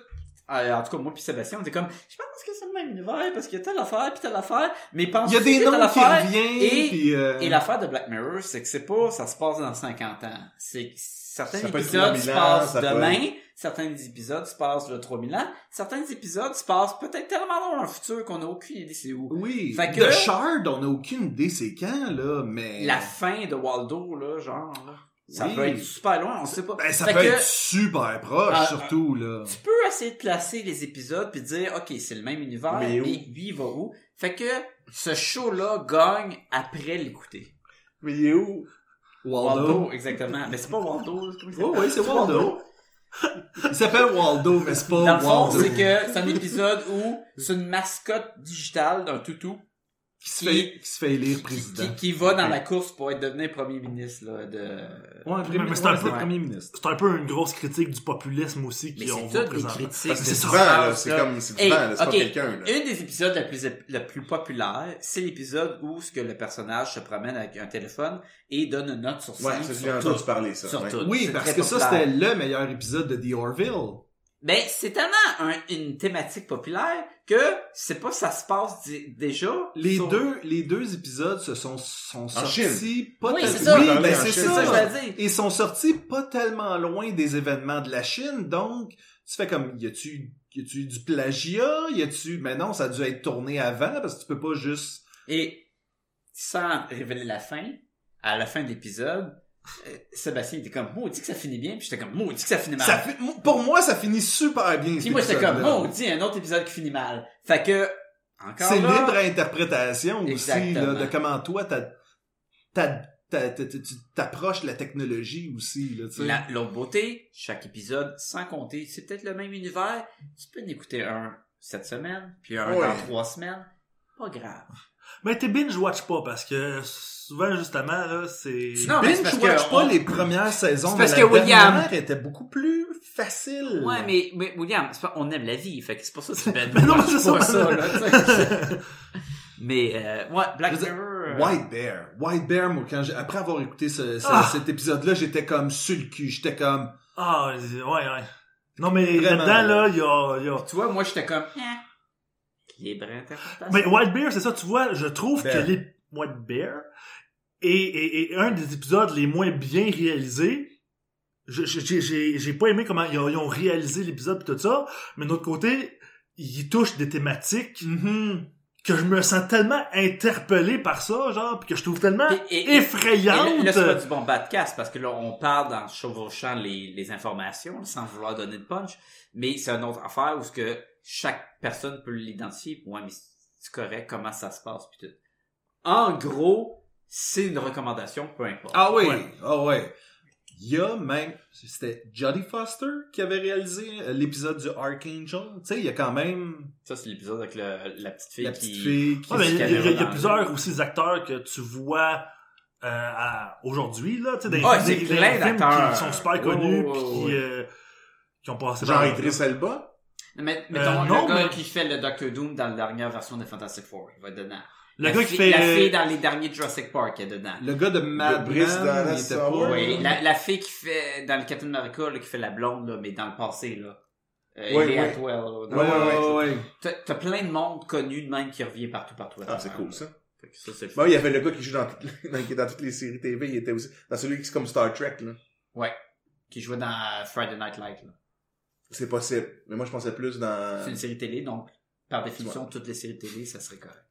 euh, en tout cas, moi puis Sébastien, on était comme, je pense que c'est le même univers parce qu'il y a telle affaire puis telle affaire, mais pense
Il y a des noms qui reviennent.
et-
puis, euh,
Et l'affaire de Black Mirror, c'est que c'est pas, ça se passe dans 50 ans. C'est que certains
Ça peut être
épisodes
3000
se
ans,
passent
ça peut
demain, certains épisodes se passent le 3000 ans, certains épisodes se passent peut-être tellement loin dans le futur qu'on n'a aucune idée c'est où.
Oui.
Fait que-
The Shard, on n'a aucune idée c'est quand, là, mais...
La fin de Waldo, là, genre, là, ça
Oui.
peut être super loin, on sait pas.
Ben, ça
Fait
peut
que
être super proche,
Ah,
surtout, là.
Tu peux essayer de placer les épisodes puis dire, OK, c'est le même univers,
Mais
mais
où?
lui, il va où? Fait que ce show-là gagne après l'écouter.
Mais il est où?
Waldo.
Waldo, exactement. Mais c'est pas Waldo, comment il
Oui,
s'appelle?
oui, c'est Waldo. Il s'appelle Waldo, mais c'est pas
Dans le fond,
Waldo.
c'est que c'est un épisode où c'est une mascotte digitale d'un toutou
Qui se fait, qui se fait élire président.
qui, qui va dans la course pour être devenu premier ministre là, de.
Ouais, premier,
Mais c'est un
ouais,
peu-
le premier ministre.
C'est un peu une grosse critique du populisme aussi
Mais
qui on
c'est
voit
toutes des
présentement.
critiques.
Parce que
de
c'est
ce
souvent,
qui se
là,
passe,
c'est
là.
comme, c'est
Hey,
souvent, là, c'est
ok,
pas quelqu'un, là.
Un des épisodes la plus, la plus populaire, c'est l'épisode où ce que le personnage se promène avec un téléphone et donne une note sur
Ouais,
cinq,
c'est ce que j'ai
sur
entendu
tout.
parler, ça.
Sur
ouais.
tout.
Oui,
C'est
parce
très
que ça,
populaire.
c'était le meilleur épisode de The Orville.
Ben, c'est tellement un- une thématique populaire que c'est pas ça se passe di- déjà.
Les
sur-
deux, les deux épisodes se sont, sont sortis pas
Oui,
tel-
c'est ça.
Oui,
Parler
ben,
en
c'est
C'est
Chine.
ça,
ça.
que je veux dire.
Ils sont sortis pas tellement loin des événements de la Chine, donc tu fais comme y a-tu y a-tu du plagiat, y a-tu mais non, ça a dû être tourné avant parce que tu peux pas juste
Et sans révéler la fin, à la fin de l'épisode, euh, Sébastien était comme maudit que ça finit bien, puis j'étais comme maudit que ça finit mal.
ça fi- pour moi ça finit super bien.
puis
cet
moi j'étais comme
épisode-là.
maudit un autre épisode qui finit mal. Fait que encore
C'est
là,
libre à interprétation aussi là,
Exactement.
de comment toi t'as- t'as- t'as- t'as- tu t'approches la technologie aussi là, tu sais.
la- l'autre beauté, chaque épisode sans compter, c'est peut-être le même univers. Tu peux en écouter un cette semaine, puis un
Ouais.
dans trois semaines. Pas grave.
Mais t'es binge-watch pas parce que souvent, justement, là, c'est.
Non, mais c'est parce
Binge
que
watch pas
on-
les premières saisons,
C'est
mais
parce
la
que William-
dernière était beaucoup plus facile.
Ouais, mais, mais William, c'est pas- on aime la vie, fait que c'est pour ça que [laughs] c'est ben,
Mais non, mais c'est
pas
ça.
ça, là, tu [laughs] sais. mais, euh, ouais, Black
Je veux dire,
Mirror. euh,
White Bear. White Bear, moi, quand j'ai- après avoir écouté ce- ce-
Ah!
cet épisode-là, j'étais comme sur le cul. J'étais comme,
Ah, ouais, ouais. Non, mais
Vraiment,
là-dedans, là, il y a, il y a-
Tu vois, moi, j'étais comme, hein, libre interprétation.
Mais White Bear, c'est ça, tu vois, je trouve
Bear.
que les. White Bear est, est- est un des épisodes les moins bien réalisés. Je- je- J'ai j'ai- j'ai pas aimé comment ils ont, ils ont réalisé l'épisode et tout ça, mais de l'autre côté, ils touchent des thématiques
Mm-hmm.
que je me sens tellement interpellé par ça, genre, puis que je trouve tellement
Et- et- et-
effrayante.
Et là, là, c'est pas du bon bas de casse, parce que là, on parle en chevauchant les, les informations, sans vouloir donner de punch, mais c'est une autre affaire où ce que chaque personne peut l'identifier. Ouais, mais c'est correct, comment ça se passe, pis tout. En gros, c'est une recommandation, peu importe.
ah oui,
Ouais.
ah ouais. Il y a même, c'était Jodie Foster qui avait réalisé euh, l'épisode du Archangel. Tu sais, il y a quand même
Ça, c'est l'épisode avec le- la petite fille
la
qui...
petite fille qui
Ouais, mais il y a, il y a- il y a
dans-
plusieurs aussi des acteurs que tu vois euh, à- aujourd'hui là, tu sais, des,
Ah,
des-
c'est
des
plein
films
d'acteurs.
qui sont super
Ouais,
connus
ouais,
puis
ouais.
qui, euh, qui ont passé
Genre
par-
Idris Elba?
Mais, mettons,
Euh,
le
non,
gars
mais-
qui fait le Doctor Doom dans la dernière version de Fantastic Four, il va être dedans.
Le
la
gars qui fait
fille, La fille
euh,
dans les derniers Jurassic Park, elle est dedans.
Le gars de Mad Men,
Brice dans
il
la
était
Star
pas...
Wars.
Oui, la, la fille qui fait dans le Captain America, là, qui fait la blonde, là, mais dans le passé, là. Euh,
Oui,
Haley
oui.
Atwell, là,
Ouais,
dans-
ouais, ouais, ouais.
T'as, t'as plein de monde connu de même qui revient partout, partout. à
Ah,
travers,
c'est cool,
là.
ça.
Fait que ça, c'est le
Bah, il y avait le gars qui joue dans, toutes les- [laughs] dans- qui est dans toutes les séries TV, il était aussi, dans celui qui c'est comme Star Trek, là.
Qui jouait dans Friday Night Light, là.
C'est possible. Mais moi, je pensais plus dans...
C'est une série télé, donc, par définition, toutes les séries télé, ça serait correct.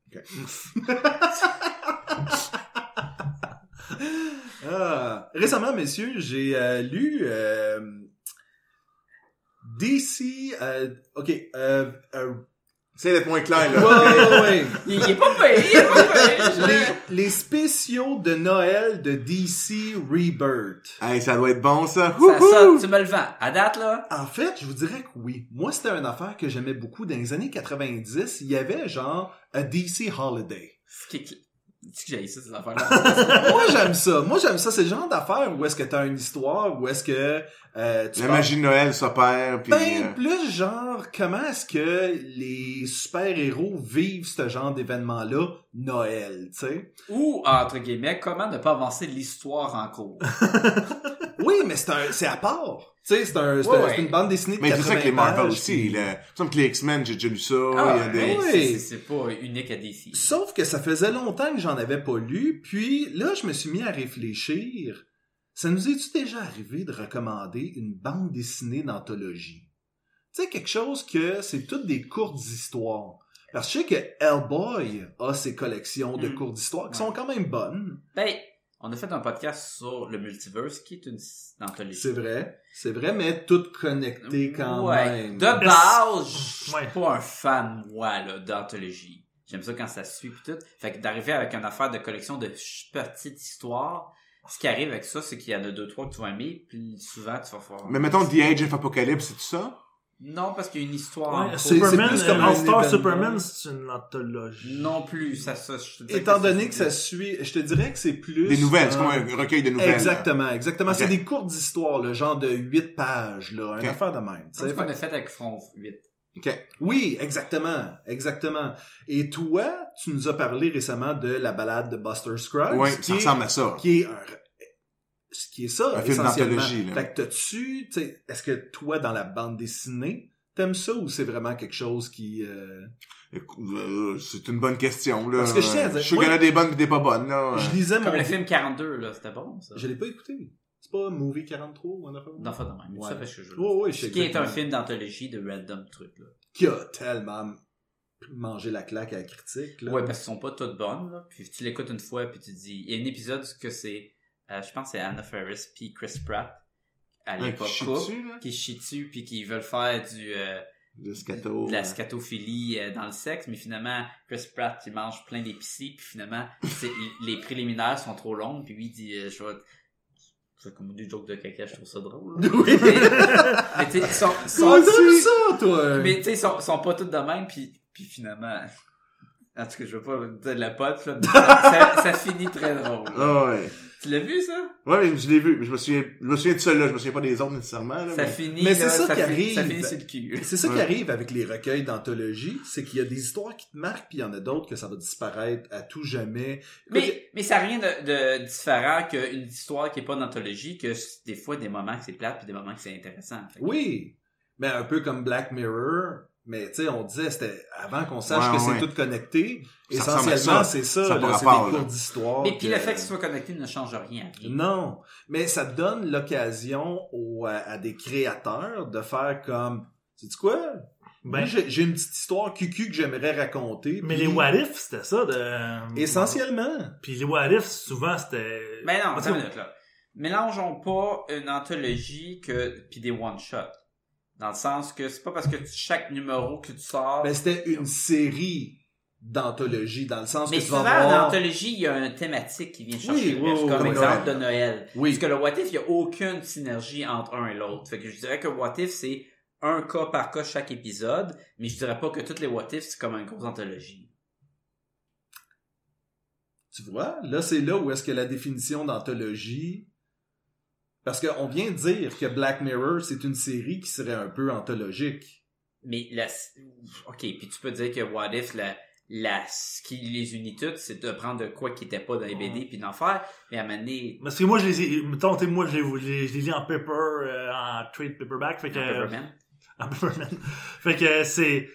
Ah. Récemment, messieurs, j'ai euh, lu euh, DC. euh, ok. Euh, euh,
C'est d'être moins clair,
ouais,
là.
ouais, ouais.
Il, il est pas payé, il est pas payé, [laughs] je-
Les, les spéciaux de Noël de DC Rebirth.
Hey, ça doit être bon, ça.
Ça,
Wouhou!
ça, tu me le vends. À date, là,
En fait, je vous dirais que oui. Moi, c'était une affaire que j'aimais beaucoup. Dans les années 90, il y avait genre a DC Holiday.
ce qui est- Tu que j'ai ça, ces affaires-là.
Moi, j'aime ça. Moi, j'aime ça. C'est le genre d'affaire où est-ce que t'as une histoire, où est-ce que euh, tu
La
parles-
magie de Noël s'opère, puis...
Ben,
euh,
plus genre, comment est-ce que les super-héros vivent ce genre d'événement-là, Noël, tu sais?
Ou, entre guillemets, comment ne pas avancer l'histoire en cours.
Oui, mais c'est un, c'est à part. Tu sais, c'est un, c'est
Ouais,
un-
ouais.
c'est une bande dessinée de
mais c'est
80
ça que les Marvel
pages,
aussi,
puis-
là. Il me semble que les X-Men, j'ai déjà lu ça. il y a
Ah,
des...
mais
Oui.
c'est- c'est- C'est pas unique à DC.
Sauf que ça faisait longtemps que j'en avais pas lu, puis là, je me suis mis à réfléchir. Ça nous est-tu déjà arrivé de recommander une bande dessinée d'anthologie? Tu sais, quelque chose que c'est toutes des courtes histoires. Parce que je sais que Hellboy a ses collections de
Mm.
courtes histoires qui
Ouais.
sont quand même bonnes.
Ben, on a fait un podcast sur le multiverse, qui est une s- anthologie.
C'est vrai. C'est vrai, mais toutes connectées quand
Ouais.
même.
De base, je
Ouais.
suis pas un fan, moi, là, d'anthologie. J'aime ça quand ça suit pis tout. Fait que d'arriver avec une affaire de collection de ch- petites histoires, ce qui arrive avec ça, c'est qu'il y en a deux, trois que tu vas aimer, puis souvent tu vas faire.
Mais mettons The Age of Apocalypse, c'est tout ça?
Non, parce qu'il y a une histoire. en
Ouais,
cours.
c'est-
Superman,
plus comme
euh,
un événement.
All-Star Superman, c'est une anthologie.
Non plus, ça, ça, je te dirais
Étant donné que
[laughs]
ça suit, je te dirais que c'est plus...
Des nouvelles, c'est
euh,
comme un recueil de nouvelles. là.
Exactement, exactement.
Ok.
C'est des courtes histoires, le genre de 8 pages, là, une
Ok.
affaire de même. tu
C'est
sais.
ce qu'on a fait avec Front 8.
OK.
Oui, exactement, exactement. Et toi, tu nous as parlé récemment de la balade de Buster Scruggs,
Ouais,
qui,
ça
est-
ressemble à ça.
qui est un- ce qui est ça,
Un film
essentiellement.
d'anthologie, là.
Fait que t'as-tu, tu sais, est-ce que toi, dans la bande dessinée, t'aimes ça ou c'est vraiment quelque chose qui... euh,
Écou- euh, C'est une bonne question, là.
Parce que je tiens à dire-
Je sais
moi-
qu'il y en a des bonnes et des pas bonnes, là.
Je lisais mon...
Comme le film 42, là, c'était bon, ça.
Ah, Je l'ai pas écouté. C'est pas Movie 43 ou un affaire comme ça?
D'en fait, non, mais
Ouais.
ça fait ce que je veux.
Ouais, ouais, je
Ce
sais
qui est un
exactement.
film d'anthologie de random trucs, là.
qui a tellement mangé la claque à la critique. Là.
Ouais, parce qu'elles sont pas toutes bonnes, là. Puis tu l'écoutes une fois, puis tu dis... Il y a un épisode que c'est... euh, je pense que c'est Anna Ferris puis Chris Pratt,
Euh,
à
Un
l'époque,
qui chie
couple,
dessus, là.
qui chient dessus, puis qui veulent faire du... euh,
Le scato.
de la scatophilie euh, dans le sexe, mais finalement, Chris Pratt, il mange plein d'épiceries, puis finalement, [laughs] c'est- il- les préliminaires sont trop longues, puis lui, il dit, euh, je vais... C'est comme des jokes de caca, je trouve ça drôle. là.
[laughs] Oui.
mais tu sais, ils sont- ils
Comment
sont-
t'as vu ça, toi?
mais tu sais, ils sont, sont pas tous de même, puis, puis finalement... [laughs] En tout cas, je veux pas dire de la pote, là, mais ça, ça- ça finit très
[laughs]
drôle.
Ah ouais.
Tu l'as vu, ça?
Ouais, mais je l'ai vu. mais Je me souviens, je me souviens de celle-là. Je me souviens pas des autres nécessairement, là.
Ça
mais-
finit,
mais c'est
là,
ça qui
fi-
arrive.
Ça finit sur le cul.
C'est ça qui
Ouais.
arrive avec les recueils d'anthologie, c'est qu'il y a des histoires qui te marquent, puis il y en a d'autres que ça va disparaître à tout jamais. Écoute,
[laughs] Mais, mais ça n'a rien de, de différent qu'une histoire qui est pas d'anthologie, que c'est des fois des moments que c'est plate puis des moments que c'est intéressant. Fait que-
Oui, mais un peu comme Black Mirror, mais tu sais, on disait, c'était avant qu'on sache
Ouais,
que
ouais.
c'est tout connecté,
Ça ressemble à
essentiellement,
ça.
c'est ça,
Ça a pas
là, c'est
rapport,
des
là.
courtes histoires.
Mais puis
que-
le fait qu'ils soient connectés ne change rien. à rien.
euh, Non, mais ça donne l'occasion aux- à, à des créateurs de faire comme, tu sais quoi? Ben,
Ben,
j'ai j'ai une petite histoire cucu que j'aimerais raconter.
mais
puis-
les what if, c'était ça. De... euh,
Essentiellement.
Puis les what if, souvent, c'était.
Mais non,
En tout
attends
cas,
une minute, là. Mélangeons pas une anthologie que puis des one shots. Dans le sens que c'est pas parce que tu- chaque numéro que tu sors.
Ben, c'était une série d'anthologie dans le sens
mais
que tu vas
souvent,
voir.
dans l'anthologie, il y a un thématique qui vient chercher le
oui,
reste,
oui,
comme
comme
exemple
Noël.
de Noël.
Oui.
Parce que le What If, il n'y a aucune synergie entre un et l'autre. Fait que je dirais que What If, c'est un cas par cas chaque épisode, mais je dirais pas que toutes les What If, c'est comme une grosse anthologie.
Tu vois, là c'est là où est-ce que la définition d'anthologie parce qu'on vient de dire que Black Mirror c'est une série qui serait un peu anthologique.
Mais la... OK, puis tu peux dire que What If, la... La... ce qui les unit toutes, c'est de prendre de quoi qui n'était pas dans les BD puis d'en faire, mais à un moment donné,
Parce que moi, je les ai. Mettons, tu sais, moi, je les, je les- je les lis en paper, euh, en trade paperback. Fait que,
Peppermint.
[laughs] en paperman. fait que c'est.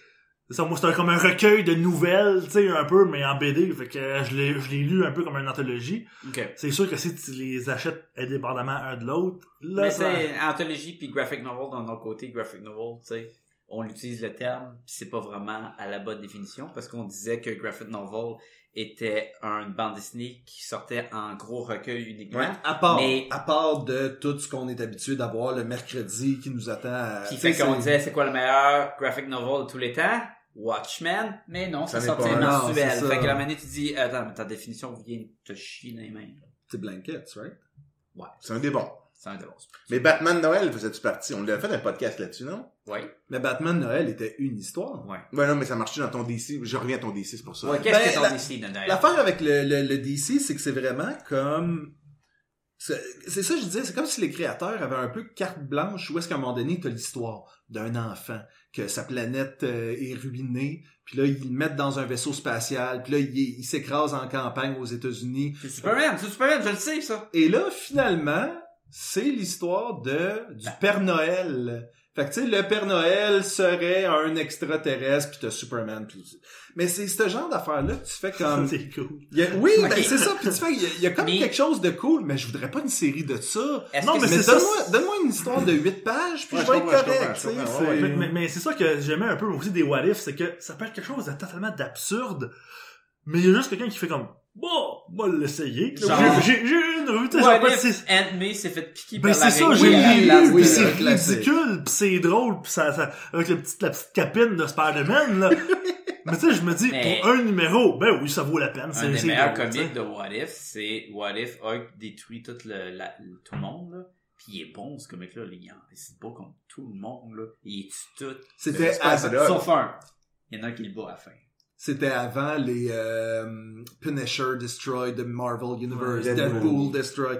Ça, moi, c'est un- comme un recueil de nouvelles, tu sais, un peu, mais en BD. Fait que euh, je l'ai je l'ai lu un peu comme une anthologie.
OK.
C'est sûr que si tu les achètes indépendamment un de l'autre, là,
Mais
ça. [laughs]
c'est anthologie puis graphic novel d'un autre côté, graphic novel, tu sais, on utilise le terme, puis c'est pas vraiment à la bonne définition parce qu'on disait que graphic novel était une bande dessinée qui sortait en gros recueil uniquement.
À part
Mais-
à part de tout ce qu'on est habitué d'avoir le mercredi qui nous attend. À...
Puis
Tu sais,
fait qu'on
c'est-
disait c'est quoi le meilleur graphic novel de tous les temps Watchmen, mais non,
Ça
ça
n'est
sortait
pas un art,
mensuel.
c'est ça.
Fait que la minute tu dis attends, mais ta définition vient de te chier dans les mains.
C'est blankets, right?
C'est un des bons.
C'est un de l'autre.
Mais Batman Noël faisait-tu partie? On l'avait fait un podcast là-dessus, non?
Oui.
Mais Batman Noël était une histoire.
Ouais.
Ouais, non, mais ça marchait dans ton DC. Je reviens à ton DC, c'est pour ça.
Ouais, qu'est-ce
Ben,
que
la-
t'en décides, d'ailleurs?
L'affaire avec le, le- le DC, c'est que c'est vraiment comme. C'est c'est ça que je disais, c'est comme si les créateurs avaient un peu carte blanche où est-ce qu'à un moment donné, t'as l'histoire d'un enfant, que sa planète euh, est ruinée, puis là, ils le mettent dans un vaisseau spatial, puis là, il, il s'écrase en campagne aux États-Unis.
C'est Superman, c'est Superman, je le sais, ça.
Et là, finalement, c'est l'histoire de
Ah.
du Père Noël. Fait que tu sais, le Père Noël serait un extraterrestre, puis t'as Superman. Pis... Mais c'est ce genre d'affaire-là que tu fais
um,
[laughs]
comme...
C'est cool.
Il y a- oui,
Ok.
ben, c'est ça. Puis tu fais, il y a, il y a comme
Mais-
quelque chose de cool, mais je voudrais pas une série de ça.
Est-ce
Non,
que
mais
Mais
c'est ça,
donne-moi donne-moi une histoire de 8 pages, puis
Ouais,
je vais
je
être
comprends, je
correct.
comprends, je
tu sais,
comprends, ouais,
c'est-
Mais, mais- mais c'est ça que j'aimais un peu aussi des what If, c'est que ça peut être quelque chose de totalement d'absurde, mais il y a juste quelqu'un qui fait comme Bon, moi l'essayer.
Genre-
J'ai j'ai une rue, tu sais, genre,
What
ben,
if
c'est-
Ant-Man s'est fait piquer
ben
par la
c'est ça,
reine
j'ai
Wilhelm
lu,
la
oui,
puis
Wilhelm.
c'est
oui, classique.
ridicule, puis c'est drôle, puis ça, ça, avec le petit, la petite capine de Spider-Man,
[laughs]
là. mais tu sais, je me dis,
Mais-
pour un numéro, ben oui, ça vaut la peine.
Un
c'est
des
c'est
meilleurs
drôle, tu sais.
comics de What If, c'est What If Hulk détruit tout le, la- le- tout le monde, là. Puis il est bon, ce comic-là. là. Il en- C'est beau comme tout le monde, là. Il est tout.
C'était
Mais c'est pas
avant,
ça.
Sauf un. Il y en a un qui le bat à la fin.
c'était avant les euh, Punisher Destroy de Marvel Universe,
Ouais,
Deadpool,
Deadpool.
Destroy,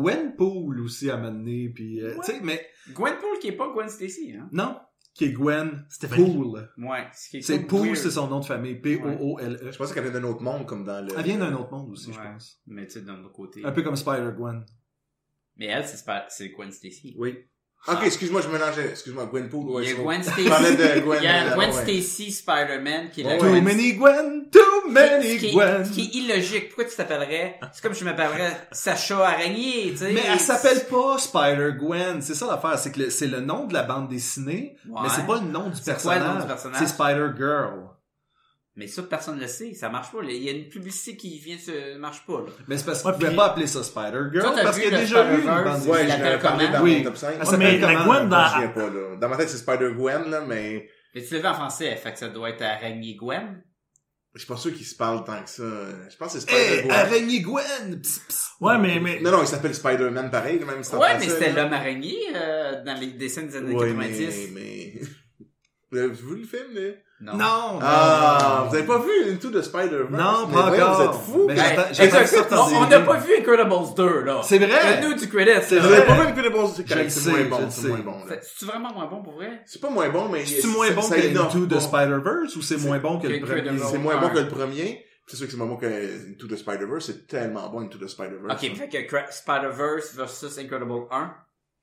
Gwenpool aussi à m'amener, puis euh, tu sais, mais
Gwenpool qui est pas Gwen Stacy, hein.
non, qui est Gwen
Stéphanie.
Pool.
Ouais. C'est quelque
C'est
chose de
Pool,
weird.
c'est son nom de famille, P-O-O-L-E.
Je pensais qu'elle venait d'un autre monde, comme dans le...
E. Elle vient d'un autre monde aussi, je
Ouais.
pense.
Mais tu sais, d'un autre côté.
Un peu comme Spider-Gwen.
Mais elle, c'est pas- c'est Gwen Stacy.
Oui.
Ok, excuse-moi, je mélangeais. Excuse-moi, Gwenpool. Ouais,
il y a
je-
Gwen Stacy.
Je parlais de Gwen.
Il y a
là,
Gwen
ouais.
Stacy, Spider-Man, qui est la
Ouais.
euh, Too
Gwen
many Gwen, too many
qui,
Gwen.
qui est illogique. Pourquoi tu t'appellerais? C'est comme je m'appellerais Sacha Araignée, tu sais.
Mais elle s'appelle pas Spider-Gwen. C'est ça l'affaire. C'est que le- c'est le nom de la bande dessinée,
Ouais.
mais c'est pas le nom du
C'est quoi le nom du
personnage.
personnage?
C'est Spider-Girl.
Mais ça, personne ne le sait. Ça marche pas. là. Il y a une publicité qui vient, ça marche pas, là.
Mais c'est parce qu'on
Ouais,
pouvait
puis-
pas appeler ça Spider-Girl
Toi, t'as
parce
vu
qu'il y a
le
déjà eu une
Spider-Verse?
Ouais,
bande
je
Il
dessinée.
l'appelle
l'avais parlé
comment?
dans
Oui. Ah,
mon top 5.
Elle
Je
s'appelle
me
la
souviens
Gwen bah, dans-
pas, là. Dans ma tête, c'est Spider-Gwen, là, mais
Mais tu l'as vu en français, fait que ça doit être Araignée Gwen.
je suis pas sûr qu'ils se parlent tant que ça. Je pense que c'est
Hey,
Spider-Gwen.
araignée Gwen! Psst, psst.
Ouais, mais, mais,
Non, non, il s'appelle Spider-Man pareil, même si
Ouais, mais c'était l'homme araignée euh, dans les dessins des années
Oui,
90.
mais... [laughs] Vous avez vu le film, là?
Non.
Non, non.
Ah,
non.
vous avez pas vu Into the Spider-Man?
Non,
Mais
pas
voyons,
encore.
Vous êtes fous?
Mais
Vous
Hey,
j'attends-
Ben, écoute,
j'attends ça pour
on- on
dire.
n'a pas vu Incredibles 2, là.
C'est vrai!
Donne-nous du credit,
C'est
là.
avez
vrai.
pas vu Into the Bons
Je le
C'est
sais,
moins
je
bon,
le
c'est
sais.
moins bon, là.
Fait- C'est-tu vraiment moins bon pour vrai?
C'est pas moins bon, mais...
C'est moins bon
ça
que
innove
Into the
pas.
Spider-Verse ou c'est moins bon que le
que- que
premier?
de-
C'est moins bon
Ouais.
que le premier. C'est sûr que c'est moins bon que Into the Spider-Verse. C'est tellement bon, Into the Spider-Verse.
Ok, fait que Cra- Spider-Verse versus Incredible 1.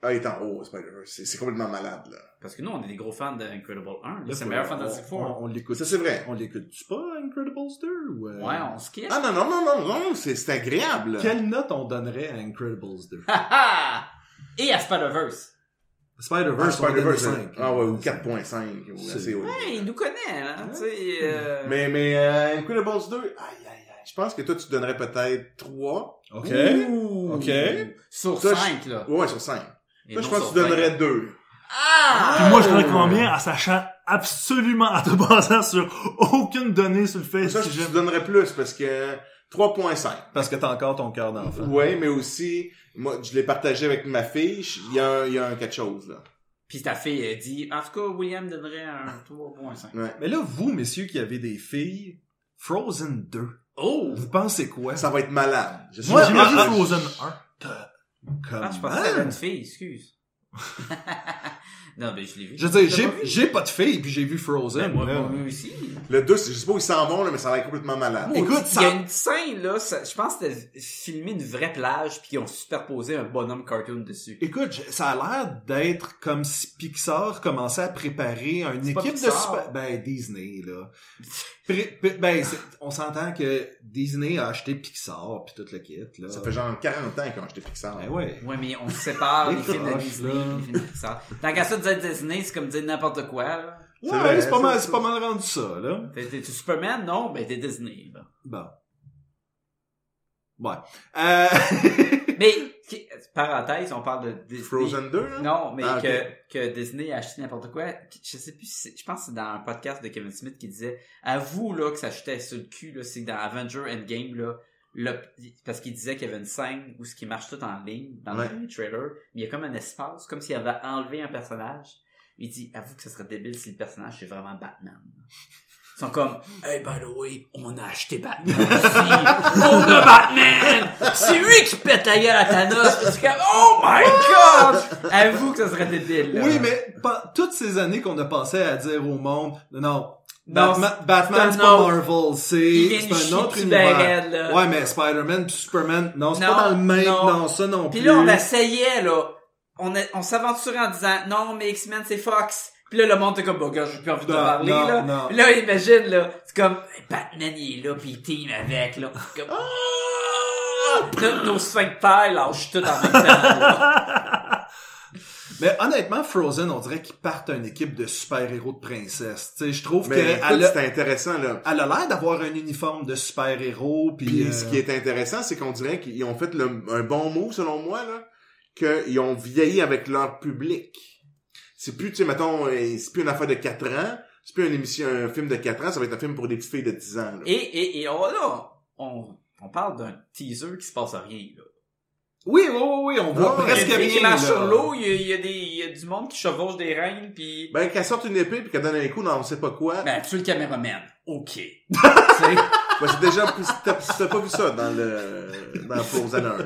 Ah, il est en haut, Spider-Verse. C'est- C'est complètement malade, là.
Parce que nous, on est des gros fans d'Incredible 1. là.
Là,
C'est
faut-
le meilleur Fantastic
on-
Four.
On, on l'écoute.
Ça, c'est vrai.
On l'écoute-tu pas, Incredibles 2? Ou, euh,
Ouais, on skip.
Ah non, non, non, non, non, c'est c'est agréable.
Quelle note on donnerait à Incredibles 2?
Ha
Ah!
ha! [laughs] Et à Spider-Verse.
Ah,
Spider-Verse,
Spider-Verse,
on
hein.
donne cinq.
Ah ouais, ou 4.5, ou
C'est-
assez haut.
Ouais, il nous connaît,
Ah
là. tu sais, euh,
Mais, mais, euh, Incredibles 2, aïe, aïe, aïe. Je pense que toi, tu donnerais peut-être 3.
OK.
Ouh.
OK.
Sur
Ça,
5, là.
Ouais, sur 5.
Et
Toi, je
non
pense
sur
que tu donnerais
20.
2.
Ah!
puis moi je ferais combien en sachant absolument, en te basant sur aucune donnée sur le fait
Ça,
si
je
j'aime.
te donnerais plus, parce que 3.5.
Parce que t'as encore ton cœur d'enfant.
Ouais, mais aussi, moi, je l'ai partagé avec ma fille, je- il y a, un- il y a un quelque chose, là.
Puis ta fille elle dit, en tout cas, William donnerait un 3.5.
Mais là, vous, messieurs qui avez des filles, Frozen 2,
Oh!
vous pensez quoi?
Ça va être malade. Je suis
Moi,
sûr.
J'imagine
ah, ah,
Frozen 1.
Comment?
Ah, je pensais que c'était une fille, excuse. [laughs] non, mais je l'ai vu.
Je veux dire,
J'ai pas
j'ai,
vu.
j'ai pas de filles, puis j'ai vu
Ben,
Frozen.
moi,
là.
moi aussi.
ah.
Le 2, je sais pas où ils s'en vont, là, mais ça va être complètement malade.
Écoute,
Maudit,
ça-
Il y a une scène, là, ça- je pense que c'était filmé une vraie plage, puis ils ont superposé un bonhomme cartoon dessus.
Écoute, je- ça a l'air d'être comme si Pixar commençait à préparer une
C'est
équipe
pas
de
Pixar.
super... Ben, Disney, là. Pré- pré- ben, c'est- on s'entend que Disney a acheté Pixar, puis tout le kit, là.
Ça fait genre 40 ans quand j'étais Pixar.
Ben ouais.
Ouais, mais on sépare les films de
Décroche,
Disney
là.
les films de Pixar. Tant qu'à ça, dire Disney, c'est comme dire n'importe quoi, là.
Ouais,
C'est vrai,
c'est pas
ça,
mal,
ça,
c'est pas mal rendu ça, là.
T'es, t'es- t'es Superman? Non, ben t'es Disney, là.
Bon. Ouais. Euh... [laughs]
Mais, qui- parenthèse, on parle de Disney.
Frozen 2, là?
Non, mais
Ah, ok.
que, que Disney a acheté n'importe quoi. Je sais plus, si c'est- je pense que c'est dans un podcast de Kevin Smith qui disait, à vous, là, que ça achetait sur le cul, là, c'est dans Avenger Endgame, là, le- parce qu'il disait qu'il y avait une scène où ce qui marche tout en ligne dans
Ouais.
le premier trailer, mais il y a comme un espace, comme s'il avait enlevé un personnage. Il dit, avoue que ce serait débile si le personnage c'est vraiment Batman. Ils sont comme, hey, by the way, on a acheté Batman
[laughs]
aussi. on a Batman! C'est lui qui pète la gueule à Thanos! Parce que, oh
[laughs]
my god! Avoue que ce serait débile. là.
Oui, mais pas- toutes ces années qu'on a passé à dire au monde, non,
Non,
Batman,
c'est-
Batman,
c'est
c'est
un
pas
autre.
Marvel,
Il
c'est
vient
c'est
de chier
un autre
dessus
univers.
ben raide, là.
Ouais, mais Spider-Man puis Superman, non, c'est
Non,
pas dans le même,
non.
non, ça non
Puis
plus.
là, on essayait, là. On, a- on s'aventurait en disant, non, mais X-Men, c'est Fox. Puis là, le monde était comme, bah, gars, j'ai plus envie de
Non,
parler,
non,
là.
non.
Puis là, imagine, là. C'est comme, hey, Batman, il est là, puis il team avec, là. C'est Comme, Ah! nos, nos sphincters lâchent tout en même
[laughs]
temps, là.
Mais honnêtement, Frozen, on dirait qu'ils partent une équipe de super-héros de princesses. Tu sais, je trouve
Mais
qu'elle
écoute,
a,
c'est intéressant, là.
elle a l'air d'avoir un uniforme de super-héros, puis... euh,
Puis ce qui est intéressant, c'est qu'on dirait qu'ils ont fait le- un bon mot, selon moi, là, qu'ils ont vieilli avec leur public. C'est plus, tu sais, mettons, euh, c'est plus une affaire de 4 ans, c'est plus une émission, un film de 4 ans, ça va être un film pour des petites filles de 10 ans, là.
Et, et, et, on, là, on, on parle d'un teaser qui se passe à rien, là.
Oui, oui, oui, oui, on voit
Oh,
presque
il y a des
rien,
filles qui marchent
là.
sur l'eau, il y, a, il y a des, il y a du monde qui chevauche des reines, puis...
Ben, qu'elle sorte une épée puis qu'elle donne un coup dans on sait pas quoi.
Ben, tu es le caméraman. OK. Tu sais?
Ben, c'est déjà, plus- t'as t'as pas vu ça dans le, dans Frozen 1,
[laughs]
là.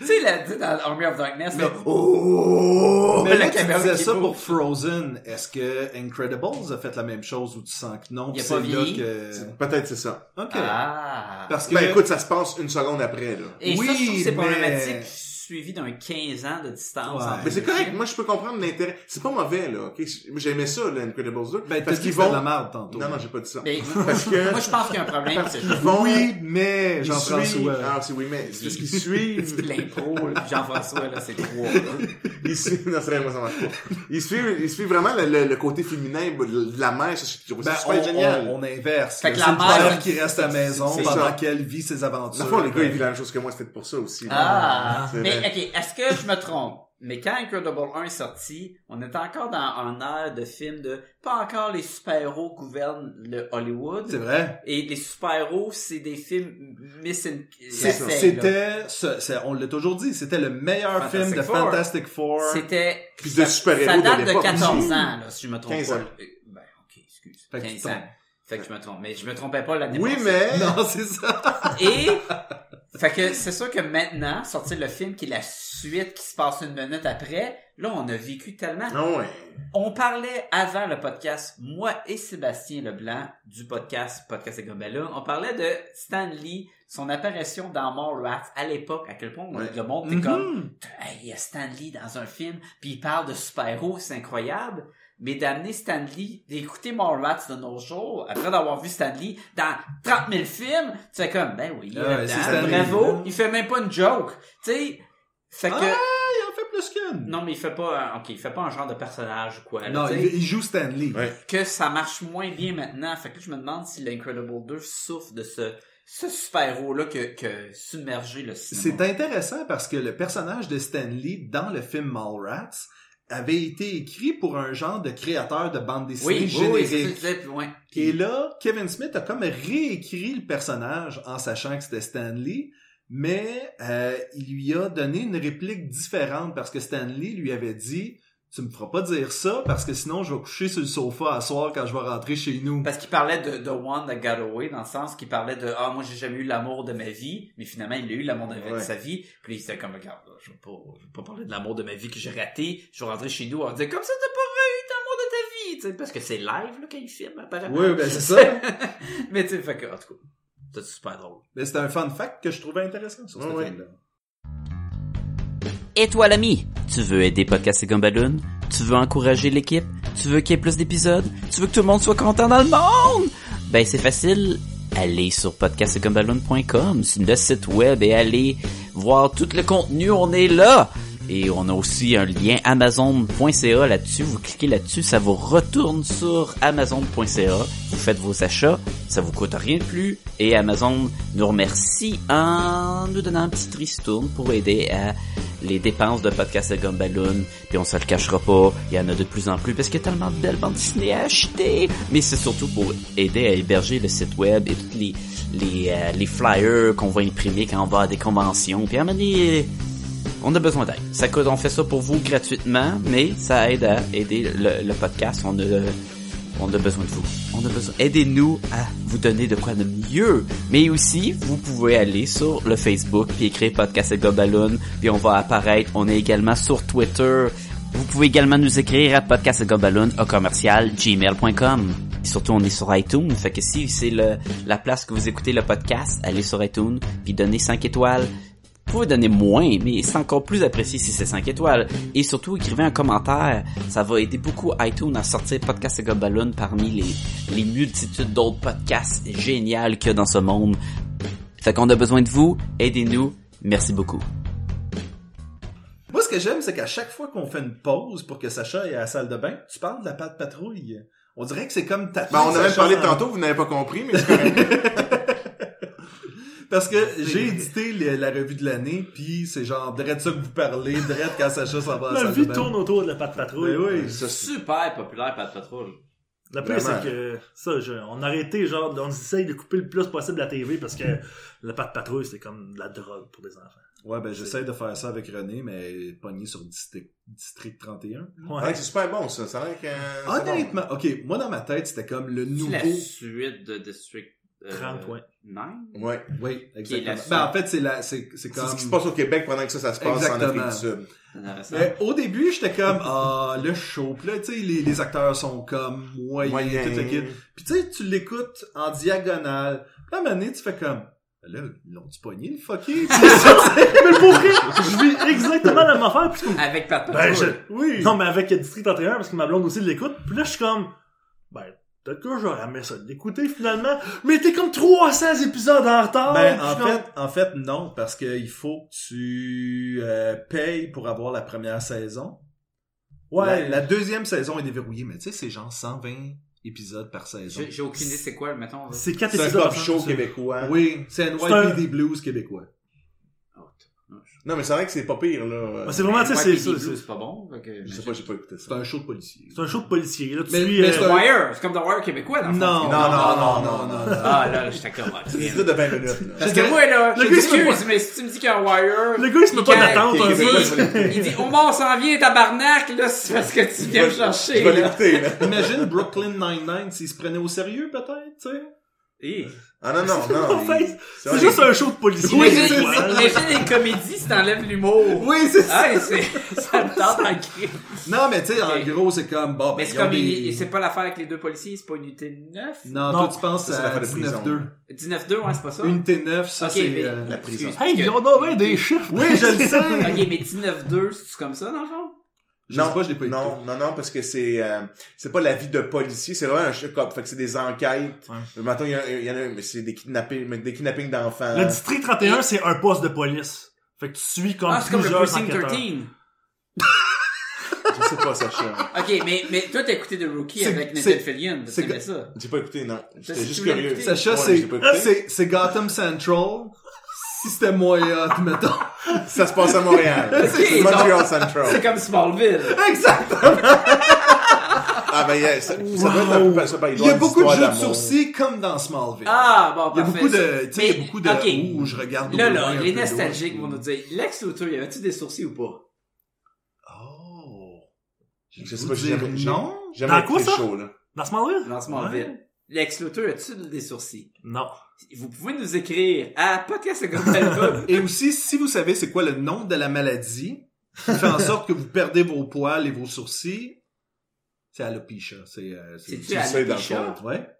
Tu sais, la, tu sais, dans Army of Darkness, là,
Oh!
Mais
la
là, tu
caméra
disais
qui
ça
bouge.
pour Frozen. Est-ce que Incredibles a fait la même chose ou tu sens que non?
Il
puis
a pas
c'est là
vieilli.
que-
C'est- Peut-être c'est ça.
Ok.
Ah.
Parce que...
Ben, écoute, ça se passe une seconde après, là.
Et
oui,
ça, je trouve que c'est
mais-
problématique suivi d'un 15 ans de distance.
Ouais.
entre
Mais c'est
les
correct,
films.
moi je peux comprendre l'intérêt. C'est pas mauvais là, ok? J'aimais ça, l'Incredibles 2.
ben,
parce qu'ils
vont...
vont.
de la merde tantôt.
Non, non, j'ai pas dit ça.
Mais-
Parce que-
Moi, je pense qu'il y a un problème,
[laughs]
c'est juste
Oui, mais
Ils
Jean-François...
suivent- Ah, c'est oui, mais c'est parce qu'ils [laughs] suivent.
de l'impro, là, puis Jean-François, là, c'est trop. là.
Ils suivent. Non, c'est vrai, moi, ça marche pas. Ils suivent, ils suivent vraiment le, le- le côté féminin de la mère. Ça, je trouve ça
Ben, on,
super génial.
on- on inverse.
Fait
là.
que
C'est
la
le
mère-
père qui reste à la maison
c'est
pendant
ça.
qu'elle vit ses aventures.
Dans le fond, le gars, il vit la même chose que moi, c'était pour ça aussi.
Ah.
C'est
Mais,
vrai.
ok, est-ce que je me trompe? Mais quand Incredible 1 est sorti, on était encore dans un air de film de pas encore les super-héros gouvernent le
C'est
Hollywood.
vrai.
Et les super-héros, c'est des films miss and-
C'est-
essay, là.
C'était, ce- c'est- on l'a toujours dit, c'était le meilleur
Fantastic
film de
Four.
Fantastic Four.
C'était.
Puis de
ça-
super-héros de
Ça date de
l'époque
14
aussi.
ans, là, si je me trompe
15
pas.
ans.
Euh, Ben, ok, excuse.
Fait que tu
15
tombes.
ans. Fait que je me trompe. Mais je me trompais pas l'année
Oui,
passée.
mais.
Non, c'est ça.
Et. Fait que c'est sûr que maintenant, sortir le film qui est la suite qui se passe une minute après, là, on a vécu tellement.
Non, Ah ouais.
On parlait avant le podcast, moi et Sébastien Leblanc du podcast Podcast et Gobelin, on parlait de Stan Lee, son apparition dans Mallrats à l'époque, à quel point on-
Ouais. Mhm.
le monde était comme
Hmm.
Hey, il y a Stan Lee dans un film, puis il parle de super-héros, c'est incroyable. Mais d'amener Stan Lee, d'écouter Mallrats de nos jours, après d'avoir vu Stan Lee dans 30 000 films, tu fais comme, ben oui, il est
Ah ouais,
là-dedans,
c'est Stan Lee,
bravo,
hein.
il fait même pas une joke. Tu sais, fait que,
Ah, il en fait plus qu'une.
non mais il fait pas, un- ok, il fait pas un genre de personnage ou quoi. Ben, là,
Non,
tu sais.
il, il joue Stanley.
Ouais.
que ça marche moins bien maintenant. Fait que là, je me demande si l'Incredible 2 souffre de ce, ce super-héros-là que, que submergé le cinéma.
C'est intéressant parce que le personnage de Stanley dans le film Mallrats avait été écrit pour un genre de créateur de bande dessinée
Oui, oui, oui,
générique.
c'est ça que je disais, puis ouais. Puis-
Et là, Kevin Smith a comme réécrit le personnage en sachant que c'était Stanley, mais euh, il lui a donné une réplique différente parce que Stanley lui avait dit Tu me feras pas dire ça parce que sinon je vais coucher sur le sofa à soir quand je vais rentrer chez nous.
Parce qu'il parlait de The One That Got Away, dans le sens qu'il parlait de Ah, moi j'ai jamais eu l'amour de ma vie, mais finalement il a eu l'amour de, de
Ouais.
sa vie. Puis il était comme Regarde, là, je vais pas, je vais pas parler de l'amour de ma vie que j'ai raté. Je vais rentrer chez nous, on va dire Comme ça, t'as pas eu l'amour de ta vie, tu sais, parce que c'est live là, quand il filme, apparemment.
Oui, ben c'est ça.
mais tu sais, fait que, en tout cas, c'est super drôle.
mais c'est un fun fact que je trouvais intéressant sur ce
Ouais, ouais.
film-là.
Et toi l'ami, tu veux aider Podcast et Gumballoon? Tu veux encourager l'équipe? Tu veux qu'il y ait plus d'épisodes? Tu veux que tout le monde soit content dans le monde? Ben c'est facile, allez sur podcastetgumballoon.com, c'est notre site web et allez voir tout le contenu, on est là! Et on a aussi un lien amazon.ca là-dessus, vous cliquez là-dessus, ça vous retourne sur amazon.ca, vous faites vos achats, ça vous coûte rien de plus, et Amazon nous remercie en nous donnant un petit tristourne pour aider à les dépenses de podcast de Gumballoon, puis on se le cachera pas, il y en a de plus en plus parce qu'il y a tellement de belles bandes dessinées à acheter, mais c'est surtout pour aider à héberger le site web et toutes les les, euh, les flyers qu'on va imprimer quand on va à des conventions. Puis amener, on a besoin d'aide. Ça coûte, on fait ça pour vous gratuitement, mais ça aide à aider le, le podcast. On a, on a besoin de vous. On a besoin. Aidez-nous à vous donner de quoi de mieux. Mais aussi, vous pouvez aller sur le Facebook puis écrire Podcast et Gobaloon, puis on va apparaître. On est également sur Twitter. Vous pouvez également nous écrire à podcastgobaloon au commercial gmail.com. Et Surtout, on est sur iTunes, fait que si c'est le- la place que vous écoutez le podcast, allez sur iTunes puis donnez 5 étoiles. Vous pouvez donner moins, mais c'est encore plus apprécié si c'est 5 étoiles. Et surtout, écrivez un commentaire. Ça va aider beaucoup iTunes à sortir Podcast et Gobaloon parmi les, les multitudes d'autres podcasts géniaux qu'il y a dans ce monde. Fait qu'on a besoin de vous. Aidez-nous. Merci beaucoup.
Moi, ce que j'aime, c'est qu'à chaque fois qu'on fait une pause pour que Sacha aille à la salle de bain, tu parles de la patte patrouille. On dirait que c'est comme ta
Ben, on avait
Sacha
parlé
en-
tantôt, vous n'avez pas compris, mais c'est correct.
Parce que j'ai édité le- la revue de l'année, puis c'est genre, drette ça que vous parlez, drette quand Sacha s'en va à la
La
salle de
vie
bain.
tourne autour de la patte patrouille.
Mais Ben oui.
Ça, c'est-
Super populaire, Pat Patrol.
La pire,
Vraiment.
c'est que ça, je- on a arrêté, genre, on essaye de couper le plus possible la TV parce que la patte patrouille, c'est comme de la drogue pour des enfants.
Ouais, ben j'essaie de faire ça avec René, mais pogné sur District, District 31.
[laughs]
Ouais.
Ouais, c'est super bon, ça. Ça a l'air que. c'est bon.
Honnêtement, ok, moi dans ma tête, c'était comme le
C'est
nouveau...
la suite de District euh,
30, ouais.
9.
Ouais.
Oui,
la
exactement.
suite.
Ben, en fait, c'est la, c'est, c'est
C'est
comme...
ce qui se passe au Québec pendant que ça, ça se passe en
Exactement.
Afrique du Sud.
Intéressant.
Mais au début, j'étais comme, ah, le show. Puis là, tu sais, les, les acteurs sont comme moyens,
Moyen.
tout le kit. Puis tu sais, tu l'écoutes en diagonale. Puis à un moment donné, tu fais comme, ben là, ils l'ont-tu pogné, le [laughs] fucké? Puis ça,
Mais pour vrai, je vis exactement la même affaire. Puis je suis comme,
Avec Pat
ben,
Patrol.
je-
oui.
Non, mais avec District 31, parce que ma blonde aussi l'écoute. Puis là, je suis comme, ben, peut-être que j'aurais aimé ça de l'écouter finalement. Mais t'es comme 300 épisodes en retard.
Ben,
Puis je
en
suis comme,
fait, en fait, non, parce que il faut que tu euh, payes pour avoir la première saison.
ouais,
La, la deuxième saison est déverrouillée, mais tu sais, c'est genre 120 épisodes par saison.
J'ai j'ai aucune idée c'est quoi, le mettons. là.
c'est 4
C'est un
épisodes.
pop
par
show
semaine.
québécois.
Oui, c'est
C'est un-
NYPD Blues québécois.
Oh, tabarnouche.
Non, mais c'est vrai que c'est pas pire, là.
Ben, c'est vraiment, tu sais, c'est-
Ouais,
c'est-
Baby Blue,
c'est
c'est pas bon. fait que-
Je sais pas, j'ai pas écouté
C'est
ça.
un show de policier.
c'est un show de policier. Là, tu
Mais-
suis,
mais
euh,
c'est
The
un-
Wire, c'est comme The Wire québécois, dans le
Non,
fond.
non, non, non, non, non.
Ah, là, j'étais comme, ah,
C'est
merde.
une de 20 [laughs] minutes, là.
Parce que moi, là,
Le
je
gars, il se met
m'excuse, mais si tu me dis qu'il y a un wire.
Le gars, il se met
il
pas
canne-
d'attente un
Il
peu.
dit, il dit, on m'en s'en vient, tabarnak, là, c'est parce que tu viens me chercher.
Je vais
là.
l'écouter,
[laughs]
là.
Imagine Brooklyn Nine-Nine s'ils se prenaient au sérieux, peut-être, tu sais.
Hé.
Ah non, non, non.
Enfin,
il-
C'est juste un show de policier.
Imagine
Ouais.
imagine les comédies si t'enlèves l'humour.
Oui, c'est ça.
Ah, et c'est, ça me tente en crise.
Non, mais tu sais, en
Ok.
gros, c'est comme, bon,
Mais
ben,
c'est
ils ont
comme, il-
des-
et c'est pas l'affaire avec les deux policiers, c'est pas une unité 9?
Non,
Non.
toi, tu penses
Ça, c'est
à
l'affaire de prison.
19-2.
19-2, ouais, c'est pas ça?
Une T9, ça,
Ok,
c'est...
mais-
euh,
La prison.
Excuse.
Hey, ils ont donné des chiffres.
Oui, je
[laughs]
le sais!
Ok, mais 19-2, c'est comme ça, dans le fond?
Je sais pas, je l'ai pas
Non, non, non, parce que c'est, euh, c'est pas la vie de policier, c'est vraiment un check-up. Fait que c'est des enquêtes.
Ouais.
Euh, Maintenant, il y, en a- il y en a, mais c'est des kidnappings, mais des kidnappings d'enfants.
Le district 31, c'est un poste de police. Fait que tu suis comme
Ah, c'est comme le
plusieurs
Precinct
enquêteurs.
13.
Je sais pas, Sacha.
Ok, mais, mais toi, t'as écouté The Rookie
C'est-
avec
c'est-
Nathan Fillion,
c'est-
t'aimais ça?
J'ai pas écouté, non. J'étais
si tu
juste
voulais
curieux.
écouter.
Sacha,
Ouais, j'ai
c'est,
pas
Ah,
écouté.
c'est, c'est Gotham Central. si c'était moins hot, [laughs] mettons.
Ça se passe à Montréal. c'est
donc-
Montreal
C'est
Central.
comme Smallville.
Exact!
Ah, ben, yeah, ça, ça doit être un peu ça. Ben,
Il y a beaucoup de jeux de
sourcils.
sourcils comme dans Smallville.
Ah, bon,
il y a
parfait.
beaucoup de, tu sais, il y
Mais,
a beaucoup de,
ok.
ouh, je regarde.
Là,
au
là,
loin un
les
peu d'eau.
nostalgiques vont nous dire, Lex Luthor, y avait-tu des sourcils ou pas?
Oh.
Je sais
Vous
pas, j'ai
dire
jamais, j'ai-
non?
Jamais
Dans quoi,
écouté
ça?
chaud, là.
Dans Smallville?
Dans Smallville. Lex Luthor, a-tu des sourcils?
Non.
Vous pouvez nous écrire à
[laughs]
podcast.com.
Et aussi, si vous savez c'est quoi le nom de la maladie, qui fait en sorte que vous perdez vos poils et vos sourcils, c'est alopecia. C'est, euh,
C'est-tu
Tu le sais, dans le
Alopecia?
fond.
Ouais.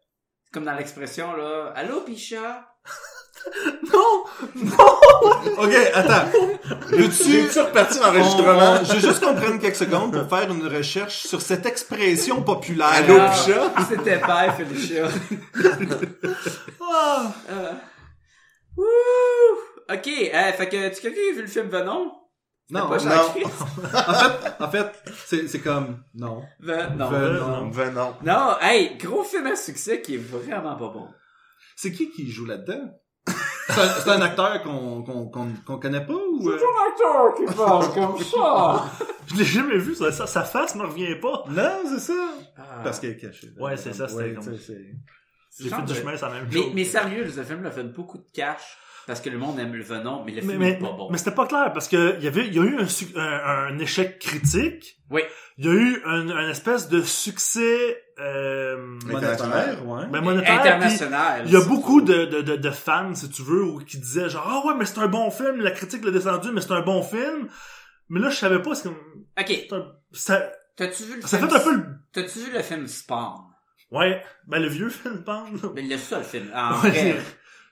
Comme dans l'expression, là, Allô, Picha?
Non!
Ok, attends.
[laughs]
[laughs] Veux-tu...
J'ai-tu reparti l'enregistrement?
On- on- Je veux juste qu'on prenne quelques secondes pour faire une recherche sur cette expression populaire.
Allô,
Ah.
Picha?
C'était pas [laughs] Felicia.
Ah.
Euh, Ouh! Ok, euh, fait que tu quelqu'un qui a vu le film Venom?
Non,
Pas
non.
Jean-Christ.
En fait, en fait c'est, c'est comme... Non.
Venom.
Venom.
Ben, non.
Ah, Non, hey, gros film à succès qui est vraiment pas bon.
C'est qui qui joue là-dedans? C'est un, c'est un acteur qu'on, qu'on, qu'on, qu'on connaît pas ou... euh?
acteur [laughs] qui parle comme ça!
Je l'ai jamais vu, ça, ça- sa face me revient pas.
Non, c'est ça. Parce qu'elle est cachée.
Ah. Ouais, c'est ça, c'était
Ouais,
comme-
tu sais, c'est-
Ah, C'est
J'ai
genre
fait du
de-
chemin, c'est la même
Mais,
chose.
mais sérieux, le film a fait beaucoup de cash parce que le monde aime le venom, mais le
mais,
film
mais-
est pas bon.
mais c'était pas clair parce que il y avait il y a eu un, suc- un- un échec critique.
Oui.
Il y a eu un, un espèce de succès euh,
International.
ouais.
ben, monétaire. puis
International.
Il y a beaucoup de, de, de, de fans, si tu veux, ou qui disaient genre ah ouais mais c'est un bon film, la critique l'a descendu, mais c'est un bon film. Mais là je savais pas, c'est comme
Ok,
c'est un- ça,
t'as-tu vu le
ça
film
fait un peu le
T'as-tu vu le film Spawn
ouais, ben le vieux film, pardon.
Mais le seul film. En
Ouais.
vrai.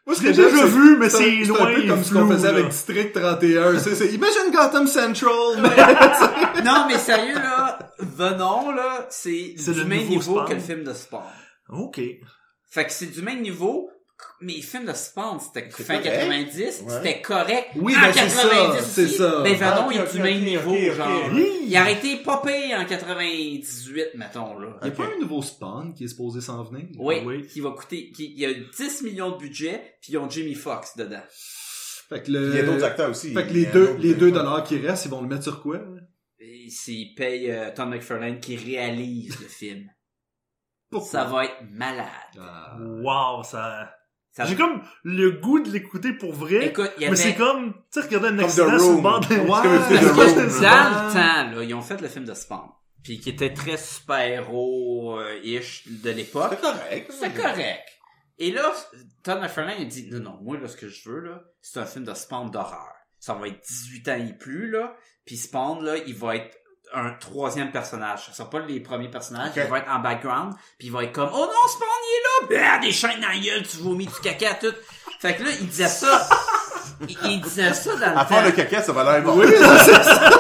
Moi,
Je l'ai déjà vu, mais c'est
un-
loin
un peu
et
comme ce qu'on
flou,
faisait
là.
avec District 31. c'est, c'est, imagine
[laughs]
Gotham Central, mais...
non, mais sérieux là, Venom là, c'est
C'est
du
le
même
nouveau
niveau
Spawn.
que le film de Spawn.
[laughs] Ok.
Euh, Fait que c'est du même niveau. Mais les films de Spawn, c'était
C'est
fin
correct.
90,
Ouais.
c'était correct.
Oui,
en
ben, c'est ça,
90
c'est
aussi,
ça.
Ben, Venom,
Ah,
il est
ok,
du
ok,
même
ok,
niveau,
ok, ok.
genre.
Oui.
Il aurait été pas pire en 98, mettons, là.
Il y a pas un nouveau Spawn qui est supposé s'en venir?
Oui,
Oui.
qui va coûter, qui, il y a 10 millions de budget, puis ils ont Jimmy Fox dedans.
Fait que le...
Il y a d'autres acteurs aussi.
Euh, Fait que
Il
les
y a
deux,
d'autres-
les deux dollars qui restent, ils vont le mettre sur quoi? hein?
Et s'ils payent euh, Tom McFarlane qui réalise
[laughs]
le film,
Pourquoi?
ça va être malade.
Ah.
Wow, ça.
Ça-
J'ai comme le goût de l'écouter pour vrai.
Écoute, il y
mais c'est
avait...
comme, tu sais, regarder un
Comme
accident
The
sur le
Room.
bord de
Ouais.
film de
Parce que
Rome,
dans le temps, là, ils ont fait le film de Spawn, puis qui était très super-héros-ish de l'époque.
C'est correct.
C'est correct. Et là, Tom McFarlane a dit, non, non, moi, là, ce que je veux, là, c'est un film de Spawn d'horreur. Ça va être 18 ans et plus, là. Puis Spawn, là, il va être un troisième personnage. Ça sera pas les premiers personnages.
Ok.
Il va être en background. Puis il va être comme, oh non, Spawn, il est là! Bah, des chaînes dans la gueule, tu vomis du caca, tout. Fait que là, il
[laughs]
disait ça. il, il disait ça dans le
À part le
temps.
caca, ça va l'air bon.
Oui, non,
[laughs]
c'est ça.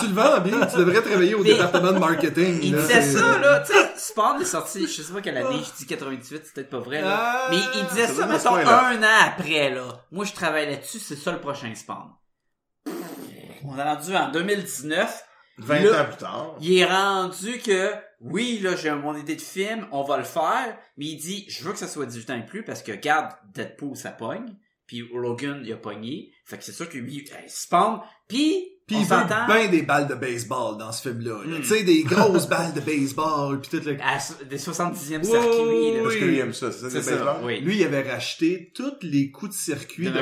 tu le vends bien, tu devrais travailler au
Mais-
département de marketing.
Il
là,
disait
c'est-
ça, là, tu sais, Spawn est sorti, je sais pas quelle année, je dis 88, c'est peut-être pas vrai, là.
Ah,
mais il disait
ça
ça,
donne à ce
mettons,
point-là.
un an après, là. Moi, je travaille là-dessus, c'est ça le prochain Spawn. Pfff, On est rendu en 2019,
20
Là-
ans plus tard.
il est rendu que, oui, là, j'ai mon idée de film, on va le faire, mais il dit, je veux que ça soit 18 ans et plus, parce que, garde, Deadpool, ça pogne, puis Logan, il a pogné, fait que c'est sûr que lui, hey, Spawn, puis,
Pis
on
il veut
s'entend...
ben des balles de baseball dans ce film-là. là.
Hmm.
Mm.
Tu sais, des grosses balles de baseball, pis tout le...
à so- des 70e
Oui,
circuit, là.
Parce que
oui.
lui aime ça,
Ah,
c'est ça,
C'est
c'est
ça,
baseball.
oui.
Lui, il avait racheté tous les coups de circuit
De
de,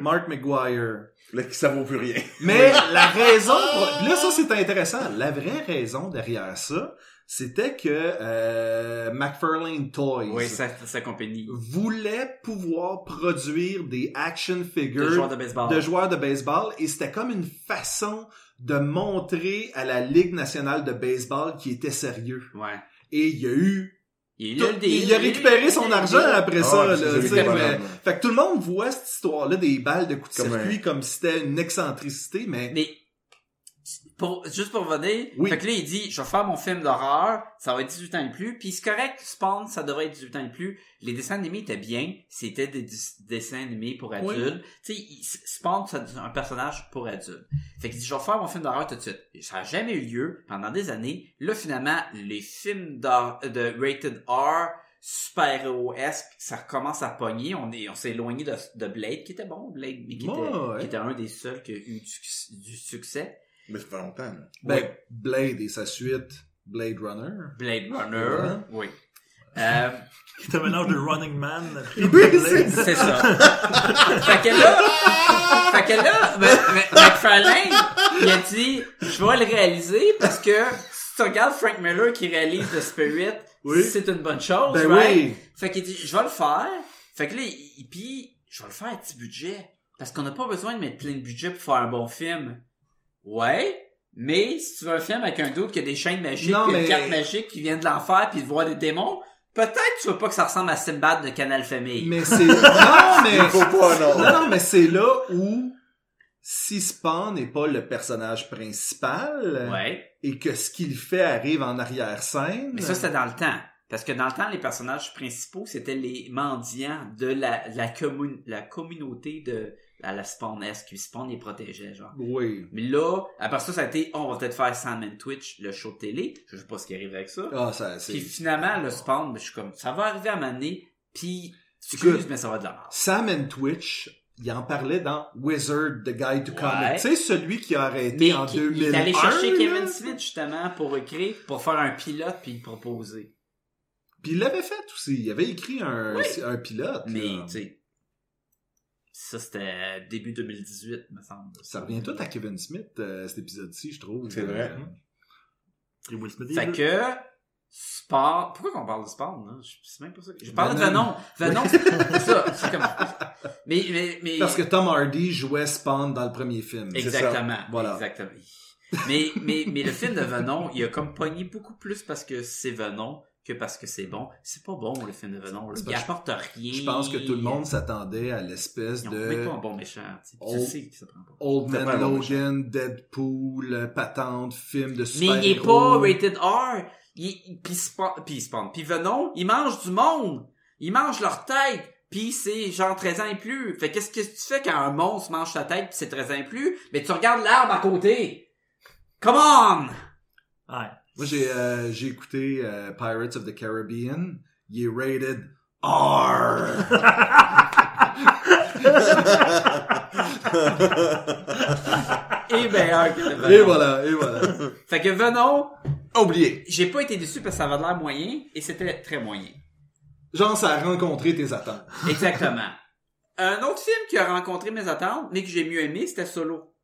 Mark, Mark McGuire.
Là, ça vaut plus rien.
Mais la raison, pour- là ça c'est intéressant. La vraie raison derrière ça, c'était que euh, McFarlane Toys
Oui, sa, sa compagnie.
voulait pouvoir produire des action
De joueurs
figures
de baseball.
de joueurs de baseball et c'était comme une façon de montrer à la Ligue nationale de baseball qui était sérieux.
Ouais.
Et il y a eu
Il,
tout- il a récupéré son argent après
Ah,
ça.
parce que
là,
c'est
tu
lui
sais,
qui a
mais-
parlé.
Fait que tout le monde voit cette histoire-là des balles de coups de
Comme un-
circuit comme si c'était une excentricité, mais
Mais, pour, juste pour revenir,
Oui.
fait que là, il dit, je vais faire mon film d'horreur, ça va être 18 ans et plus, puis c'est correct, Spawn, ça devrait être 18 ans et plus. Les dessins animés étaient bien, c'était des dis- dessins animés pour adultes. Tu sais, il- Spawn, c'est un personnage pour adultes. Fait qu'il dit, je vais faire mon film d'horreur tout de suite. Et Ça n'a jamais eu lieu pendant des années. Là, finalement, les films d'hor- de rated R, super-héroesque, ça recommence à pogner. On est, on s'est éloigné de, de Blade, qui était bon, Blade, mais qui, était,
Ouais.
qui était un des seuls qui a eu du, succ- du succès.
Mais ça fait longtemps. là.
ben, Blade et sa suite, Blade
[laughs]
Runner.
Blade Runner,
Ouais.
oui. Euh,
C'est un mélange de Running Man.
Ben Oui, c'est-
c'est ça. fait que là, fait que là, Ma- Ma- McFarlane, il a dit, je vais le réaliser parce que si tu regardes Frank Miller qui réalise The Spirit,
Oui.
c'est une bonne chose,
Ben
right?
oui!
Fait qu'il dit, je vais le faire. Fait que là, il, il- puis, je vais le faire à petit budget. Parce qu'on n'a pas besoin de mettre plein de budget pour faire un bon film. Ouais. Mais si tu veux un film avec un doute qui a des chaînes magiques,
Non,
puis une
mais-
carte magique qui vient de l'enfer, puis de voir des démons, peut-être que tu veux pas que ça ressemble à Sinbad de Canal Famille.
Mais c'est... Non,
[laughs]
mais...
Il faut pas, non.
Non, non, mais c'est là où, si Spawn n'est pas le personnage principal,
Ouais.
et que ce qu'il fait arrive en arrière-scène...
Mais ça, c'est dans le temps. Parce que dans le temps, les personnages principaux, c'était les mendiants de la, la, commun- la communauté de à la Spawn-esque. Puis Spawn les protégeait, genre.
Oui.
Mais là, après ça, ça a été, oh, on va peut-être faire Sandman Twitch, le show de télé. Je sais pas ce qui arrive avec ça.
Ah, ça, c'est...
puis finalement, le spawn, ben, je suis comme, ça va arriver à m'amener, puis tu
Good.
mais ça va de la merde.
Sam and Twitch, il en parlait dans Wizard, The Guide to
Ouais.
Comics. Tu sais, celui qui a arrêté
Mais
en
qui-
2001.
il est allé chercher
là.
Kevin Smith, justement, pour écrire, pour faire un pilote, puis le proposer.
Puis il l'avait fait aussi. Il avait écrit un, un pilote.
Mais,
là.
tu sais, ça, c'était début 2018, me semble.
Ça revient tout à Kevin Smith, euh, cet épisode-ci, je trouve.
C'est vrai.
Euh,
Et Will Smith, il
Fait
est-
que, sport... Pourquoi qu'on parle de sport, non? Je- C'est même pour ça que... Je parle de
Venom.
Venom. Venom, c'est ça. C'est comme...
[laughs]
Mais, mais, mais...
Parce que Tom Hardy jouait Spawn dans le premier film.
Exactement.
Voilà.
Exactement. Mais, mais, mais le film de Venom, il a comme pogné beaucoup plus parce que c'est Venom que parce que c'est bon. C'est pas bon, le film de Venom. là.
C'est
Il
parce-
apporte rien.
Je pense que tout le monde s'attendait à l'espèce
Ils ont même
de
pas un bon méchant. tu sais.
Oh.
Tu sais que ça prend pas.
Old
T'as pas un
Man
bon
Logan, Deadpool, euh, patente, film de
Mais
super
il est pas rated R. Il, pis Spawn, pis Spawn, pis Venom, il mange du monde. Il mange leur tête. Pis c'est genre 13 ans et plus. Fait qu'est-ce que tu fais quand un monstre mange ta tête pis c'est 13 ans et plus? Mais tu regardes l'arbre à côté. Come on!
Ouais.
Moi, j'ai euh, j'ai écouté euh, Pirates of the Caribbean. Il est rated
[laughs]
R. Eh
Et
ben,
[laughs] meilleur que le Venom.
et voilà, et voilà.
Fait que Venom,
Oublié.
j'ai pas été déçu parce que ça avait l'air moyen et c'était très moyen.
[laughs]
Genre, ça a rencontré tes attentes.
Exactement. Un autre film qui a rencontré mes attentes, mais que j'ai mieux aimé, c'était Solo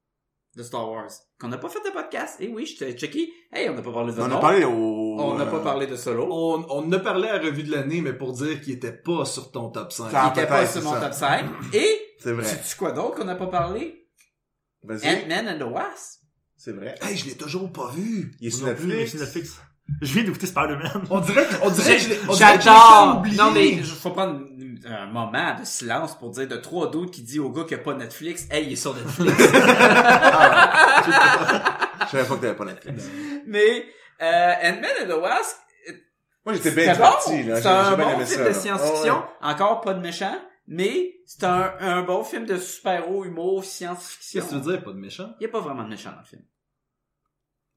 de Star Wars. Qu'on n'a pas fait de podcast. Et oui, je t'ai checké. Hey, on n'a pas parlé de
On a
Solo.
parlé au...
On n'a pas
euh,
parlé de Solo.
On, on en a parlé à la revue de l'année, mais pour dire qu'il était pas sur ton top 5.
Ça-
Il
Ah,
était
peut-être,
pas sur
c'est
mon
ça.
top 5. Et,
C'est vrai.
sais-tu quoi d'autre qu'on n'a pas parlé?
Vas-y.
Ant-Man and the
[laughs]
Wasp.
C'est
[laughs]
vrai.
Hey, je l'ai toujours pas vu.
Il est sur
Non plus, mais
Netflix.
c'est Netflix. Je viens d'écouter Spider-Man.
On dirait que, on dirait que je l'ai- on dirait que je l'ai fait
J'adore!
oublier.
Non, mais, je faut prendre une- un moment de silence pour dire de trois d'autres qui dit au gars qui a pas Netflix, hey, il est sur Netflix.
Ah,
Je savais pas que t'avais pas Netflix.
mais, euh, Ant-Man and the Wasp,
Moi, j'étais
C'est
bien parti, là.
C'est
J'ai-
un
j'ai bien
bon
aimé
film
ça,
de
là.
science-fiction.
Ah ouais.
Encore pas de méchant, mais c'est un, un bon film de super-héros, humour, science-fiction.
Qu'est-ce que tu veux dire, pas de méchant?
Il n'y a pas vraiment de méchant dans le film.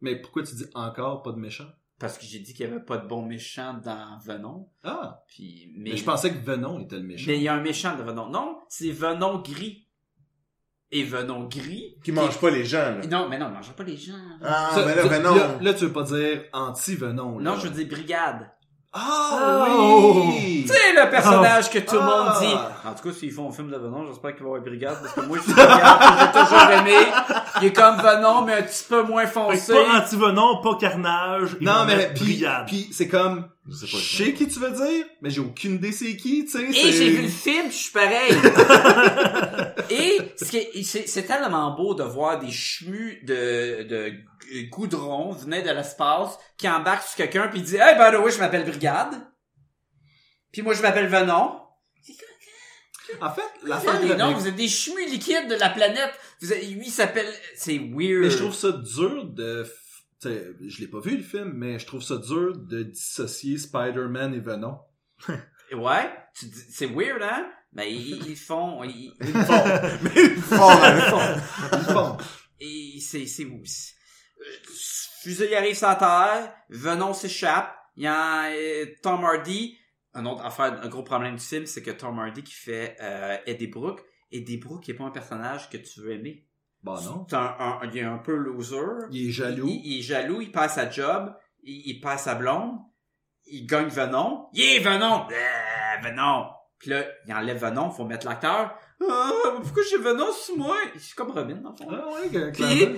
Mais pourquoi tu dis encore pas de méchant?
Parce que j'ai dit qu'il n'y avait pas de bon méchant dans Venom.
Ah!
Puis,
Mais,
mais,
je pensais que Venom était le méchant.
mais il y a un méchant de Venom. Non, c'est Venom gris. Et Venom gris.
Qui mange pas les gens, là.
Non, mais non, il mange pas les gens.
Ah,
Ça,
mais là,
tu-
mais non.
ben Là, là, tu veux pas dire anti-Venom. là.
Non, je veux dire brigade.
Ah
Oh!
oui!
C'est le personnage que tout le
Ah.
monde dit. En tout cas, s'ils font un film de Venom, j'espère qu'il va y avoir une brigade, parce que moi, je suis brigade, j'ai toujours aimé. Il est comme Venom, mais un petit peu moins
Fait
foncé.
que pas anti-venom, pas carnage. il
Non,
va
mais
mettre
puis,
brillade.
puis c'est comme,
Je sais
je
pas.
sais qui tu veux dire, mais j'ai aucune idée c'est qui, tu sais.
Et
c'est-
j'ai vu le film, je suis
[laughs]
pareil. Et ce qui est- c'est c'est tellement beau de voir des chemus de, de goudron venant de l'espace qui embarquent sur quelqu'un puis dit Hey, by the way, je m'appelle Brigade. Puis moi, je m'appelle Venom.
En fait, la
Vous
fin
avez
de
des
la
noms, vous êtes des chemus liquides de la planète. Vous êtes, lui il s'appelle, c'est weird.
Mais je trouve ça dur de. f- tu sais, Je l'ai pas vu le film, mais je trouve ça dur de dissocier Spider-Man et Venom.
Ouais, tu dis- c'est weird, hein? Mais ils, ils font, ils, ils
Bon.
font,
Mais ils font,
ils
là.
font.
Bon,
Et c'est, c'est où? c'est- Euh, Fusée il arrive sur la terre, Venom s'échappe, il y a euh, Tom Hardy. Un autre affaire, un gros problème du film, c'est que Tom Hardy qui fait euh, Eddie Brooke. Eddie Brooke qui est pas un personnage que tu veux aimer.
bon Bah non.
C'est un- un- il est un peu loser.
Il est jaloux.
Il, il est jaloux, il passe sa job, il, il passe sa blonde, il gagne Venom. Yeah, Venom! Ah, Venom! Puis là, il enlève Venom, faut mettre l'acteur. Ah, pourquoi j'ai Venom sur moi? C'est comme Robin, dans le fond.
Ah ouais, que-
Puis-
clairement.
Euh,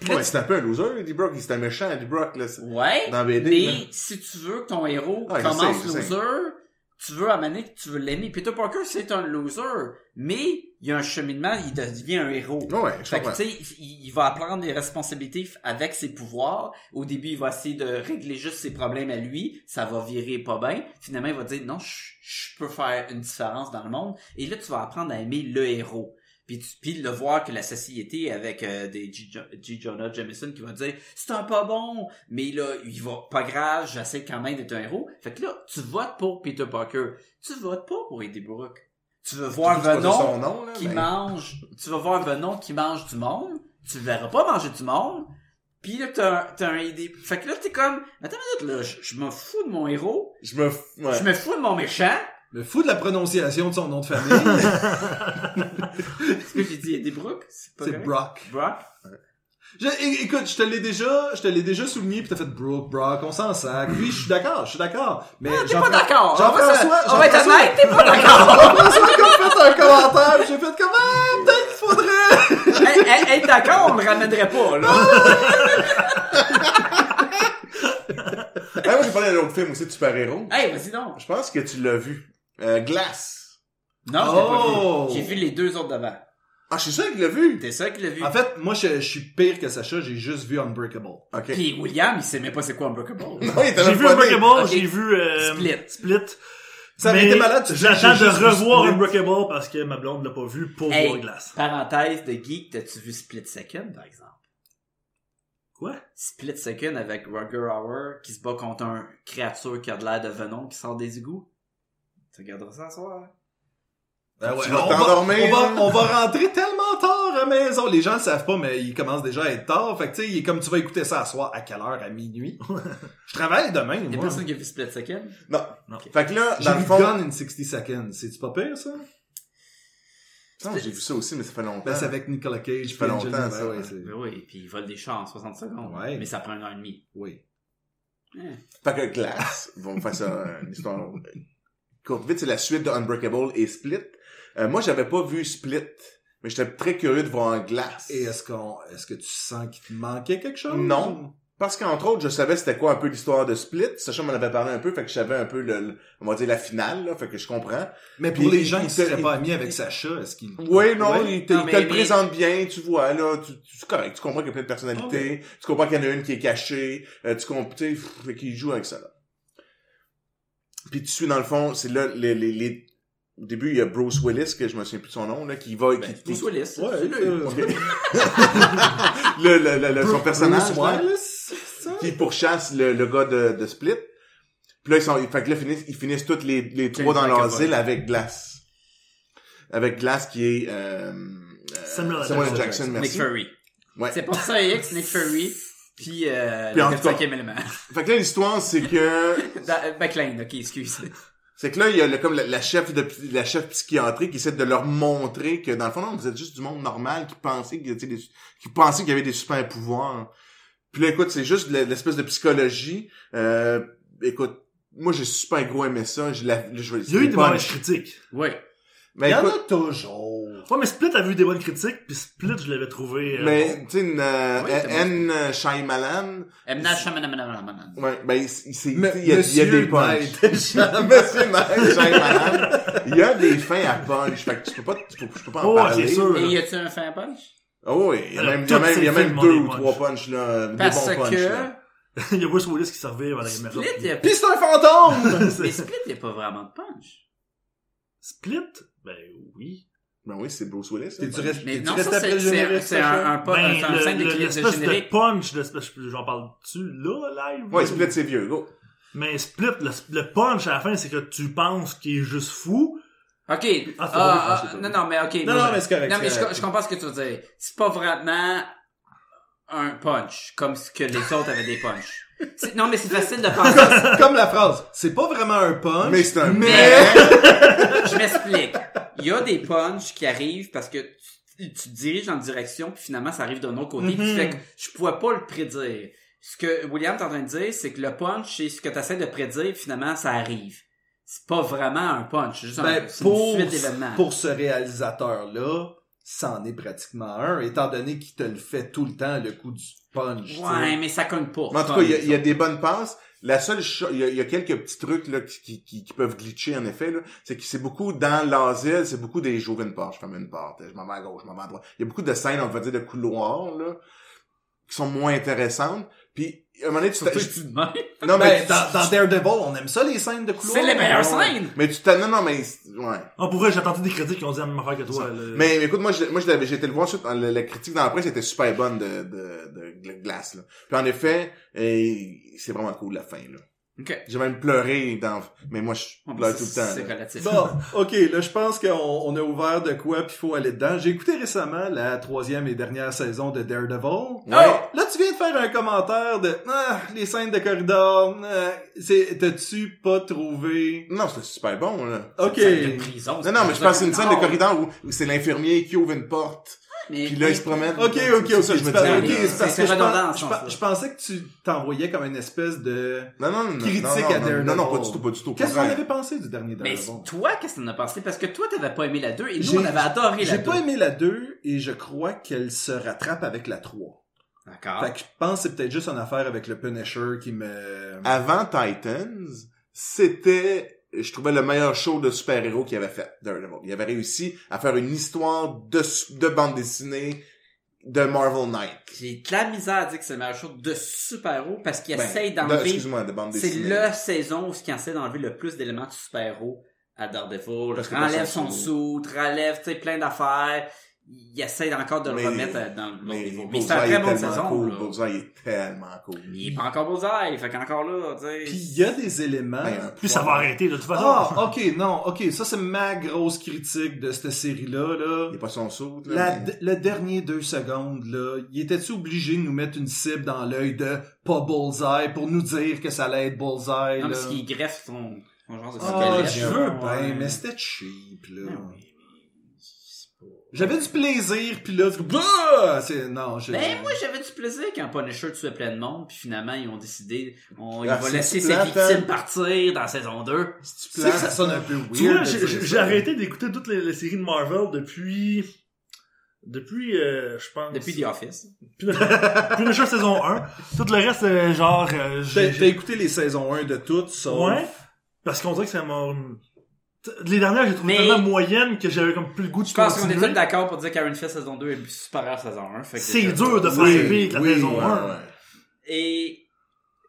puis là,
Ouais, c'est un peu un loser, Eddie Brock. C'est un méchant, Eddie Brock, là. c'est-
Ouais,
Dans BD,
mais
là.
si tu veux que ton héros
Ah, je
commence
sais, je sais.
loser, tu veux amener que tu veux l'aimer. Peter Parker, c'est un loser, mais il y a un cheminement, il devient un héros.
Ouais, je
Fait que,
comprends.
tu sais, il il va prendre des responsabilités f- avec ses pouvoirs. Au début, il va essayer de régler juste ses problèmes à lui. Ça va virer pas bien. Finalement, il va dire, non, je- je peux faire une différence dans le monde. Et là, tu vas apprendre à aimer le héros. Puis, tu, puis le voir que la société avec euh, des G. Jo- G. Jonah Jameson qui va dire c'est un pas bon mais là il va pas grave j'essaie quand même d'être un héros fait que là tu votes pour Peter Parker tu votes pas pour Eddie Brooke tu veux voir
C'est pas
Venom
son nom, là,
qui
Ben.
mais-
mange, tu vas voir Venom qui mange du monde, tu le verras pas manger du monde, pis là, t'as un, t'as un idée. Fait que là, t'es comme, attends une minute, là, je, je me fous de mon héros,
Je me, f- ouais.
je me fous de mon méchant,
Le fou de la prononciation de son nom de
[laughs]
famille,
ce que j'ai dit, il y a des Brooks, c'est pas
c'est
correct?
Brock.
Brock.
Je- é- écoute, je te l'ai déjà, je te l'ai déjà souligné, puis t'as fait Brooke, Brock, on s'en sac. Oui, je suis d'accord, je suis d'accord. Mais
Ah, T'es
Jean-
pas d'accord. On va se-
Jean-François,
on va être
Jean-François-
honnête, t'es pas d'accord.
Jean-François qui a fait un commentaire, puis j'ai fait comment? Peut-être qu'il faudrait.
Hey, hey, hey, d'accord, on le ramènerait pas, là.
[laughs]
Ah, moi, j'ai parlé d'un autre film aussi de super-héros.
Hey, vas-y donc.
Je pense que tu l'as vu. Euh, Glace.
Non, je l'ai pas vu.
Oh!
J'ai vu les deux autres d'avant.
Ah, je suis sûr qu'il l'a vu.
T'es sûr qu'il l'a vu?
En fait, moi, je, je suis pire que Sacha, j'ai juste vu Unbreakable.
Ok.
Puis William, il sait même pas c'est quoi
[laughs]
un Unbreakable.
Oui, t'as
J'ai
même
vu
pas né.
Unbreakable,
Ok.
j'ai vu euh,
Split.
Ça avait
Mais
été malade, tu dis,
J'attends
j'ai
de
juste vu
revoir
Split.
Unbreakable parce que ma blonde l'a pas vu pour
Hey.
voir Glace.
Parenthèse de geek, t'as-tu vu Split Second, par exemple?
Quoi?
Split Second avec Roger Hauer qui se bat contre un créature qui a de l'air de venom qui sort des égouts. Tu regarderas ça ce soir.
Ben ouais,
Tu vas
on, va,
t'endormir.
on, va, on va rentrer tellement tard à la maison. Les gens le savent pas, mais il commence déjà à être tard. Fait que tu sais, il est comme tu vas écouter ça à soir, à quelle heure? À minuit? je travaille demain,
Y'a
moi.
personne qui a vu Split Second?
Non.
Non.
Fait que là,
J'ai
dans
vu
le fond.
Gone in 60 Seconds. C'est-tu pas pire, ça?
Non, j'ai vu ça aussi, mais ça fait longtemps.
Ben, c'est avec Nicolas Cage.
Ah. Ça fait
puis
longtemps,
Angelina.
ça.
Ben ouais, c'est-
Ben oui, puis il vole des chats en 60 secondes.
Ouais.
Mais ça prend une heure et demie.
Oui.
Fait que Glass, vont faire ça euh, une histoire courte vite, c'est la suite de Unbreakable et Split. Euh, moi, j'avais pas vu Split, mais j'étais très curieux de voir Glass.
Et est-ce qu'on, est-ce que tu sens qu'il te manquait quelque chose?
Non. Parce qu'entre autres, je savais c'était quoi un peu l'histoire de Split. Sacha m'en avait parlé un peu, fait que je savais un peu le, le- on va dire la finale, là, fait que je comprends.
Mais pour
Puis Ben,
les gens
il
qui seraient
serait-
pas amis avec Sacha, est-ce qu'ils...
Oui, non,
Ouais.
il te,
Non,
il
mais-
te le
mais-
présente bien, tu vois, là, tu, tu, c'est correct, tu comprends qu'il y a plein de
Ah,
personnalités, tu comprends qu'il y en a une qui est cachée, euh, tu comprends, tu sais, pff, fait qu'il joue avec ça, là. Puis tu suis, dans le fond, c'est là, les, les, les- au début, il y a Bruce Willis, que je me souviens plus de son nom, là, qui va,
Ben,
qui,
Bruce Willis.
Ouais,
c'est lui.
euh,
Ok. [laughs] le, le, le- le- son
Bruce
personnage, là,
Willis, c'est ça?
qui pourchasse le, le gars de, de Split. Puis là, ils sont, fait que là, ils finissent, ils finissent toutes les, les trois dans
Michael
l'asile
Bolton.
avec Glace. Avec Glace qui est, euh, euh,
Samuel L.
Samuel L.
Jackson.
Jackson,
Nick
merci.
Fury.
Ouais.
C'est pour ça X, Nick Fury, puis euh,
Puis en
le
tout cas-
cinquième élément. [laughs]
Fait que là, l'histoire, c'est que, [laughs]
Da- euh, McLean, ok, excuse.
c'est que là, il y a le- comme la, la chef de, la chef psychiatrique qui essaie de leur montrer que, dans le fond, non, vous êtes juste du monde normal qui pensait qu'il y a, tu sais, des- qui pensait qu'il y avait des super pouvoirs. Puis là, écoute, c'est juste de l'espèce de psychologie, euh, écoute, moi, j'ai super gros aimé ça, je la, je vais-
Il y a eu des
pas-
mauvaises critiques.
Oui.
Mais
Il y en
écoute,
a toujours.
Ouais, mais Split a vu des bonnes critiques, puis Split, je l'avais trouvé. euh,
Mais, tu sais, une, euh,
Ouais, c'est
N. euh, Shyamalan,
M. Night Shyamalan.
ouais, ben, il, il, s'est-
Me-
tu sais, il y a, il y a
Monsieur
des punchs. [laughs]
[laughs] Knight.
Monsieur Night Shyamalan, il y a des fins à punch. Fait que tu peux pas, tu peux, tu peux pas en
Oh,
parler.
c'est sûr.
Et y a-tu un fin punch?
Oh, oui, il y a
Alors,
même, il y a
tous
même,
ces
il y a même
films ont
deux
des
ou
punchs.
trois punchs, là, euh, des
Parce
bons punchs,
que...
là.
[laughs] il y a Bruce Willis qui servait à la caméra.
Split, y a...
Pis c'est un fantôme!
[laughs] mais Split, y a pas vraiment de punch.
Split? Ben oui.
Ben oui, c'est Bruce Willis. hein,
T'es-tu
punch.
resté-
Mais
t'es-tu
non,
resté
ça,
après le
c'est- c'est
générique,
c'est
Sacha?
un, un, pas-
ben,
c'est un scène
le-
de,
le-
clip de
l'espèce de
générique.
punch, l'espèce- j'en parle-tu là, live?
Ouais, Split, c'est vieux, go.
Mais Split, le, le punch à la fin, c'est que tu penses qu'il est juste fou.
Ok.
Ah, c'est
Ah,
pas vrai,
ah,
je sais pas.
non, non, mais ok.
Non,
moi,
non,
je-
mais c'est correct.
Non, mais
c'est
je,
correct.
je comprends ce que tu veux dire. C'est pas vraiment un punch, comme ce que les autres avaient des punchs. C'est- Non, mais c'est facile de penser. à ça.
Comme la phrase, c'est pas vraiment un punch.
Mais c'est un
Mais, je m'explique. Il y a des punchs qui arrivent parce que tu, tu te diriges en direction, puis finalement, ça arrive d'un autre côté, puis tu fais que je pouvais pas le prédire. Ce que William est en train de dire, c'est que le punch, c'est ce que tu essaies de prédire, puis finalement, ça arrive. C'est pas vraiment un punch, c'est juste
Ben,
un, c'est
pour,
une suite d'événements.
pour ce réalisateur-là, c'en est pratiquement un, étant donné qu'il te le fait tout le temps, le coup du punch. tu
Ouais,
sais.
mais ça cogne pas.
Mais en tout cas, il y a- il y, a des bonnes passes. La seule chose, il y, a- il y a quelques petits trucs là, qui, qui- qui, qui peuvent glitcher en effet, là, c'est que c'est beaucoup dans l'asile, c'est beaucoup des j'ouvre une porte, je ferme une porte, je m'en vais à gauche, je m'en vais à droite. Il y a beaucoup de scènes, on va dire, de couloirs là, qui sont moins intéressantes. Puis à un moment donné, tu
Surtout
t'a-
que tu demandes.
non mais
Ben,
tu-
dans, dans Daredevil, on aime ça, les scènes de couloir.
C'est les meilleures
Ouais.
scènes!
mais tu t'a- non non mais ouais.
On pourrait, Ah, j'ai entendu des critiques qui ont dit la même affaire que toi. le-
Mais, mais écoute, moi, je, moi, je l'avais, j'ai été le voir, ensuite, en- la, la critique dans la presse était super bonne de, de, de, de glace, là. Puis en effet, eh, c'est vraiment cool, la fin, là.
Ok.
J'ai même pleuré dans, mais moi,
Ah,
je pleure tout le temps.
C'est
là.
relatif.
Bon, ok, là je pense qu'on on a ouvert de quoi puis faut aller dedans. J'ai écouté récemment la troisième et dernière saison de Daredevil. Oh!
Ouais.
Là tu viens de faire un commentaire de ah, les scènes de corridor. ah, c'est t'as-tu pas trouvé
Non, c'était super bon, là.
Ok.
Une scène de prison,
Non, non, mais je pense que c'est une scène de corridor où, où c'est l'infirmier qui ouvre une porte.
mais.
Puis là, ils se promènent.
Ok, ok,
C'est
ok.
ça, je me
c'est parce-
disais,
ok,
mais
c'est parce
c'est
que je
redondant,
pens-
dans le
je
sens,
pens-
là.
je pensais que tu t'envoyais comme une espèce de...
Non, non, non, non.
critique
non,
à
non,
Daredevil.
Non, non, pas du tout, pas du tout. au
Qu'est-ce qu'on
contraire.
avait pensé du dernier
Mais
Daredevil?
toi, qu'est-ce que t'en as pensé? Parce que toi, t'avais pas aimé la 2 et nous,
J'ai-
on avait adoré la
J'ai
2.
pas aimé la 2 et je crois qu'elle se rattrape avec la 3.
D'accord.
Fait que je pense que c'est peut-être juste une affaire avec le Punisher qui me...
Ah.
Avant Titans, c'était, je trouvais le meilleur show de super-héros qu'il avait fait, Daredevil. Il avait réussi à faire une histoire de, de bande dessinée de Marvel Knight.
J'ai de la misère à dire que c'est le meilleur show de super-héros parce qu'il
Ben,
essaye
de-
d'enlever.
Excuse-moi, de bande
C'est
dessinée.
la saison où ce qui essaie d'enlever le plus d'éléments de super-héros à Daredevil.
Parce que
Enlève
personne
son
s'en
soute, relève, tu sais, plein d'affaires. Il essaie encore de le
Mais-
remettre euh, dans le
Mais,
niveau. Mais c'est
Bullseye
une très
est
bonne
tellement
saison.
cool.
là.
Bullseye est tellement cool.
Il est pas encore Bullseye, fait qu'encore là, tu
Puis
sais.
il y a des éléments...
Ben, un
Plus ça va arrêter, de toute façon.
Ah, ok, non, ok, ça c'est ma grosse critique de cette série-là, là.
Il est pas son saut, là.
La,
mais-
le dernier deux secondes, là, il était-tu obligé de nous mettre une cible dans l'œil de pas Bullseye pour nous dire que ça allait être Bullseye, là?
Non, parce qu'il greffe son, son genre de
Ah,
squelette,
je
là.
veux
Ouais.
bien, mais c'était cheap, là.
Non, mais-
J'avais du plaisir, puis là, tu- Bah! c'est... Non,
Euh,
je...
Ben, moi, j'avais du plaisir quand Punisher tuait plein de monde, puis finalement, ils ont décidé, on, il
Ah,
va
c'est
laisser ses
plate,
victimes
hein.
partir dans saison 2.
Tu sais que ça sonne un peu weird.
Tu vois,
de
j'ai-
dire
j'ai
ça.
j'ai arrêté d'écouter toutes les, les séries de Marvel depuis. Depuis, euh, je pense.
Depuis The Office.
Depuis le- depuis le show saison 1. Tout le reste, euh, genre. euh, j'ai-
T'as t'as écouté les saisons 1 de toutes, sauf...
Ouais. Parce qu'on dirait que ça m'a. Les dernières, j'ai trouvé
Mais-
tellement moyenne que j'avais comme plus le goût de
Je pense qu'on est
continuer.
tous d'accord pour dire qu'Iron Fist saison 2 est supérieure à saison 1. fait que
C'est
déjà-
dur de faire
Oui,
vivre la
oui,
saison
ouais,
1.
ouais.
Et,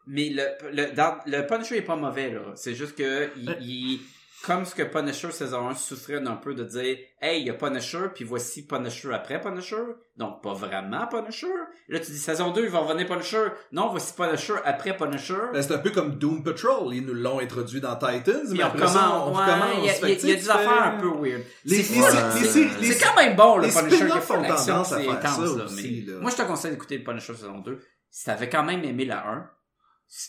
mais le, le, dans- le Punisher est pas mauvais, là. C'est juste que, il,
Ben-
il- comme ce que Punisher saison 1 souffrait d'un peu de dire, hey, il y a Punisher, puis voici Punisher après Punisher. Donc, pas vraiment Punisher. Là, tu dis saison 2, il va revenir Punisher. Non, voici Punisher après Punisher.
Ben, c'est un peu comme Doom Patrol, ils nous l'ont introduit dans Titans, mais
Puis on
après ça, on
recommence.
recommence.
ouais, Il y a-
Fait que,
il y a-
tu
il
sais,
y a
tu
des
fais-
affaires un peu weird.
Les, les,
C'est-
les,
Ouais.
les, les,
C'est quand même bon, le
les
Punisher qui
spin-offs
fait
ont
l'action,
tendance à
c'est
faire
intense,
ça
là,
aussi,
mais-
là.
Moi, je te conseille d'écouter le Punisher saison 2. Si t'avais quand même aimé la 1.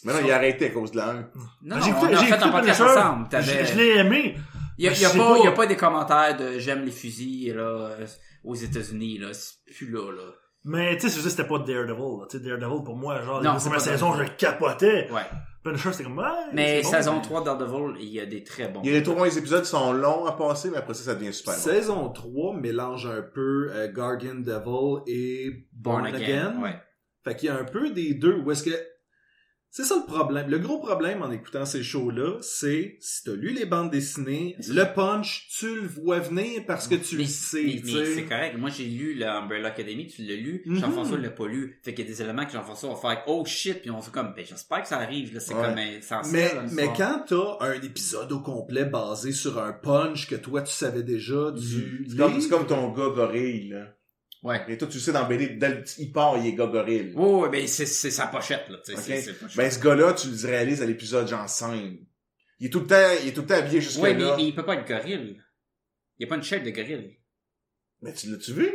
Mais non, il a arrêté à cause de la 1.
Non, non,
Ben, J'ai
on
écouté,
a
j'ai
fait
écouté
un podcast
Punisher.
ensemble.
Je,
t'avais-
je l'ai aimé.
Il y a, il y a
je sais
pas,
pas,
il y a
il-
pas des commentaires de j'aime les fusils, là, euh, aux États-Unis, là. C'est plus là, là.
Mais tu sais, c'est juste c'était pas Daredevil. là. Tu sais, Daredevil pour moi, genre,
Non,
les deux
c'est
premières
pas
saisons, je
Daredevil.
capotais.
Ouais.
Punisher, c'était comme. ouais, c'est
Mais
bon,
saison
mais-
3 de Daredevil, il y a des très bons.
Il y a les trois épisodes qui sont longs à passer, mais après ça, ça devient super bon.
Saison 3 mélange un peu euh, Guardian Devil et Born, Again.
Ouais.
Fait qu'il y a un peu des deux où est-ce que. C'est ça le problème. Le gros problème en écoutant ces shows-là, c'est si t'as lu les bandes dessinées, le punch, tu le vois venir parce que tu
Mais-
le sais.
mais-
tu
mais
sais.
c'est correct. Moi, j'ai lu l'Umbrella Academy, tu l'as lu.
Mm-hmm.
Mhm.
Jean-François l'a pas lu. Fait qu'il y a des éléments que Jean-François va faire oh shit, puis on fait comme, ben, j'espère que ça arrive, là. C'est
Ouais.
comme essentiel.
Mais,
là,
mais
l'histoire.
quand t'as un épisode au complet basé sur un punch que toi tu savais
Mm-hmm.
déjà du
C'est comme,
livre,
c'est comme ton gars gorille, là.
Ouais.
Et toi, tu le sais, dans BD, dès le- il part, il est gars gorille.
Ouais, ouais, ben, c'est, c'est sa pochette, là. tu sais,
Ok.
c'est- c'est pas chouette.
Ben, ce gars-là, tu le réalises à l'épisode genre 5. Il est tout le temps, il est tout le temps habillé jusque
ouais, mais,
là.
mais il peut pas être gorille. Il y a pas une chaîne de gorille.
Mais tu l'as-tu vu?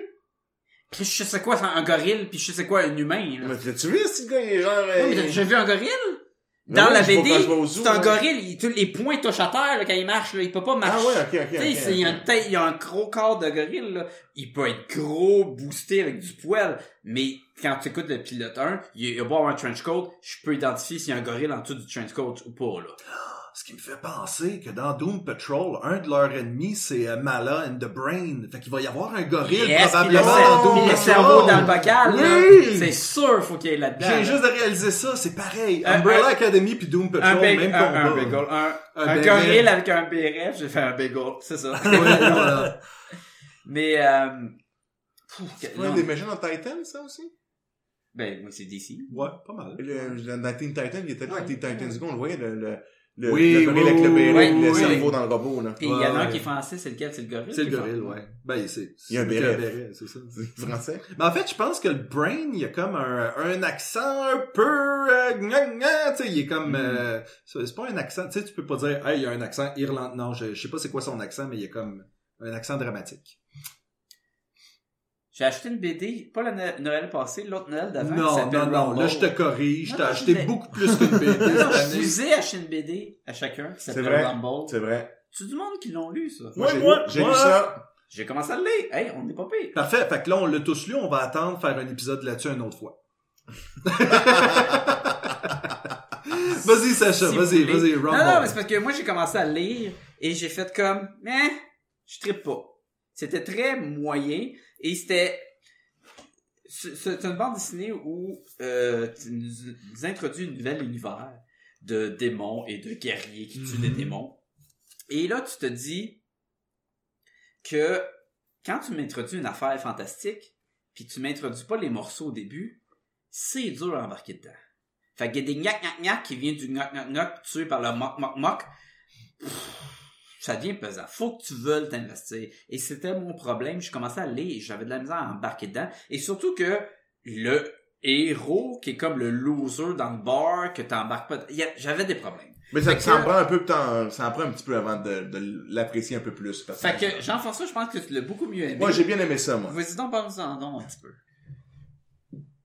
Puis je sais quoi, un gorille, puis je sais quoi, un humain, là.
Mais tu l'as-tu vu, ce gars, il est genre, euh,
Ouais, mais j'ai vu un gorille?
Mais
Dans
oui,
la
je vois
BD,
quand je vais au zoo,
c'est un
ouais.
gorille, il- tous les points touchent à terre, là, quand il marche, là, il peut pas marcher.
Ah ouais, ok, ok,
Tu
ok,
sais, c'est- il y a
ok.
une tête- il y a un gros corps de gorille, là. Il peut être gros, boosté avec du poil, mais quand tu écoutes le pilote 1, il il va avoir un trench coat, je peux identifier s'il y a un gorille en dessous du trench coat ou pas, là.
Ce qui me fait penser que dans Doom Patrol, un de leurs ennemis, c'est euh, Mala and the Brain. Fait qu'il va y avoir un gorille
Yes, puis le,
probablement
cer-
dans Doom
puis le
Patrol.
cerveau dans le bocal, là.
Oui!
C'est sûr, faut qu'il y ait là-dedans.
J'ai
là.
juste de réaliser ça, c'est pareil.
Un-
Umbrella
un-
Academy puis Doom Patrol,
un, bag-
même
un,
combat.
un bagel, un,
Un
un,
bagel.
gorille avec un BRF, j'ai fait un bagel, c'est ça.
[laughs] [laughs] Ouais, voilà.
Mais, euh, pfff,
C'est
que-
pas un
non,
des méchants dans Titan, ça aussi?
ben, moi, c'est DC.
Ouais, pas mal.
Le- dans Teen Titan, il était là avec Teen Titan Go, on le voyait, le, le, le,
Oui,
le
oui,
gorille avec le béret,
oui,
le
oui.
cerveau dans le robot, là.
Puis, il y en a un
Ouais.
qui est français, c'est lequel? C'est le gorille?
C'est le
qui est
gorille,
français?
ouais. Ben, c'est.
Il y a un
c'est
béret.
c'est ça.
C'est Français?
Mais en fait, je pense que le brain, il y a comme un, un accent un peu, euh, gna, gna, tu sais, il est comme,
Hmm.
euh, c'est c'est pas un accent, tu sais, tu peux pas dire, hey, il y a un accent irlandais, non, je, je sais pas c'est quoi son accent, mais il y a comme un accent dramatique.
J'ai acheté une BD, pas le Noël- Noël passé, l'autre Noël d'avant. qui
non,
s'appelle
non, non,
Rumble.
là, je te corrige, je
Non,
t'ai
non,
acheté
mais-
beaucoup plus
[laughs]
qu'une BD
Non,
cette
je
année.
vous ai acheté une BD à chacun qui
C'est
s'appelle
vrai.
Rumble.
C'est vrai.
C'est du monde qui l'ont lu, ça.
Ouais,
j'ai
moi,
j'ai
moi,
lu ça.
J'ai commencé à le lire. Hey, on n'est pas pire.
Parfait. Fait que là, on l'a tous lu. On va attendre faire un épisode là-dessus une autre
[laughs]
fois. vas-y, Sacha.
Si
vas-y,
vous voulez.
vas-y.
Non,
Ron
non,
Howard.
mais c'est parce que moi, j'ai commencé à lire et j'ai fait comme, mais je trippe pas. C'était très moyen et c'était. C'est c'est une bande dessinée où euh, tu nous, nous introduis un nouvel univers de démons et de guerriers qui tuent des
Mhm.
démons. Et là, tu te dis que quand tu m'introduis une affaire fantastique, puis tu m'introduis pas les morceaux au début, c'est dur à embarquer dedans. Fait qu'il y a des gnac gnac gnac qui vient du gnac gnac gnac tué par le moc moc moc. Pff, Ça devient pesant. Faut que tu veuilles t'investir. Et c'était mon problème. Je commençais à lire. J'avais de la misère à embarquer dedans. Et surtout que le héros qui est comme le loser dans le bar que t'embarques pas. Il y a- J'avais des problèmes.
Mais ça,
Fait
ça en
que-
prend un peu, de temps- ça en prend un petit peu avant de, de l'apprécier un peu plus. parce
Fait que Jean-François, je pense que tu l'as beaucoup mieux aimé.
Moi, j'ai bien aimé ça, moi.
Vas-y donc, parle-nous-en donc un petit peu.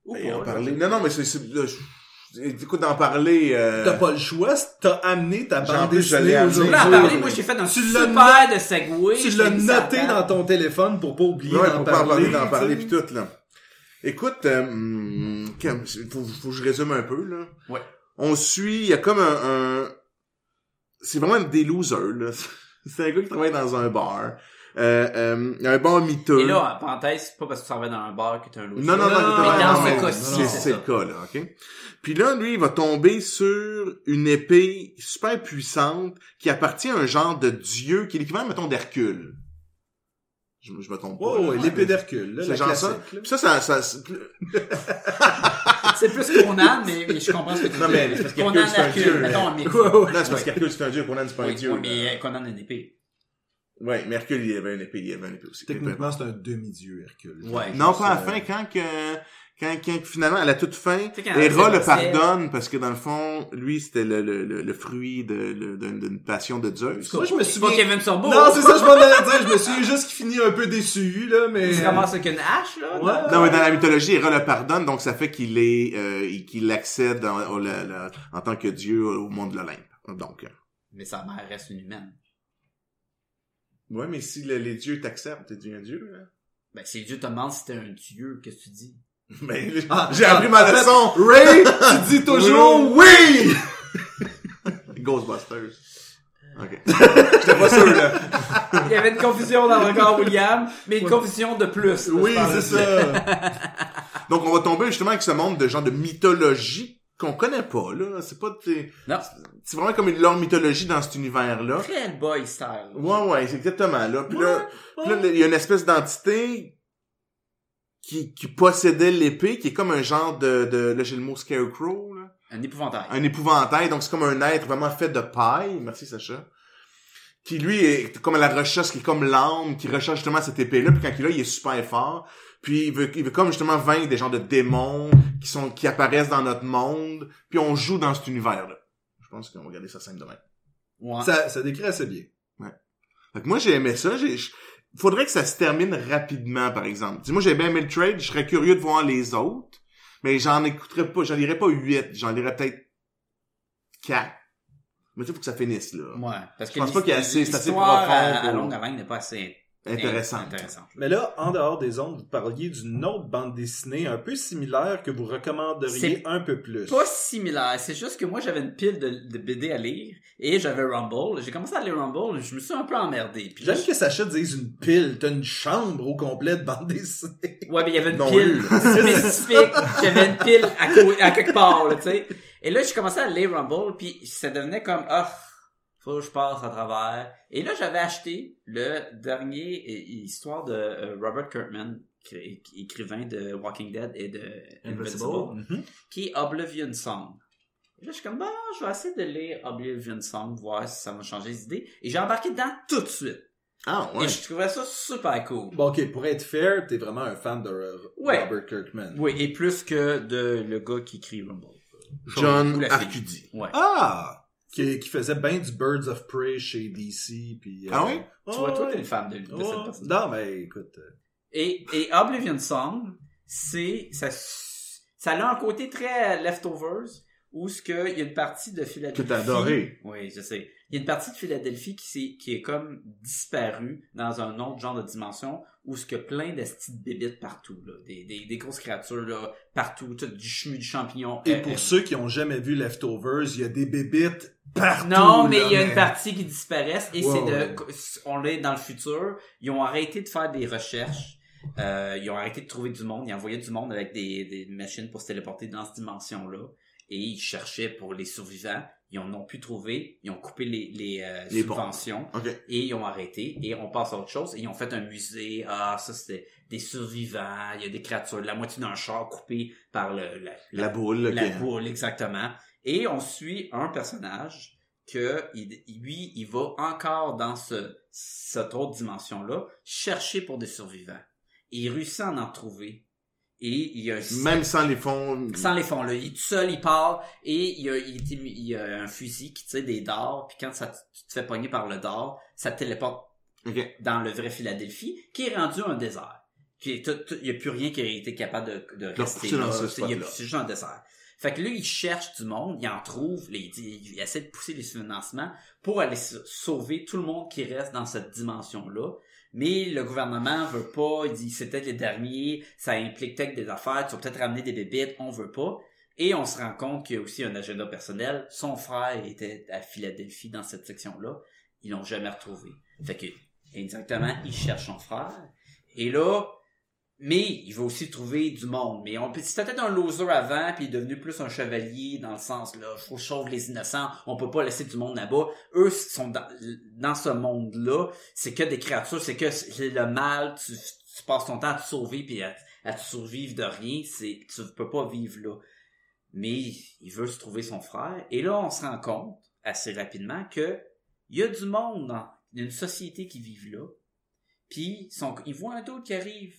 Ou
Et en
pas, là.
parler- Non, non, mais c'est, c'est- là, je- écoute, d'en parler, euh,
T'as pas le choix. si T'as amené ta
J'en
bande
plus, je l'ai
dessinée
amené.
Là, à
aujourd'hui.
parler, moi, j'ai fait un
Tu l'as
super de segway.
Tu
Je
l'as
l'ai mis sur
noté
la
dans
table.
ton téléphone pour pas oublier
ouais,
d'en
pour pas en parler,
parler.
d'en parler,
tu
pis
sais.
tout, là. Écoute, euh, hmm, comme- faut, faut que je résume un peu, là.
Ouais.
On suit, il y a comme un, un- c'est vraiment des losers, là. [laughs] C'est un gars qui travaille dans un bar. Euh, euh, un bar miteux.
Et là, en parenthèse, c'est pas parce que tu t'en vas dans un bar que t'es un loup.
Non, non, non,
Non,
non,
mais
non,
dans
non,
ce
non,
cas-ci,
c'est-
c'est
c'est le
ça.
cas, là, OK? Puis là, lui, il va tomber sur une épée super puissante qui appartient à un genre de dieu qui est l'équivalent, mettons, d'Hercule. Je, me- je me trompe pas.
Oh, ouais,
là.
l'épée d'Hercule. là,
C'est
la
genre ça.
classique, là.
Puis ça, ça, ça, c'est-
C'est plus Conan, mais, mais je comprends ce que tu veux
Non, mais
dire.
c'est parce
Conan
qu'Hercule, c'est un dieu,
Hercule,
mais-
mettons
[laughs]
un mix.
Ouais, ouais.
Non, c'est parce qu'Hercule, c'est un dieu, Conan, c'est pas un
Oui,
dieu.
oui,
là.
mais euh, Conan a une épée.
Ouais, mais Hercule, il avait une épée, il avait une épée aussi.
Techniquement, c'est un demi-dieu, Hercule.
Ouais.
Non, pas à la
Euh,
fin, quand que, quand, quand finalement, à la toute fin,
Tu sais, quand
Hera
elle
le
fait-
pardonne parce que dans le fond, lui, c'était le, le, le, le fruit de- le- d'une d'une passion de Zeus.
Moi, je me
C'est pas
souviens.
Kevin Sorbo.
Non, c'est ça, je m'en allais dire. Je me souviens juste qu'il finit un peu déçu, là, mais.
Il se ramasse avec une hache, là.
Ouais.
dans-
Non, mais dans la mythologie, Hera le pardonne, donc ça fait qu'il est, euh, il- qu'il accède en, au- la- la- en tant que dieu au monde de l'Olympe. Donc. euh,
Mais sa mère reste une humaine.
Ouais, mais si le- les dieux t'acceptent, t'es devenu un dieu, hein?
Ben, si Dieu te demande si t'es un dieu, qu'est-ce que tu dis?
Mais,
Ah,
j'ai appris ma leçon!
Ray,
Ah,
tu dis toujours oui!
[laughs] Ghostbusters. [laughs] Ok. J'étais pas sûr, là.
Il y avait une confusion dans le regard William, mais une confusion de plus. là,
Oui,
je pense.
c'est ça.
[laughs] Donc, on va tomber justement avec ce monde de gens de mythologie qu'on connaît pas, là. C'est pas, c'est
Non.
c'est vraiment comme une, leur mythologie dans cet univers-là.
Très le boy style.
Ouais, ouais, c'est exactement là. Puis là, puis là, il y a une espèce d'entité qui, qui possédait l'épée, qui est comme un genre de, de là j'ai le mot scarecrow, là.
Un épouvantail.
un épouvantail, donc c'est comme un être vraiment fait de paille, merci Sacha, qui lui est comme à la recherche, qui est comme l'âme, qui recherche justement cette épée-là, puis quand il est là, il est super fort, puis il veut, il veut comme justement vaincre des genres de démons qui sont qui apparaissent dans notre monde, puis on joue dans cet univers-là. Je pense qu'on va regarder ça simple demain.
Ouais.
ça. Ça décrit assez bien.
Fait que moi, j'ai aimé ça. J'ai, j- faudrait que ça se termine rapidement, par exemple. Dis, moi, j'ai bien aimé le trade. Je serais curieux de voir les autres. Mais j'en écouterais pas. J'en lirais pas huit. J'en lirais peut-être quatre. Mais tu sais, faut que ça finisse, là.
Ouais. Parce que
Je pense pas qu'il y a assez- c'est assez
l'histoire
profond
à, à
pour-
longue haleine n'est pas assez
Intéressant.
intéressante.
Mais là, en dehors des ondes, vous parliez d'une autre bande dessinée un peu similaire que vous recommanderiez
C'est
un peu plus.
Pas similaire, c'est juste que moi j'avais une pile de, de BD à lire et j'avais Rumble. J'ai commencé à lire Rumble, je me suis un peu emmerdé. Puis là,
J'aime que Sacha dise une pile. T'as une chambre au complet de bande dessinée.
Ouais, mais il y avait une
Non,
pile [laughs] spécifique. J'avais une pile à, co- à quelque part, là, tu sais. Et là, j'ai commencé à lire Rumble, puis ça devenait comme, ah, faut que je passe à travers. Et là, j'avais acheté le dernier euh, histoire de euh, Robert Kirkman, cré- écrivain de Walking Dead et de
Invincible.
Invincible qui est Oblivion Song. Et là, je suis comme, bah, je vais essayer de lire Oblivion Song, voir si ça m'a changé d'idée. Et j'ai embarqué dedans tout de suite.
Ah, ouais.
Et je trouvais ça super cool.
Bon, ok, pour être fair, t'es vraiment un fan de euh,
Ouais.
Robert Kirkman.
Oui, et plus que de le gars qui écrit Rumble. Ou
John
la fille.
Arcudi.
Ouais.
Ah! Qui, qui faisait bien du Birds of Prey chez DC. Puis,
Ah oui?
Oh,
tu vois, toi, t'es une
fan
femme de, de cette personne.
Non, mais écoute. euh,
Et, et Oblivion Song, c'est, ça, s- ça a un côté très leftovers, où ce que il y a une partie de Philadelphie.
Que t'as adoré.
Oui, je sais. Il y a une partie de Philadelphie qui s'est- qui est comme disparue dans un autre genre de dimension où ce que plein de petites bébites partout là, des, des, des grosses créatures là partout, tout du chemu du champignon.
Et
euh, euh,
pour ceux qui ont jamais vu Leftovers, il y a des bébites partout.
non, mais
là,
il y a une
man.
partie qui disparaissent et
Ouais,
c'est
ouais.
de, on l'est dans le futur. Ils ont arrêté de faire des recherches. Euh, ils ont arrêté de trouver du monde. Ils envoyaient du monde avec des, des machines pour se téléporter dans cette dimension-là. Et ils cherchaient pour les survivants. Ils en ont pu trouver. Ils ont coupé les, les, euh,
Les ponts.
subventions.
OK.
Et ils ont arrêté. Et on passe à autre chose. Et ils ont fait un musée. Ah, ça, c'était des survivants. Il y a des créatures. La moitié d'un char coupé par le, la,
La boule,
la
ok.
boule, exactement. Et on suit un personnage que, il- lui, il va encore dans ce, cette autre dimension-là, chercher pour des survivants. Et il réussit à en trouver. Et il y a un
Même sans les fonds.
sans les fonds, là. Il est tout seul, il part, et il y a, il est ému- il y a un fusil qui tire des dards, puis quand ça, t- tu te fais pogner par le dard, ça te téléporte
OK.
dans le vrai Philadelphie, qui est rendu un désert. Qui est tout- tout- Il n'y a plus rien qui a été capable de, de rester
repousser
là.
dans ce
C'est- il y
spot-là.
a plus- C'est juste un désert. Fait que là, il cherche du monde, il en trouve, là, il, dit- il essaie de pousser les financements pour aller sa- sauver tout le monde qui reste dans cette dimension-là. Mais le gouvernement veut pas, il dit c'est peut-être les derniers, ça implique peut-être des affaires, tu vas peut-être ramener des bébites, on veut pas. Et on se rend compte qu'il y a aussi un agenda personnel. Son frère était à Philadelphie dans cette section-là. Ils l'ont jamais retrouvé. Fait que, exactement, il cherche son frère. Et là, mais il va aussi trouver du monde. Mais on peut, c'était peut-être un loser avant, puis il est devenu plus un chevalier dans le sens, là, faut sauver les innocents, on peut pas laisser du monde là-bas. Eux sont dans, dans ce monde-là, c'est que des créatures, c'est que c'est le mal, tu, tu passes ton temps à te sauver, puis à, à te survivre de rien, c'est, tu peux pas vivre là. Mais il veut se trouver son frère. Et là, on se rend compte assez rapidement que il y a du monde dans il y a une société qui vit là. Puis ils sont- ils voient un autre qui arrive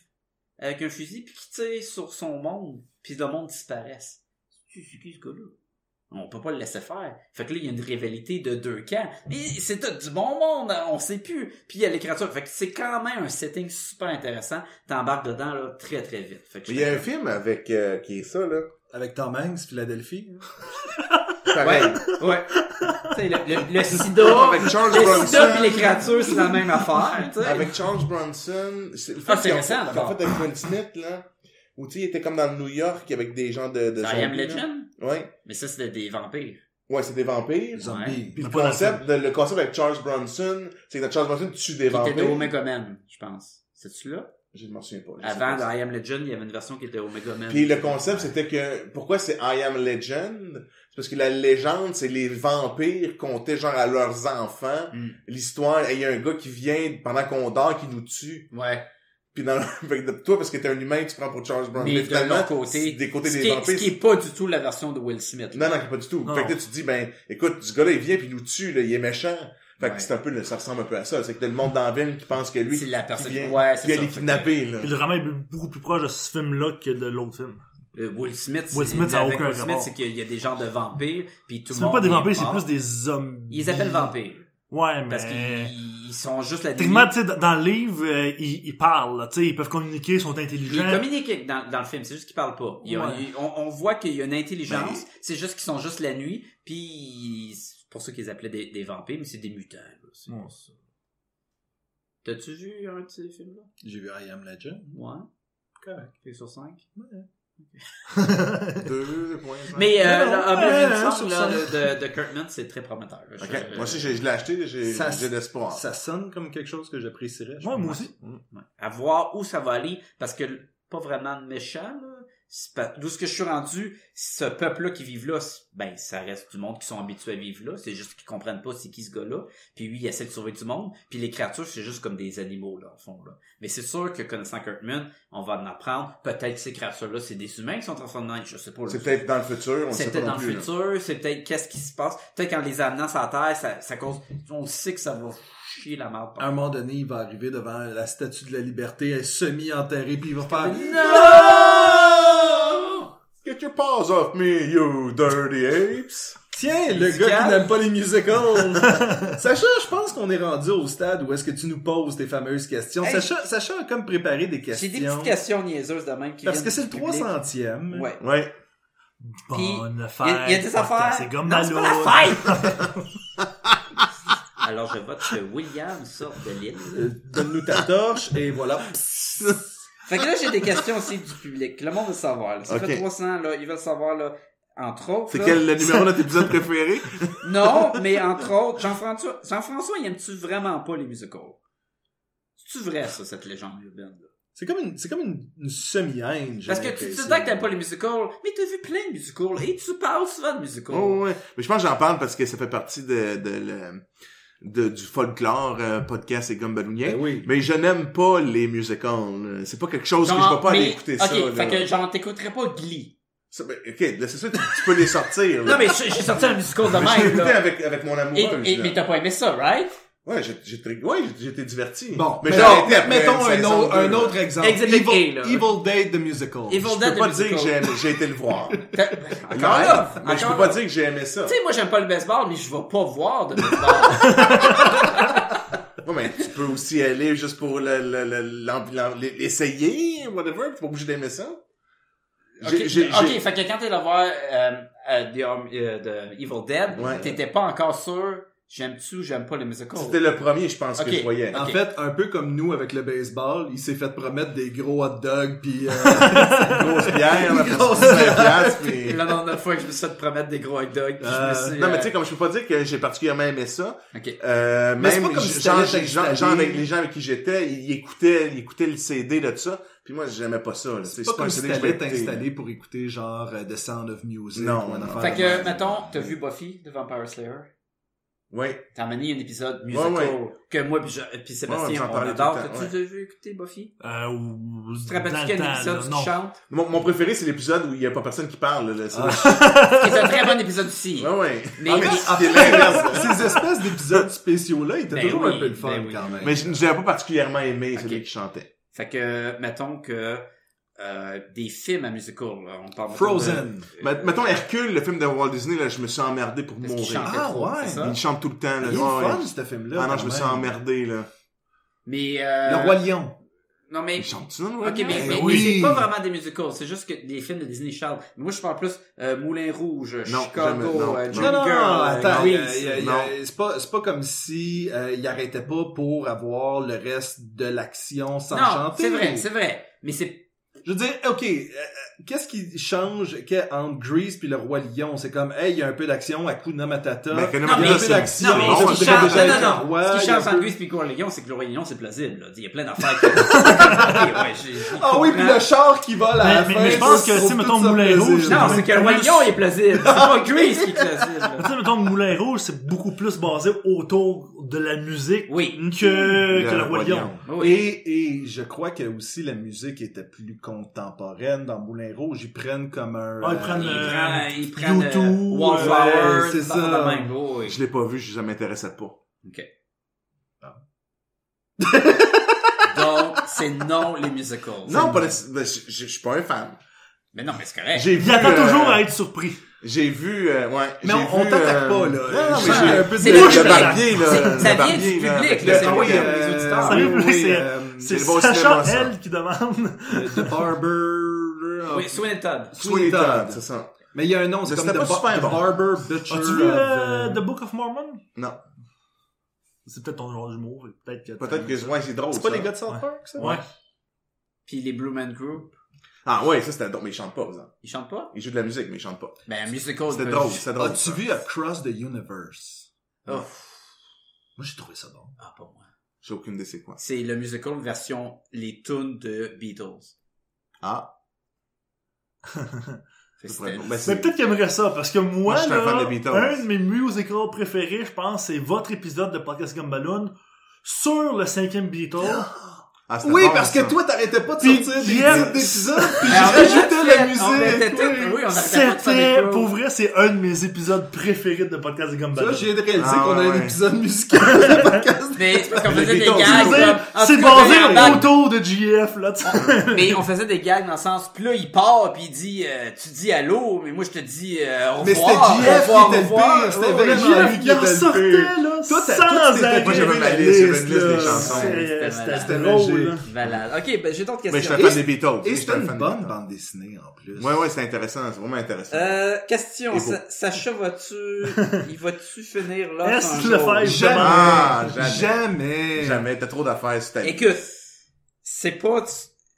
avec un fusil puis qui tire sur son monde. Puis le monde disparaisse. C'est c'est qui ce gars-là? On peut pas le laisser faire. Fait que là, il y a une rivalité de deux camps. Mais c'est tout du bon monde, hein, on sait plus. Puis il y a les créatures. Fait que c'est quand même un setting super intéressant. T'embarques dedans là, très très vite. Fait que
Il y a un film avec euh, qui est ça, là.
Avec Tom Hanks, Philadelphie.
[laughs]
Pareil.
Ouais, ouais. Tu sais, le, le, le sida,
Avec Charles
le sida
Bronson.
pis les créatures, c'est la même affaire, tu sais.
Avec Charles Bronson. C'est le film
Ah, c'est
qu'ils ont
récent,
fait- qu'ils ont
encore.
fait avec Will Smith, là. Où, tu sais, il était comme dans le New York avec des gens de, de
I Am
zombies, là.
Legend?
Ouais.
Mais ça, c'était des vampires.
Ouais, c'est des vampires.
Zombie.
Puis le
Pas dans le
concept, le, le concept avec Charles Bronson, c'est que Charles Bronson tue des
Qui était
vampires.
Omega Man, je pense. C'est-tu là?
Je ne m'en souviens pas. je sais pas.
Avant, dans I Am Legend, il y avait une version qui était Omega Man.
Puis le concept, c'était que pourquoi c'est I am legend C'est parce que la légende, c'est les vampires comptaient genre à leurs enfants.
Hmm.
Mm.
L'histoire, il y a un gars qui vient pendant qu'on dort qui nous tue.
Ouais.
Puis dans [laughs] fait que toi parce que t'es un humain, tu prends pour Charles Brown.
Mais de l'autre côté,
des côtés
ce,
des
qui est, ce
vampires.
qui est pas du tout la version de Will Smith.
Non non, pas du tout.
Non.
Fait que là, tu te dis ben écoute, ce gars-là il vient puis il nous tue là, il est méchant. Fait
Ouais.
que c'est un peu le- ça ressemble un peu à ça, c'est que t'as le monde dans la ville qui pense que lui
C'est la
qui
personne-
vient,
ouais,
qui
c'est
vient
ça.
les kidnapper là.
Puis le roman est beaucoup plus proche de ce film-là que de l'autre film.
Euh, Will Smith,
Will
c'est-
Smith, ça a
avec
aucun
Will Smith,
rapport.
c'est qu'il y a des genres de vampires, puis tout
C'est
le
même
monde...
pas des
est
vampires, c'est
mort.
plus des zombies.
Ils les appellent vampires.
Ouais, mais...
Parce qu'ils ils sont juste la
Techniquement, tu sais, dans- dans le livre, euh, ils, ils parlent, là, tu sais, ils peuvent communiquer, ils sont
Il
intelligents.
communique dans, dans le film, c'est juste qu'il parle pas. Il y a-
Ouais.
il- on, on voit qu'il y a une intelligence,
Ben,
c'est juste qu'ils sont juste la nuit, puis c'est pour ça qu'ils appelaient des, des vampires, mais c'est des mutants. là. C'est-
Ouais.
T'as-tu vu un de ces films-là?
J'ai vu I Am Legend.
Ouais.
Correct.
Fait sur 5.
[laughs] Deux points. cinq.
Mais
non,
euh, le
ouais,
Oblivion
ouais,
Song,
sur
là,
cinq.
de, de Kurtman, c'est très prometteur. Je-
OK,
euh,
moi aussi j'ai- je l'ai acheté, j'ai
Ça-
j'ai de l'espoir.
Ça sonne comme quelque chose que j'apprécierais. je
Ouais,
pense.
moi aussi.
ouais. À voir où ça va aller, parce que l- pas vraiment de méchant, là. C'est pas- D'où ce que je suis rendu, ce peuple-là qui vivent là, c'est- ben, ça reste du monde qui sont habitués à vivre là. C'est juste qu'ils comprennent pas c'est qui ce gars-là. Puis lui, il essaie de sauver du monde. Puis les créatures, c'est juste comme des animaux, là, au fond, là. Mais c'est sûr que connaissant Kurtman, on va en apprendre. Peut-être que ces créatures-là, c'est des humains qui sont transformés en je sais pas. là.
C'est peut-être dans le futur, on le sait
C'est
pas
peut-être
non
dans le
plus. là.
futur, c'est peut-être qu'est-ce qui se passe. Peut-être qu'en les amenant sur la terre, ça, ça cause. On sait que ça va chier la merde.
À un moment donné, il va arriver devant la statue de la liberté, elle est semi-enterrée, puis il va faire...
Non!
Get your paws off me, you dirty apes!
Tiens, le
Musical.
gars qui n'aime pas les musicals! Sacha, je pense qu'on est rendu au stade où est-ce que tu nous poses tes fameuses questions.
Hey.
Sacha, Sacha a comme préparé des questions.
J'ai des petites questions niaises de même qui
Parce
viennent
que c'est le
du public.
300e.
Ouais.
Ouais.
Puis,
Bonne
Il y,
fête.
a- il y a des
podcast
affaires.
C'est comme
Non, c'est pas
Malone.
la fête! [laughs] Alors, je vote que William sorte de l'île.
Euh, Donne-nous ta torche et voilà.
Fait que là, j'ai des questions aussi du public. Le monde veut savoir. Là. Ça
Ok.
fait 300, là. Ils veulent savoir, là. Entre autres.
C'est
là-
quel le numéro de notre épisode préféré?
Non, mais entre autres, Jean-François, Jean-François, il aime-tu vraiment pas les musicals? C'est-tu vrai, ça, cette légende urbaine, là?
C'est comme une, c'est comme une, une semi-haine. j'ai
Parce que tu te
l'impression.
dis que t'aimes pas les musicals, mais t'as vu plein de musicals et tu parles souvent de musicals.
Oh, ouais. Mais je pense que j'en parle parce que ça fait partie de, de, le- de- du folklore euh, podcast et gomme
Ben oui.
Mais je n'aime pas les musicals. là. C'est pas quelque chose que je vais pas
mais-
aller écouter
ok,
ça. là.
fait que genre, t'écouterais pas Glee.
Ça, ben, ok, là, c'est sûr que tu peux les sortir. là.
Non, mais j'ai j'ai sorti un musical
[laughs]
de
Mais je l'ai
même,
écouté
là.
avec, avec mon
Et,
amoureuse.
et-
là.
mais t'as pas aimé ça, right?
Ouais, j'ai- j'ai très- ouais, j'ai- j'étais diverti.
Bon,
mais
mais
j'ai
genre,
arrêté après
mettons
une
un,
saison
autre, un
deux,
autre
là.
exemple.
Exhibit
Evil,
A, là.
Evil Dead the Musical.
Evil
Je
Dead,
peux
le
pas dire que j'ai
musical.
aimé- j'ai été le voir.
T'as-
[laughs]
Encore
Quand
là!
même, Mais je peux
encore
pas
là.
dire que j'ai aimé ça.
Tu sais, moi, j'aime pas le baseball, mais je vais pas voir
[laughs]
de baseball.
Ouais, mais tu peux aussi aller juste pour le- le- le- l'ambi- l'am- l'essayer, whatever. T'es pas obligé d'aimer ça.
ok,
J'ai- j'ai-
ok,
j'ai-
fait que quand t'es allé voir euh, euh, The Arm- euh, The Evil Dead,
Ouais.
t'étais pas encore sûr, j'aime-tu ou j'aime pas le musical.
C'était le premier, je pense,
Ok.
que je voyais.
En
Ok.
fait, un peu comme nous avec le baseball, il s'est fait promettre des gros hot dogs puis euh, une grosse [laughs]
Pierre, la
Grosse-
place,
[laughs]
Et
puis...
Là, non, la fois que je me suis fait promettre des gros hot dogs, puis je me suis...
Non, mais
euh,
tu sais, comme je peux pas dire que j'ai particulièrement aimé ça,
ok.
euh,
Mais c'est
même
pas comme
j-
si
genre, j-
t'allais
genre,
t'installer.
genre avec les gens avec qui j'étais, ils écoutaient, ils écoutaient le CD de ça, puis moi, j'aimais pas ça. là.
C'est pas
un
comme si
CD que je
t'allais
vais écouter.
t'installer pour écouter genre euh, The Sound of Music.
Non,
ou une
non.
affaire
Fait
de
que,
même.
mettons, t'as vu Buffy de Vampire Slayer?
Ouais.
T'as amené un épisode musical
Ouais, ouais.
que moi puis, je- puis
Ouais, ouais,
Sébastien,
j'en
on
parlais
adore.
tout le temps,
T'as-tu déjà vu écouter Buffy?
Euh, ou-
Tu te rappelles-tu qu'il y a un épisode où
[laughs]
tu chantes?
Mon, mon préféré, c'est l'épisode où il y a pas personne qui parle, là.
Ah.
C'est
C'est un très bon épisode aussi.
Ouais, ouais.
Mais-
Ah, mais
mais-
c'est l'inverse.
[laughs] Ces espèces d'épisodes spéciaux-là, ils étaient
Ben
toujours
oui,
un peu le fun
ben oui.
quand même.
Mais je n'avais pas particulièrement aimé celui
Ok.
qui chantait.
Fait que, mettons que euh, des films à musical, là, on parle...
Frozen.
mettons, de- euh,
Mais, mettons Hercule, le film de Walt Disney, là, je me suis emmerdé pour
Parce qu'il
mourir.
chantait
Ah,
trop,
ouais.
c'est ça?
Il chante tout le temps,
Il
là.
est
Ouais,
fun,
ouais.
ce film-là.
Ah non,
quand
je me suis
même.
emmerdé, là.
Mais... euh,
Le Roi Lion.
Non, mais...
Il chante-tu, non? Ben
Ok, mais,
Eh
mais-
oui.
mais c'est pas vraiment des musicals, c'est juste que des films de Disney Charles. Moi, je parle plus euh, Moulin Rouge,
Non, jamais,
Chicago,
non,
euh,
non.
Dream
Non, non,
Girl, euh,
attends,
Grease.
euh, y a- y a-
Non.
c'est pas, c'est pas comme si euh, il arrêtait pas pour avoir le reste de l'action sans
Non,
chanter.
c'est vrai, c'est vrai. Mais c'est...
Je veux dire, ok, euh, euh, qu'est-ce qui change que- entre Grease puis le Roi Lion C'est comme, hey, il y a un peu d'action à Hakuna Matata.
Mais que non,
Non,
il
mais là,
y a un peu
c'est-
d'action.
Non, mais
bon,
on
ce qui
dirait
change,
déjà
non, non,
le
non.
roi, il
ce qui
y a
change
un peu-
entre Grease et Roi Lion, c'est que le Roi Lion, c'est plausible, là. Il y a plein d'affaires qui. Ok, ouais, j'ai- j'ai-
Ah oui, puis le char qui vole à
Mais-
la
mais-
fin.
mais je pense que,
c'est
tu sais, mettons, Moulin Rouge,
Non, c'est que le Roi Lion, il est plausible. C'est pas Grease qui est plausible.
Tu sais, mettons, Moulin Rouge, c'est beaucoup plus basé autour de la musique
Oui.
que, que le Roi
Roi
Lion.
Oui.
Et, et je crois que aussi la musique était plus contemporaine dans Moulin Rouge. Ils prennent comme un.
Ah, ils
euh,
prennent
Il
le-
prend, il prend
YouTube,
le
ouais,
Wallflower,
c'est
ça.
ça.
de même, oui, oui.
Je l'ai pas vu, je- ça m'intéressait pas.
Donc, c'est non les musicals.
Non, pas nécessaire- ben, je je- je suis pas un fan.
Mais non, mais c'est correct.
J'ai
Il
vu,
attend
euh,
toujours à être surpris.
J'ai vu, euh, ouais. j'ai
Mais on, on
vu,
t'attaque
euh,
pas,
Non,
là.
non,
Je
mais
sens
j'ai-
un peu de-
C'est
Le,
moi,
le
je fais ça.
barbier, là.
C'est- ça
le
vient
barbier,
du
là,
public,
avec
là,
le-
c'est
Ah oui,
vrai.
euh,
les auditeurs.
Ça arrive,
oui,
oui, c'est-
euh,
C'est
le bon cinéma,
Sacha,
ça.
elle, qui demande.
The Barber.
Oui, Swin and Todd.
Sweeney Todd, c'est ça.
Mais il y a un nom, c'est
Mais
comme The,
c'était pas
Bar-
super
The
bon.
Barber Butcher.
As-tu vu
of,
euh,
euh,
The Book of Mormon?
Non.
C'est peut-être ton genre d'humour. et Peut-être que...
Peut-être que, ouais, c'est drôle.
C'est pas
ça.
les gars de South Park, ça?
Ouais.
Puis les Blue Man Group,
Ah ouais, ça c'était drôle, mais ils chantent pas, par exemple.
ils chantent pas?
Ils jouent de la musique, mais ils chantent pas.
Ben, un
Oh,
musical.
C'était
ben,
drôle, c'était drôle.
As-tu
ça.
vu Across the Universe?
Oh.
Moi, j'ai trouvé ça bon.
Ah, pas moi.
J'ai aucune des séquences.
C'est le musical version les tunes de Beatles.
Ah.
Fait que
Ça pourrait
c'était-
être bon. Ben,
Mais
c'est-
peut-être qu'il aimerait ça, parce que moi,
Moi, je suis un
là,
fan
un,
des Beatles.
de mes musicals préférés, je pense, c'est votre épisode de Podcast Comme Balloon sur le cinquième Beatle.
Ah, c'était
Oui,
bon,
parce que
ça.
toi, t'arrajtais pas de
Puis,
sortir des
yes.
petites épisodes, puis
Mais on
j'ajoutais la
mettait- on mettait tout-
musique.
oui, on arrêtait pas de faire des
C'était,
covers.
pour vrai, c'est un de mes épisodes préférés de Podcast Comme
Là,
Balloon.
j'ai réalisé
Ah,
qu'on a
ouais.
un épisode musical de podcast.
Mais c'est parce qu'on
Les
faisait des
Beatles,
Je
gags.
veux
comme-
dire,
en
C'est
tout cas,
basé
on avait un
autour de GF,
Ah,
là, tu sais.
ben,
gag, Mais on faisait des gags dans le sens, puis là, il part, puis il dit, euh, tu dis allô, mais moi, je te dis euh, au
Mais c'était
revoir. au
JF
revoir,
qui était le
au revoir.
pire, c'était
Oh,
vraiment
JF.
lui qui
Il en
était le
sortait,
pire.
là,
Toi, t'as- toi,
sans
t'étais-
arrêt.
Moi, j'avais ma
la
liste, j'avais une
liste,
liste des
là.
chansons.
C'est-
C'était
C'était
malade.
C'était
drôle, là. [laughs]
Valade. Ok, ben j'ai d'autres
Mais je
questions.
suis un fan des Beatles.
Et
Je suis
c'est
un
une
fan des
bonne
Beatles.
bande dessinée en plus.
Ouais, ouais, c'est intéressant. C'est vraiment intéressant.
Euh, question,
Et beau.
Sa- Sacha, vas-tu, il va-tu finir là?
Est-ce que le faire
Jamais,
Ah, jamais.
jamais. Jamais.
Jamais. T'as trop d'affaires sur ta vie.
Écoute, c'est pas.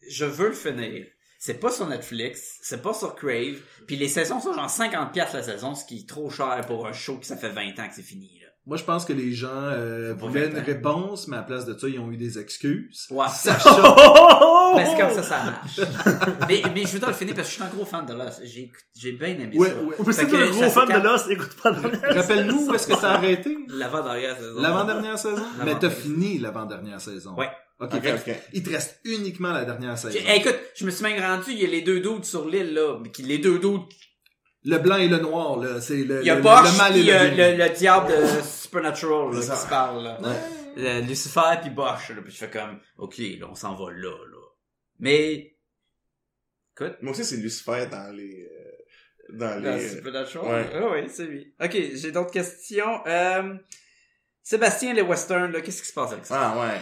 Je veux le finir. C'est pas sur Netflix, c'est pas sur Crave, puis les saisons sont genre 50$ piastres la saison, ce qui est trop cher pour un show que ça fait 20 ans que c'est fini. Là.
Moi, je pense que les gens euh,
Pour
voulaient une
vingt ans.
réponse, mais à place de ça, ils ont eu des
[laughs]
excuses.
Ouais,
Oh,
[laughs] Sacha,
mais c'est comme ça, ça marche. mais, mais je veux te le finir parce que je suis un gros fan de Lost. J'ai écout- j'ai bien aimé
Ouais,
ça.
ouais.
Mais si
Fait
t'es
que
un
ça,
gros
c'est
fan
quand-
de Lost, écoute pas dans
rappelle-nous où est-ce que t'as arrêté?
L'avant-dernière saison.
L'avant-dernière saison? Mais t'as
L'avant-dernière.
fini l'avant-dernière saison.
Ouais.
Ok,
Ok,
fait
ok.
il te reste uniquement la dernière saison.
J'ai- hey, écoute, je me suis même rendu, il y a les deux doutes sur l'île, là. mais qui- Les deux doutes.
Le blanc et le noir, là, c'est le,
Il y a
le,
Bosch
le mal et
puis
le
euh,
bien.
le, le diable de Supernatural là, qui
Ça.
se parle. Là.
Ouais.
Le- Lucifer puis Bosch. Là, puis je fais comme, OK, là, on s'en va là, là. Mais, écoute,
Moi aussi, c'est Lucifer dans les, euh, dans
Dans
les,
Supernatural?
ouais.
Ah oui, c'est lui. Ok, j'ai d'autres questions. Euh, Sébastien, les westerns, là, qu'est-ce qui se passe avec ça?
ah ouais.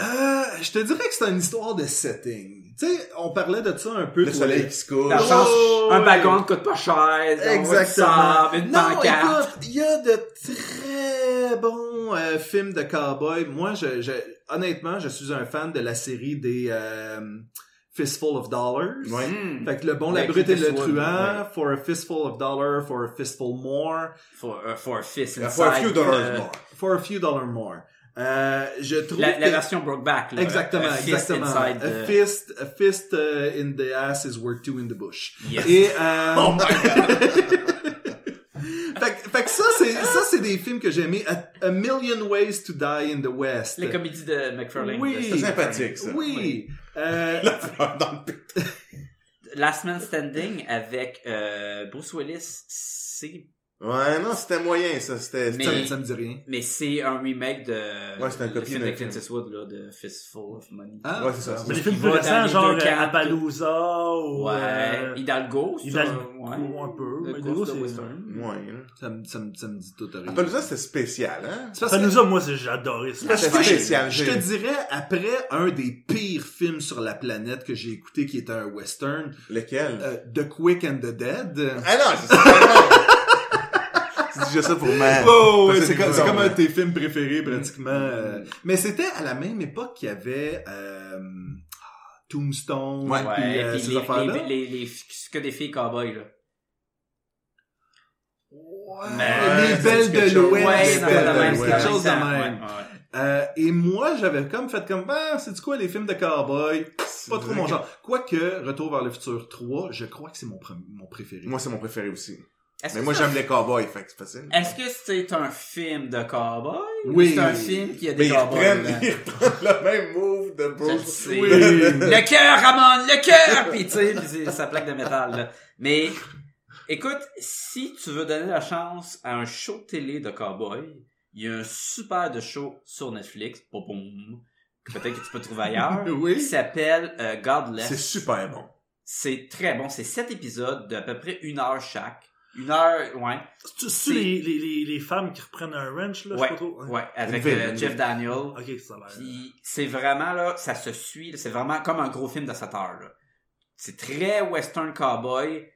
Euh, je te dirais que c'est une histoire de setting. Tu sais, on parlait de ça un peu.
Le
toi,
soleil qui se couche.
La chance,
Oh,
un
ouais.
wagon ne coûte pas cher.
Exactement.
Exactement. une
non,
pancarte.
écoute, il y a de très bons euh, films de cowboy. Moi, je, je- honnêtement, je suis un fan de la série des euh, Fistful of Dollars.
Ouais.
Hmm.
Fait que le bon,
Ouais,
la brute et
Clint
le
Eastwood,
truand, for a fistful of dollars, for a fistful more,
For, uh, for a fist inside.
For a few dollars
euh,
more.
for a few dollars more. Euh, je trouve
La,
que-
la version Brokeback, là.
Exactement,
A fist
exactement.
inside
A
the-
fist, a fist euh, in the ass is worth two in the bush.
Yes.
Et euh,
Oh my god.
[laughs] fait, que- fait que ça c'est ça c'est des films que j'ai aimé. A, A million ways to die in the West.
Les comédies de McFarlane.
Oui.
de
C'est
C'est
Seth
sympathique, ça.
Oui. Euh,
La fleur [laughs] dans le pétard.
MacFarlane. Last Man Standing avec euh, Bruce Willis, c'est
Ouais, non, c'était moyen, ça. C'était,
Mais-
ça,
c'était-
me- ça me dit rien.
mais c'est un remake de
Ouais, c'est un
le
copie
film
de-
de Clint Eastwood là de Fistful of Money.
Ah,
Ouais, c'est ça.
Mais les
c'est ça.
films
Il
plus
va dans
récents,
les
genre euh,
deux camps.
Appaloosa ou...
Ouais,
euh,
Hidalgo, c'est
Hidalgo,
un- ouais.
un peu, mais
Le
Hidalgo,
course de
c'est-
western.
Ouais, hein.
Ça me ça me ça me dit tout à rien.
Appelle ça, c'était spécial, hein.
C'est parce que-
Appaloosa, moi, c'est- j'ai adoré ça.
Parce que-
Je-
spécial,
Je
j'ai-
te dirais, après un des pires films sur la planète que j'ai écouté, qui était un western,
Lequel?
euh, The Quick and the Dead.
Ah non, c'est ça. [laughs] C'est juste ça pour man.
Oh,
Parce
ouais,
que
c'est
c'est
comme,
bizarre,
c'est comme un
ouais.
de tes films préférés, pratiquement. euh. Mais c'était à la même époque qu'il y avait euh, Tombstone,
Ouais.
puis,
Ouais,
euh,
puis
ces
les-
affaires-là.
les, les, les- ce que des filles cowboys là.
Ouais,
Mais-
les
c'est
belles
quelque
de
chose.
l'Ouest,
Ouais,
les
c'est
ça
belles
va
de
de même,
l'Ouest,
c'est
quelque
ça.
chose de même.
Ouais, ouais.
Euh, et moi, j'avais comme fait comme, ben, c'est quoi les films de cowboy? C'est pas trop mon genre. Quoique, Retour vers le futur 3, je crois que c'est mon, pr- mon préféré.
Moi, c'est mon préféré aussi.
Est-ce
Mais
que
moi,
c'est Eh,
j'aime les cowboys, fait que c'est facile.
Est-ce que c'est un film de cowboy
Oui.
ou c'est un film qui a
Mais
des
ils
cowboys
reprennent,
dedans?
ils reprennent le même move de
Je le
Bruce. [laughs]
sais.
Oui.
Le cœur, Ramon, le cœur! [laughs] Puis tu sais, puis c'est sa plaque de métal. Là. Mais écoute, si tu veux donner la chance à un show de télé de cowboy, il y a un super de show sur Netflix, boum, boum, que peut-être que tu peux trouver [laughs] ailleurs,
Oui.
qui s'appelle euh,
C'est
Godless.
super bon.
C'est très bon. C'est sept épisodes d'à peu près une heure chaque. Une heure, ouais.
Tu tu les, les, les, les femmes qui reprennent un wrench, là, je sais
Ouais,
pas trop.
ouais, avec
Une ville,
euh,
une
Jeff
ville.
Daniel.
Ok, ça a l'air.
Puis c'est vraiment là, ça se suit, là, c'est vraiment comme un gros film de 7 heures. là. C'est très western cowboy,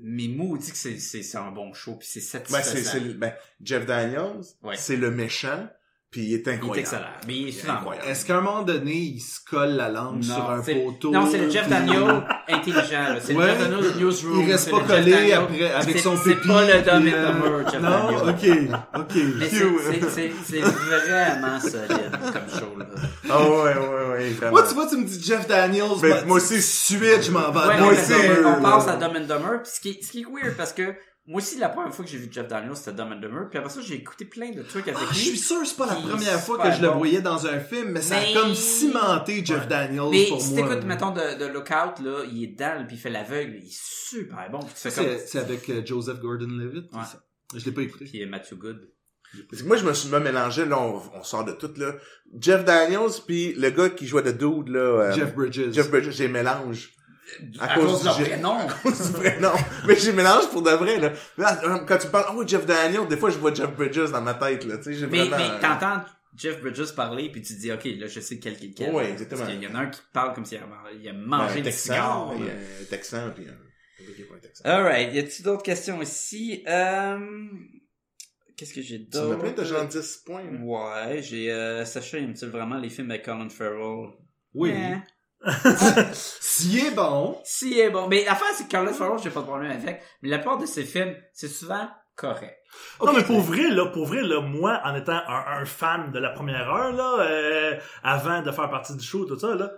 mais maudit que c'est, c'est, c'est un bon show, puis c'est
Ben,
satisfaisant.
c'est, c'est, le- ben, Jeff Daniels,
Ouais.
c'est le méchant, puis il est
Il
incroyable.
est excellent, mais il est
Il est
souvent bon.
incroyable.
Est-ce qu'à un moment donné, il se colle la langue sur un
c'est,
poteau?
non, c'est le Jeff
puis- [laughs]
Daniel intelligent, là. c'est
Ouais.
le Jeff Daniel du Newsroom.
Il reste
c'est
pas
le Jeff
collé
Daniel.
après, avec
C'est-
son
c'est
pipi.
pas le Dumb and
puis, euh,
Dumber, Jeff
Non,
Daniel.
ok, ok.
Mais c'est, c'est, c'est, c'est vraiment solide comme show. Là.
Ah ouais, ouais, ouais, vraiment.
Moi, tu vois, tu me dis Jeff Daniels.
Mais
bah,
Ben, moi aussi,
suite, je m'en vais. à
Ouais,
Dumb
mais
and
c'est-
Dumber,
on passe à
là.
Dumb and Dumber, puis ce qui, est- ce qui est weird parce que moi aussi la première fois que j'ai vu Jeff Daniels c'était Dumb and Dumber, puis après ça j'ai écouté plein de trucs avec
Ah, je
lui.
suis sûr, c'est pas la
Puis
première fois que
super
je le
bon.
voyais dans un film, mais ça a
Mais-
comme cimenté Jeff Daniels
Mais
pour
si
moi.
t'écoutes, mettons, de, de Lookout, là, il est dalle, puis il fait l'aveugle, il est super bon. Puis tu fais comme...
C'est c'est avec euh, Joseph Gordon-Levitt.
Ouais.
ça. Je l'ai pas écouté.
Puis euh, Matthew Good.
Parce que moi, je me suis me mélangé, là, on, on sort de tout, là. Jeff Daniels, puis le gars qui jouait de Dude, là. euh,
Jeff Bridges.
Jeff Bridges, j'ai mélange.
À, cause de leur prénom.
C'est vrai, non. Mais j'ai mélange pour de vrai, là. Là, euh, Quand tu parles, oh, Jeff Daniels, des fois, je vois Jeff Bridges dans ma tête, là, tu sais, j'ai
Mais,
vraiment...
mais t'entends Jeff Bridges parler, puis tu dis, OK, là, je sais quel qui est lequel.
Ouais, exactement.
Parce qu'il y en a un qui parle comme s'il avait- il a
Ben,
mangé
un
des
texan,
cigares.
puis euh, un texan, puis un... un texan.
Alright, y a-t-il d'autres questions ici? Euh, Qu'est-ce que j'ai
Tu me
d'autre?
plains de genre 10 points. là.
Ouais, j'ai... Euh, Sacha, aime-t-il vraiment les films avec Colin Farrell?
Oui.
Ouais.
S'il est bon,
Si, eh, bon. Mais l'affaire, c'est que Carlos Farrell, j'ai pas de problème avec. Mais la plupart de ses films, c'est souvent correct.
Non, mais pour vrai, là, pour vrai, là, moi, en étant un, un fan de la première heure, là, euh, avant de faire partie du show, tout ça, là,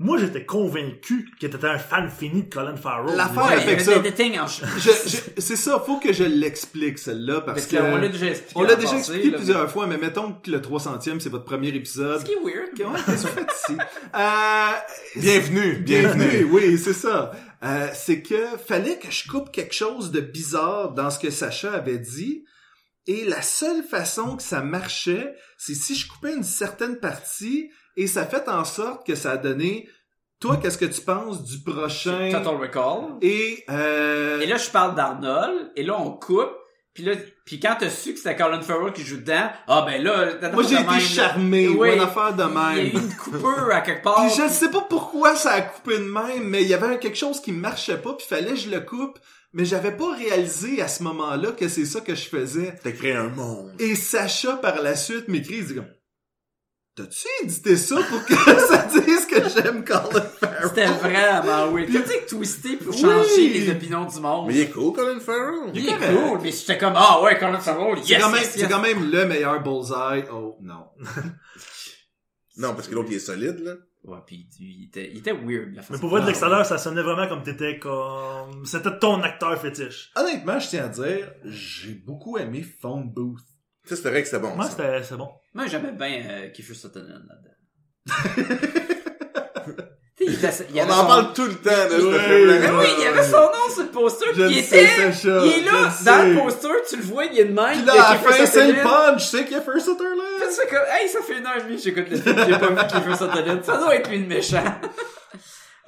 moi, j'étais convaincu que t'étais un fan fini de Colin Farrell.
L'affaire
Ouais.
avec
il y avait
ça.
des- des things en ch-
je- je- c'est ça, faut que je l'explique celle-là parce
Parce
que
qu'on l'a déjà expliqué.
on
dans
l'a
le
déjà
passé,
expliqué
là,
plusieurs fois, mais mettons que le 300e c'est votre premier épisode.
mais- Ce qui est weird.
Ok, ouais, qu'est-ce que vous faites ici? Euh,
Bienvenue, bienvenue.
bienvenue, oui, c'est ça. Euh, c'est que fallait que je coupe quelque chose de bizarre dans ce que Sacha avait dit. Et la seule façon que ça marchait, c'est si je coupais une certaine partie et ça fait en sorte que ça a donné toi, qu'est-ce que tu penses du prochain
Total Recall.
et, euh,
Et là, je parle d'Arnold. Et là, on coupe. Puis là, puis quand t'as su que c'était Colin Farrell qui joue dedans, ah ben là, t'as
moi
de
j'ai
même, là.
été charmé, ou
Oui.
une affaire de
Il y a eu
même.
une coupure à quelque part.
Puis je ne sais pas pourquoi ça a coupé de même, mais il y avait quelque chose qui marchait pas, puis fallait que je le coupe. Mais j'avais pas réalisé à ce moment-là que c'est ça que je faisais.
T'as créé un monde.
Et Sacha, par la suite, m'écrit, il dit comme, t'as-tu édité ça pour que [laughs] ça dise que j'aime Colin Farrell?
C'était vraiment weird. Tu sais, twisté pour changer
Oui.
les opinions du monde.
Mais il est cool, Colin Farrell.
Il est cool, mais j'étais comme, ah ouais, Colin Farrell,
C'est
yes,
quand, même-
yes,
c'est
yes.
quand même le meilleur bullseye. Oh, non.
Non, parce que l'autre, il est solide, là.
Ouais, pis il était, il était weird, la façon.
Mais pour vrai, de l'extérieur, ça sonnait vraiment comme t'étais comme, c'était ton acteur fétiche.
Honnêtement, je tiens à dire, j'ai beaucoup aimé Phone Booth.
Ça, c'est vrai que c'est bon.
Moi,
ça.
c'était, c'est bon.
Moi, j'aimais bien euh, Kiefer Sutherland là-dedans. [laughs] Tu sais, il était-
On
il
en
avait son-
parle tout le temps, là, ce
Ouais.
film-là.
Mais oui, il y avait son nom sur le poster,
Je
pis
le
il
sais,
était...
Sacha.
Il est
je
là,
le
dans
sais.
le poster, tu le vois, il est de même.
Puis
il
là,
y a
à la
Kiefer
fin, c'est le
Sutherland.
punch. C'est Kiefer Sutherland.
Puis tu fais comme, hey, ça fait une heure et demie que j'écoute le film, j'ai pas vu Kiefer Sutherland. Ça doit être lui le méchant.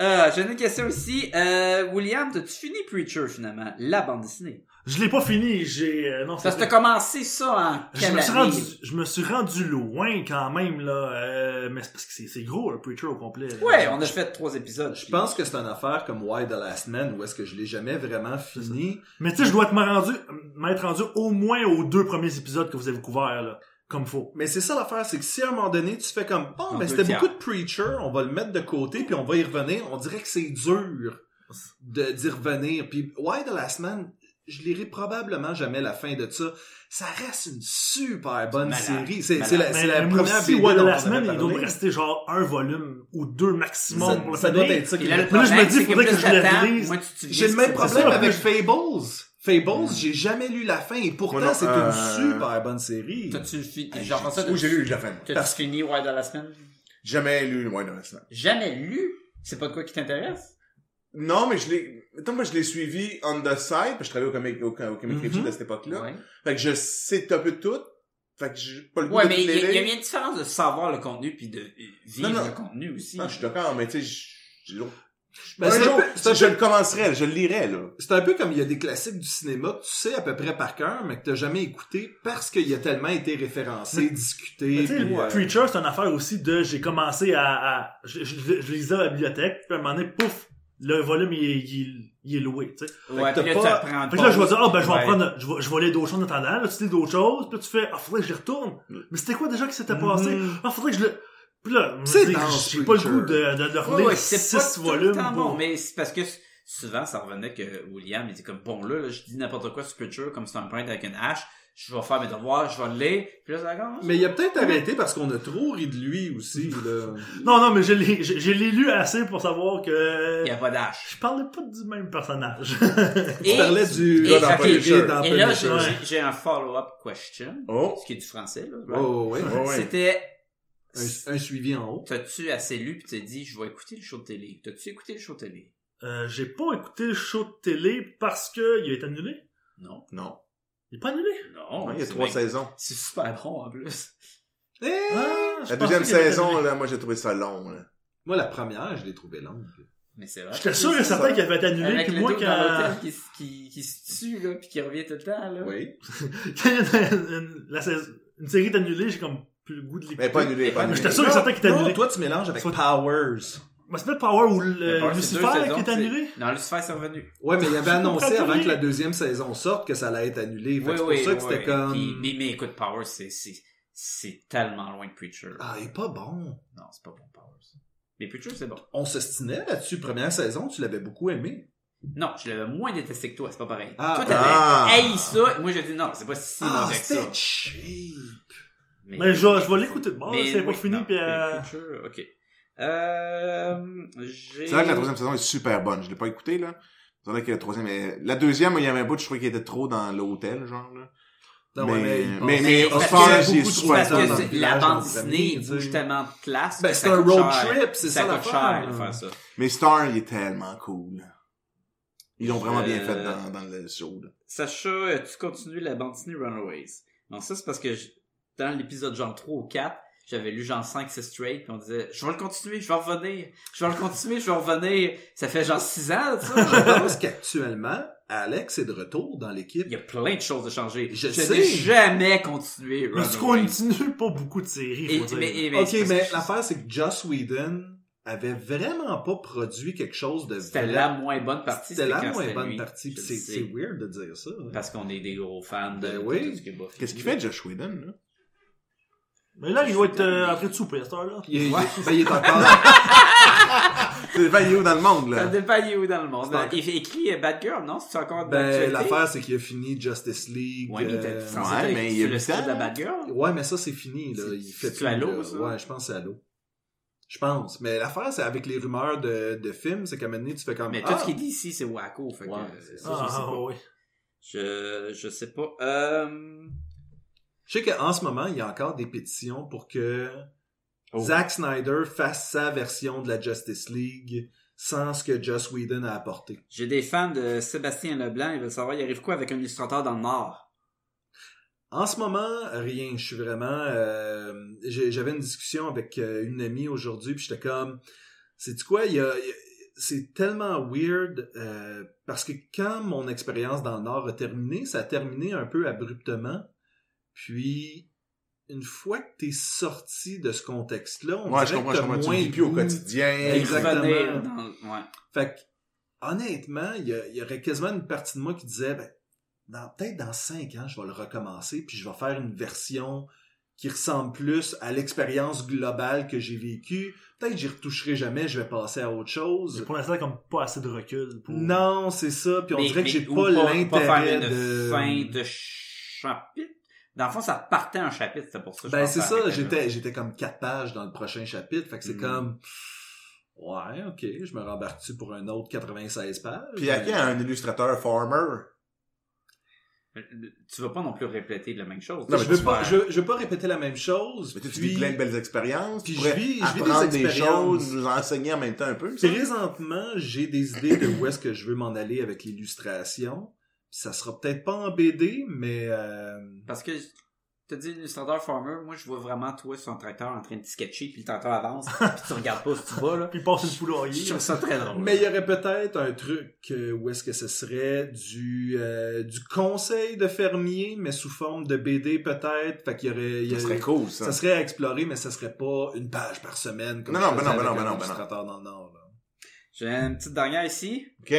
Euh, j'ai une question ici. Euh, William, t'as-tu fini Preacher finalement? La bande dessinée.
Je l'ai pas fini, j'ai, euh, non,
Ça
c'était-
s'était commencé ça en
je
quelle
me, suis
année?
rendu, je me suis rendu loin quand même, là, euh, mais c'est parce que c'est, c'est gros, le Preacher au complet. là.
Ouais, on a fait trois épisodes.
Je pense que c'est une affaire comme Why the Last Man où est-ce que je l'ai jamais vraiment fini.
Mais tu sais, je dois te m'en rendu, m'être rendu au moins aux deux premiers épisodes que vous avez couverts, là, comme faut.
Mais c'est ça l'affaire, c'est que si à un moment donné tu fais comme bon,
On
mais
peut
c'était
dire.
beaucoup de preacher, on va le mettre de côté puis on va y revenir. On dirait que c'est dur de d'y revenir. Puis Why the Last Man, je lirai probablement jamais la fin de ça. Ça reste une super bonne
Malade.
série. C'est
Malade.
c'est la,
Mais
c'est la
moi
première
aussi,
BD
ouais,
dont
dans la
on
semaine,
avait
il doit me
parlé.
rester genre un volume ou deux maximum
Ça,
pour le
ça doit
finir.
être ça
Et
qui
là, le
Mais là,
problème,
je me dis,
c'est que
faudrait que
plus
je le
t'attends,
relise.
moins tu te
J'ai le
dis,
même
c'est
problème
ça,
avec
je-
Fables. Fables, j'ai jamais lu la fin et pourtant
Moi non,
c'est
euh,
une super bonne série.
T'as-tu fini? Jean-François,
Où j'ai lu
t'as-tu
la fin. moi.
t'as-tu fini Why de la semaine?
Jamais lu Wine of Iceland.
Jamais lu? C'est pas de quoi qui t'intéresse?
Non, mais je l'ai, mettons, moi, je l'ai suivi on the side, parce que je travaillais au comic, au, au comic
Mhm.
Mm-hmm.
Relief à cette époque-là.
Ouais.
Fait que je sais un peu tout. Fait que j'ai pas le goût
Ouais,
de
mais
toutes
il y,
les
a- il y a
lire.
bien une différence de savoir le contenu puis de euh, vivre
Non, non.
le contenu aussi.
Non, Ah, je suis d'accord, mais tu sais, je- j'ai l'autre.
Ben,
un
c'est
jour,
un peu- c'est un
je le commencerai, je le lirai, là.
C'est un peu comme il y a des classiques du cinéma que tu sais à peu près par cœur, mais que t'as jamais écouté parce qu'il a tellement été référencé, discuté.
Tu sais,
puis, euh,
Preacher, c'est une affaire aussi de j'ai commencé à, à- je, je- je lisais à la bibliothèque, puis à un moment donné, pouf, le volume il, est- il est- il est loué, tu sais.
Ouais,
Fait que
puis là,
t'as
tu
pas-
apprends
Fait que là, je vais dire, ah, ben, je vais en
Ouais.
prendre, je vais, je vais lire d'autres choses en attendant, là, tu lis d'autres choses, puis là, tu fais, ah, faudrait que j'y retourne.
Mm.
Mais c'était quoi déjà qui s'était passé?
Mm-hmm.
Ah, faudrait que je le, puis là, je me
C'est
dis,
dense,
j'ai pas le
Preacher.
goût de, de, de
Ouais,
relire
ouais, c'est pas
six
tout
volumes.
le temps
pour-
bon, mais c'est parce que s- souvent, ça revenait que William, il dit comme, bon, là, là, je dis n'importe quoi sur Preacher, comme c'est un print avec une hache, je vais faire mes devoirs, je vais le lire, puis là, ça commence.
Mais il a peut-être arrêté parce qu'on a trop ri de lui aussi. Là.
Non, non, mais je l'ai, je, je l'ai lu assez pour savoir que
Il n'y a pas d'hache.
je parlais pas du même personnage. [laughs]
Tu parlais du
et-
dans
ok,
Punisher, dans
Et là,
Punisher.
j'ai
Ouais.
j'ai- j'ai un follow-up question,
Oh.
ce qui est du français, là.
Ouais, ouais, ouais.
Oh, ouais.
C'était,
Un, un suivi en haut.
t'as-tu assez lu pis t'as dit, je vais écouter le show de télé? T'as-tu écouté le show de télé?
Euh, j'ai pas écouté le show de télé parce que il a été annulé.
Non.
Non.
Il est pas annulé.
Non.
Ouais, il y a
c'est
trois
bien-
saisons.
C'est super bon, en plus.
Eh!
Ah, je
La
pensais
deuxième
qu'il avait
saison,
annulé.
là, moi, j'ai trouvé ça long, là.
Moi, la première, je l'ai trouvée longue.
Mais c'est vrai.
J'étais sûr et certain qu'il avait été annulé,
Avec
puis
le
moi,
dos dans
quand, [laughs]
l'hôtel qui, se- qui, qui se tue, là, pis qui revient tout le temps, là.
Oui.
quand il y en a une, la saison- une série est annulée, j'ai comme plus plus le goût de l'écouter.
Mais pas annulé, pas
Mais
annulé.
j'étais sûr et certain qu'il était
Non,
annulé.
toi, tu mélanges avec
Soit-
Powers.
Mais c'est peut-être Power ou
Mais
le
Power, c'est deux
Lucifer
saisons,
qui est
c'est-
annulé.
Non, Lucifer, c'est revenu.
Ouais, mais
[laughs]
il avait annoncé
comprends pas,
avant
lui.
que la deuxième saison sorte que ça allait être annulé. Fait que
Oui,
c'est pour
oui,
ça que
oui,
c'était
oui.
comme.
Puis- mais, mais écoute, Powers, c'est, c'est, c'est tellement loin de Preacher.
Ah, il est pas bon.
Non, c'est pas bon, Powers. Mais Preacher, c'est bon.
On s'ostinait là-dessus. Première saison, tu l'avais beaucoup aimé.
Non, je l'avais moins détesté que toi, c'est pas pareil.
Ah,
toi, t'avais
ah.
haï ça. Moi, j'ai dit non, c'est pas si mauvais que ça.
c'était cheap.
Mais je, je vais l'écouter de bord,
Mais
là, c'est pas
oui,
fini.
non,
puis,
mais
euh,
Preacher, ok. Euh, j'ai...
C'est vrai que la troisième saison est super bonne. Je l'ai pas écouté, là. C'est vrai que la troisième est... La deuxième, il y avait un bout, je trouvais qu'il était trop dans l'hôtel, genre, là.
Non,
mais,
ouais,
mais,
il-
mais,
Mais
parce
Oscar,
que
il est
beaucoup de
super
Parce
trouvais
bon dans-
ça dans
que
le
c'est- la
village,
bande
on pourrait
dessinée
venir, tu sais.
bouge tellement de place.
Ben,
que
c'est
ça
un
coûte
road
cher.
trip, c'est ça
Ça coûte
l'affaire.
cher de faire ça.
Mais Star, il est tellement cool. Ils l'ont vraiment bien
Euh,
fait dans, dans le show, là.
Sacha, euh, tu continues la bande dessinée Runaways. Donc ça, c'est parce que je- dans l'épisode genre 3 ou 4, j'avais lu genre 5, 6 straight, puis on disait, je vais le continuer, je vais revenir, je vais le continuer, je vais revenir. Ça fait genre 6 ans,
Je [laughs]
ça.
pense qu'actuellement, Alex est de retour dans l'équipe.
Il y a plein de choses de changer.
Je
je
sais.
n'ai jamais continué
Mais tu
Runaways.
continues pas beaucoup de séries,
Et-
faut dire.
mais- et- ben,
Ok,
c'est parce
mais
que
l'affaire, c'est que Joss Whedon avait vraiment pas produit quelque chose de
C'était
vrai-
la moins bonne partie.
C'était
quand
la moins bonne
lui.
partie.
Je
puis
le
C'est
sais.
c'est weird de dire ça. hein.
Parce qu'on est des gros fans de,
Ben
de
oui.
tout ce que Buffy
Qu'est-ce qu'il
fait.
fait, Josh Whedon, là?
Mais là, il doit être euh, après de souper à cette heure-là.
Il, est- ben, il est
[laughs]
encore.
C'est pas il est où dans le monde,
Ça
là?
dépend il est où dans le monde.
C'est encore-
Il fait Euh, écrit euh, Bad Girl, non? C'est encore de
ben,
l'actualité?
l'affaire, c'est qu'il a fini Justice League.
Ouais, mais il était
euh,
censé
ouais,
être
mais il y a
sur le
huit
script
ans,
de la
là.
Bad Girl.
Ouais, mais ça, c'est fini. Là.
C'est-
Il fait
c'est
plus,
à l'eau,
là.
ça?
Ouais, je pense que c'est à l'eau. Je pense. Mais l'affaire, c'est avec les rumeurs de, de films, c'est qu'à un moment donné, tu fais comme.
Mais tout
ah,
ce qui est dit ici, c'est wacko. Fait que,
Ouais,
euh,
c'est
ça, je sais
Ah,
pas.
oui.
Je, je sais pas. Euh,
Je sais qu'en ce moment, il y a encore des pétitions pour que
Oh.
Zack Snyder fasse sa version de la Justice League sans ce que Joss Whedon a apporté.
J'ai des fans de Sébastien Leblanc. Ils veulent savoir, il arrive quoi avec un illustrateur dans le Nord?
En ce moment, rien. Je suis vraiment. euh, j'ai- J'avais une discussion avec euh, une amie aujourd'hui, puis j'étais comme, c'est tu quoi, il y a- il y a- c'est tellement weird euh, parce que quand mon expérience dans le Nord a terminé, ça a terminé un peu abruptement. Puis une fois que t'es sorti de ce contexte-là, on
Ouais, je
dirait que
comprends, je
t'as
comprends. Tu
moins
vis plus au
goût.
quotidien.
Exact. Exactement.
Revenir dans le- ouais.
Fait que, honnêtement, il y, a- il y aurait quasiment une partie de moi qui disait, ben, dans- peut-être dans cinq ans, je vais le recommencer, puis je vais faire une version qui ressemble plus à l'expérience globale que j'ai vécue. Peut-être j'y retoucherai jamais, je vais passer à autre
J'ai
chose.
pour l'instant comme pas assez de recul pour.
Non, c'est ça, puis on
Mais-
dirait que
mais-
j'ai
ou
pas
pas
l'intérêt
faire une
de...
fin de chapitre. Dans le fond, ça partait en chapitre, c'est pour ça. que je
Ben
pensais
c'est
arrêter
ça,
là.
j'étais j'étais comme quatre pages dans le prochain chapitre, fait que c'est
Mm.
comme... Ouais, ok, je me rembarque-tu pour un autre 96 pages? Euh,
Puis il y a qui a un illustrateur farmer?
Tu vas pas non plus répéter la même chose.
Non,
je
mais
veux pas, je, veux- je veux pas répéter la même chose.
Mais tu
puis-
vis plein de belles expériences.
puis
tu pourrais
je vis- je vis des
apprendre des,
expériences.
choses, nous enseigner en même temps un peu. ça.
Présentement, j'ai des idées de où est-ce que je veux m'en aller avec l'illustration. Ça sera peut-être pas en BD, mais euh,
Parce que t'as dit illustrateur farmer, moi je vois vraiment toi sur un tracteur en train de sketcher, puis le
[laughs]
tracteur avance, puis tu regardes pas si tu vas là.
Puis il passe une
Je
poulailler.
trouve ça très drôle.
mais il y aurait peut-être un truc euh, où est-ce que ce serait du euh, du conseil de fermier, mais sous forme de BD peut-être. Fait qu'il y aurait, il y
Ça serait
aurait-
cool, ça.
ça serait à explorer, mais ça serait pas une page par semaine comme
Non,
je
non, ben
faisais
non, ben
avec
non, ben
un
non, ben non.
illustrateur dans le Nord. là.
J'ai une petite dernière ici.
OK.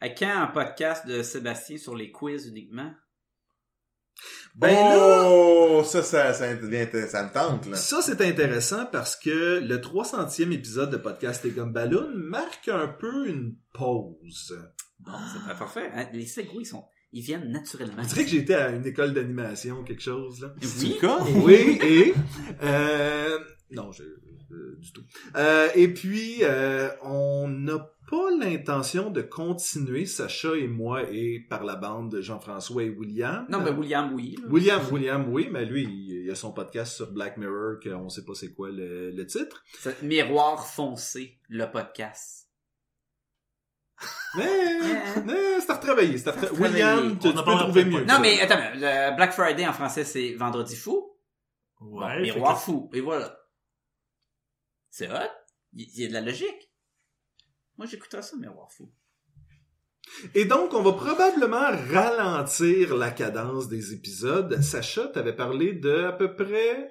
À quand un podcast de Sébastien sur les quiz uniquement?
Ben là,
oh, ça, ça, ça, devient- ça me tente, là.
Ça, c'est intéressant parce que le 300e épisode de Podcast et Gum Balloon marque un peu une pause.
Bon, c'est
Ah.
pas parfait. hein. Les segways sont. Ils viennent naturellement.
On dirait que j'étais à une école d'animation ou quelque chose, là.
[laughs] Oui.
Oui, et... euh, non, je, euh, du tout. Euh, et puis, euh, on n'a pas l'intention de continuer, Sacha et moi, et par la bande de Jean-François et William. Euh,
Non, mais William, oui. là.
William, William, oui, mais lui, il, il a son podcast sur Black Mirror qu'on sait pas c'est quoi le- le titre.
C'est Miroir foncé, le podcast.
Mais, mais c'est à retravailler. C'est à retra-
retravailler.
William, tu
On
tu
en
peux
parlera
trouver
peut-être pas.
mieux. que
Non,
ça.
mais attends, le Black Friday en français c'est Vendredi fou. Bon,
Ouais.
miroir fou. Et voilà. C'est hot. Il y, a de la logique. Moi, j'écouterais ça, miroir fou.
Et donc, on va probablement ralentir la cadence des épisodes. Sacha, t'avais parlé de à peu près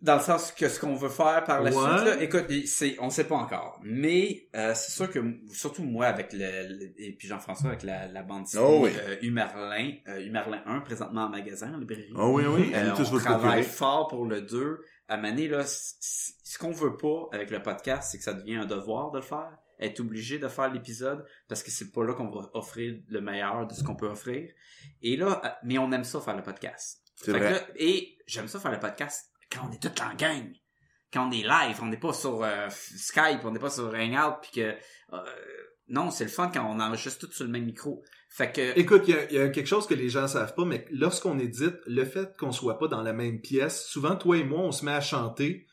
dans le sens que ce qu'on veut faire par la
Ouais.
suite, là, écoute, il- c'est, on sait pas encore. Mais euh, c'est sûr que, m- surtout moi, avec le, le- et puis Jean-François, avec la, la bande dessinée
Oh oui.
euh, Humerlin, euh, Humerlin 1, présentement en magasin, en librairie.
Ah oui, oui,
Euh,
allez tous
on
vous le procurer.
travaille fort pour le 2. À Mané, là, c- c- ce qu'on veut pas avec le podcast, c'est que ça devient un devoir de le faire, être obligé de faire l'épisode, parce que c'est pas là qu'on va offrir le meilleur de ce qu'on peut offrir. Et là, euh, mais on aime ça faire le podcast.
C'est
Fait que
vrai.
là- et j'aime ça faire le podcast quand on est tout en gang. Quand on est live, on n'est pas sur euh, Skype, on n'est pas sur Hangout, puis que... euh, non, c'est le fun quand on enregistre tout sur le même micro. Fait que...
Écoute, il y a- il y, a quelque chose que les gens savent pas, mais lorsqu'on édite, le fait qu'on soit pas dans la même pièce, souvent toi et moi, on se met à chanter,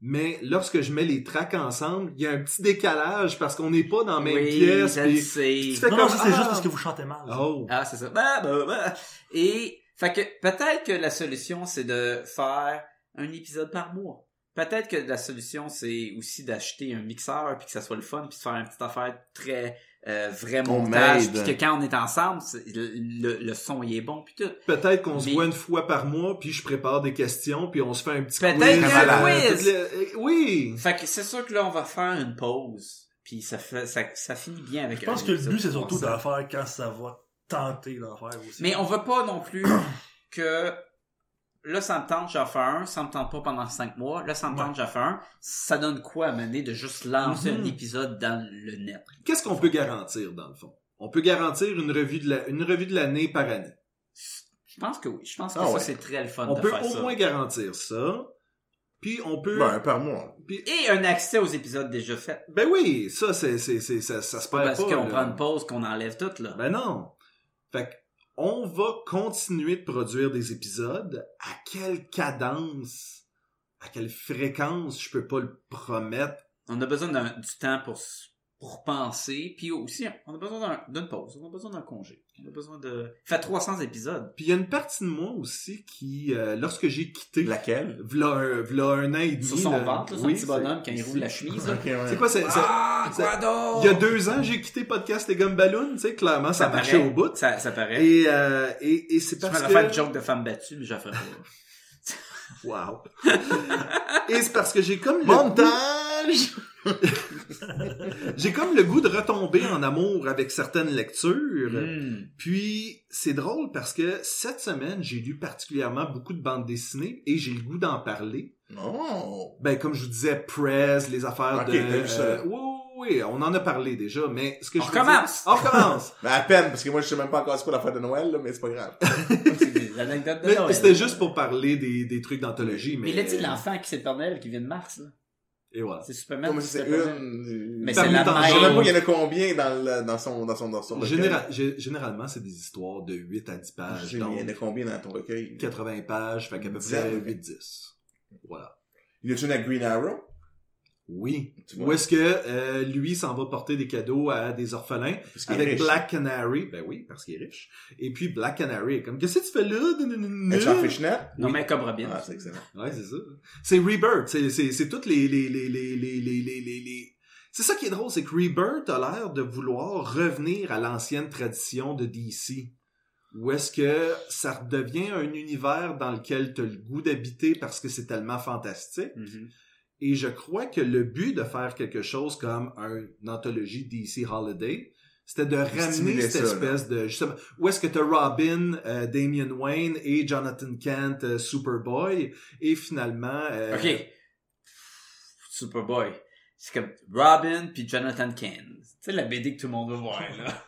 mais lorsque je mets les tracks ensemble, il y a un petit décalage parce qu'on n'est pas dans la même
oui,
pièce.
je
puis-
le sais.
puis tu fais
Non,
comme,
non, ça c'est
ah,
juste parce que vous chantez mal.
Oh.
Ah, c'est ça. Bah, bah, bah. Et, fait que, peut-être que la solution, c'est de faire un épisode par mois. Peut-être que la solution, c'est aussi d'acheter un mixeur, puis que ça soit le fun, puis de faire une petite affaire très, euh, vrai
Homemade.
montage, puis que quand on est ensemble, c'est- le, le- le son, il est bon, puis tout.
Peut-être qu'on se
Mais-
voit une fois par mois, puis je prépare des questions, puis on se fait un petit
Peut-être
quiz.
qu'il y a un
euh,
quiz.
toutes les- euh, Oui!
Fait que c'est sûr que là, on va faire une pause, puis ça fait, ça, ça finit bien avec
Je pense
un
que le
épisode
but, c'est
pour
surtout de
ça.
le faire quand ça va tenter d'en faire aussi.
[coughs] Mais on veut pas non plus [coughs] que là, ça me tente, j'en fais un, ça me tente pas pendant cinq mois, là, ça me tente, j'en fais un. Ça donne quoi à mener de juste lancer
Mhm.
un épisode dans le net?
Qu'est-ce qu'on peut garantir, dans le fond? On peut garantir une revue de la- une revue de l'année par année.
Je pense que oui. Je pense que
Ah
ça,
ouais.
c'est très le fun
On
de
peut
faire
au
ça.
moins garantir ça. Puis on peut...
Ben, par mois.
puis-
Et un accès aux épisodes déjà faits.
Ben oui, ça, c'est, c'est, c'est, ça, ça se perd
Parce
Ben, pas,
qu'on
là.
prend une pause, qu'on enlève tout, là.
Ben non. Fait que, on va continuer de produire des épisodes. À quelle cadence, à quelle fréquence, je peux pas le promettre.
On a besoin d'un- du temps pour, s- pour penser, puis aussi, on a besoin d'un- d'une pause, on a besoin d'un congé, on a besoin de... Fait 300 épisodes.
Puis il y a une partie de moi aussi qui, euh, lorsque j'ai quitté...
Laquelle?
V'là un, v'là un an et demi.
Sur son
là.
ventre, là, son
Oui,
petit
c'est-
bonhomme, quand il roule la chemise,
[laughs]
là.
Ok, ouais.
C'est quoi, c'est... c'est-
Ah,
c'est-
quoi d'autre?
Il y a deux ans, j'ai quitté Podcast et Gumballoon, tu sais, clairement, ça, marchait
paraît.
au bout.
Ça, ça paraît.
Et, euh, et, et c'est
Je
parce
vais
que...
faire une joke de femme battue, mais je la
[laughs]
ferai pas.
Wow. [laughs] Et c'est parce que j'ai comme le
Montage!
goût- j'ai comme le goût de retomber en amour avec certaines lectures.
Mm.
Hmm.
Puis c'est drôle parce que cette semaine, j'ai lu particulièrement beaucoup de bandes dessinées et j'ai le goût d'en parler.
[laughs] Non!
Ben comme je vous disais, Press, les affaires
Ok,
de
t'as lu ça.
euh, oui, oui, oui, on en a parlé déjà, mais ce que
On
je veux
recommence!
dire-
[laughs]
on recommence.
Ben, à peine, parce que moi, je sais même pas encore c'est quoi l'affaire de Noël, là, mais c'est pas grave.
C'est l'anecdote de
Mais
Noël.
C'était juste pour parler des, des trucs d'anthologie, mais
Mais là, tu sais, l'enfant qui c'est le Père Noël qui vient de Mars, là.
Et voilà.
C'est
Non,
Superman.
mais
qui
c'est
s'appelle Noël.
une.
Mais
Parmi
c'est la
tant de
Je sais même
gens.
pas
même.
qu'il y en a combien dans, le, dans son, dans son, dans son recueil. Ah,
Général- Ah, gé- généralement, c'est des histoires de 8 à 10 pages.
J'ai- mais Il y en
donc-
a combien dans ton recueil?
80 pages, fait qu'à peu
Dix.
près 8-10. Voilà.
Il y a-tu une à Green Arrow?
Oui.
Tu vois?
Où est-ce que euh, lui s'en va porter des cadeaux à des orphelins
Parce qu'il est
avec
riche.
Black Canary? Ben oui, parce qu'il est riche. Et puis Black Canary est comme, qu'est-ce que tu fais là?
Et Ben, tu en fais Schnapp?
Non, mais comme Robin.
Ah, c'est excellent. [laughs]
Ouais, c'est ça. C'est Rebirth. C'est, c'est, c'est toutes les, les, les, les, les, les, les, les, les- C'est ça qui est drôle, c'est que Rebirth a l'air de vouloir revenir à l'ancienne tradition de DC. Où est-ce que ça redevient un univers dans lequel t'as le goût d'habiter parce que c'est tellement fantastique?
Mhm.
Et je crois que le but de faire quelque chose comme un- une anthologie DC Holiday, c'était de ramener
Stimuler
cette
ça, là.
espèce de justement où est-ce que t'as Robin, euh, Damian Wayne et Jonathan Kent, euh, Superboy, et finalement euh,
OK. Superboy. C'est comme Robin puis Jonathan Kent. Tu sais, la BD que tout le monde veut voir,
[laughs]
là.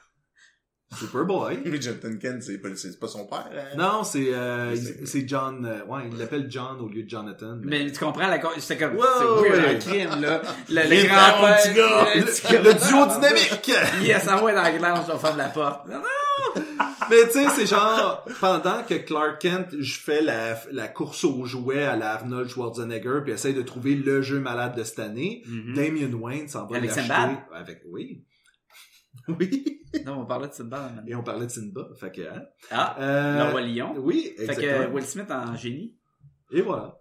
Superboy.
[laughs] Mais Jonathan Kent, c'est pas, c'est pas son père. hein?
non, c'est euh,
Je sais
il- c'est John, euh, ouais, il l'appelle John au lieu de Jonathan. mais-
Mais tu comprends, la... co- c'était comme...
Ouais,
c'est weird,
ouais.
un crime, là. Le,
Il
le
est dans mon petit gars.
grand-père...
Le, le duo dynamique. [laughs]
Yes, envoie dans la glace, je vais fermer la porte. Non, non.
Mais tu sais, c'est genre, pendant que Clark Kent, je fais la, la course aux jouets à la Arnold Schwarzenegger, puis essaye de trouver le jeu malade de cette année, Damien Wayne s'en va
Hmm. Avec
l'acheter.
Sinbad?
Avec, oui. [laughs] Oui.
Non, on parlait de cette balle. man.
Et on parlait de Simba, fait que, hein.
Ah, le
Euh,
roi lion.
oui,
Fait que
exactement.
Will Smith en génie,
Et voilà.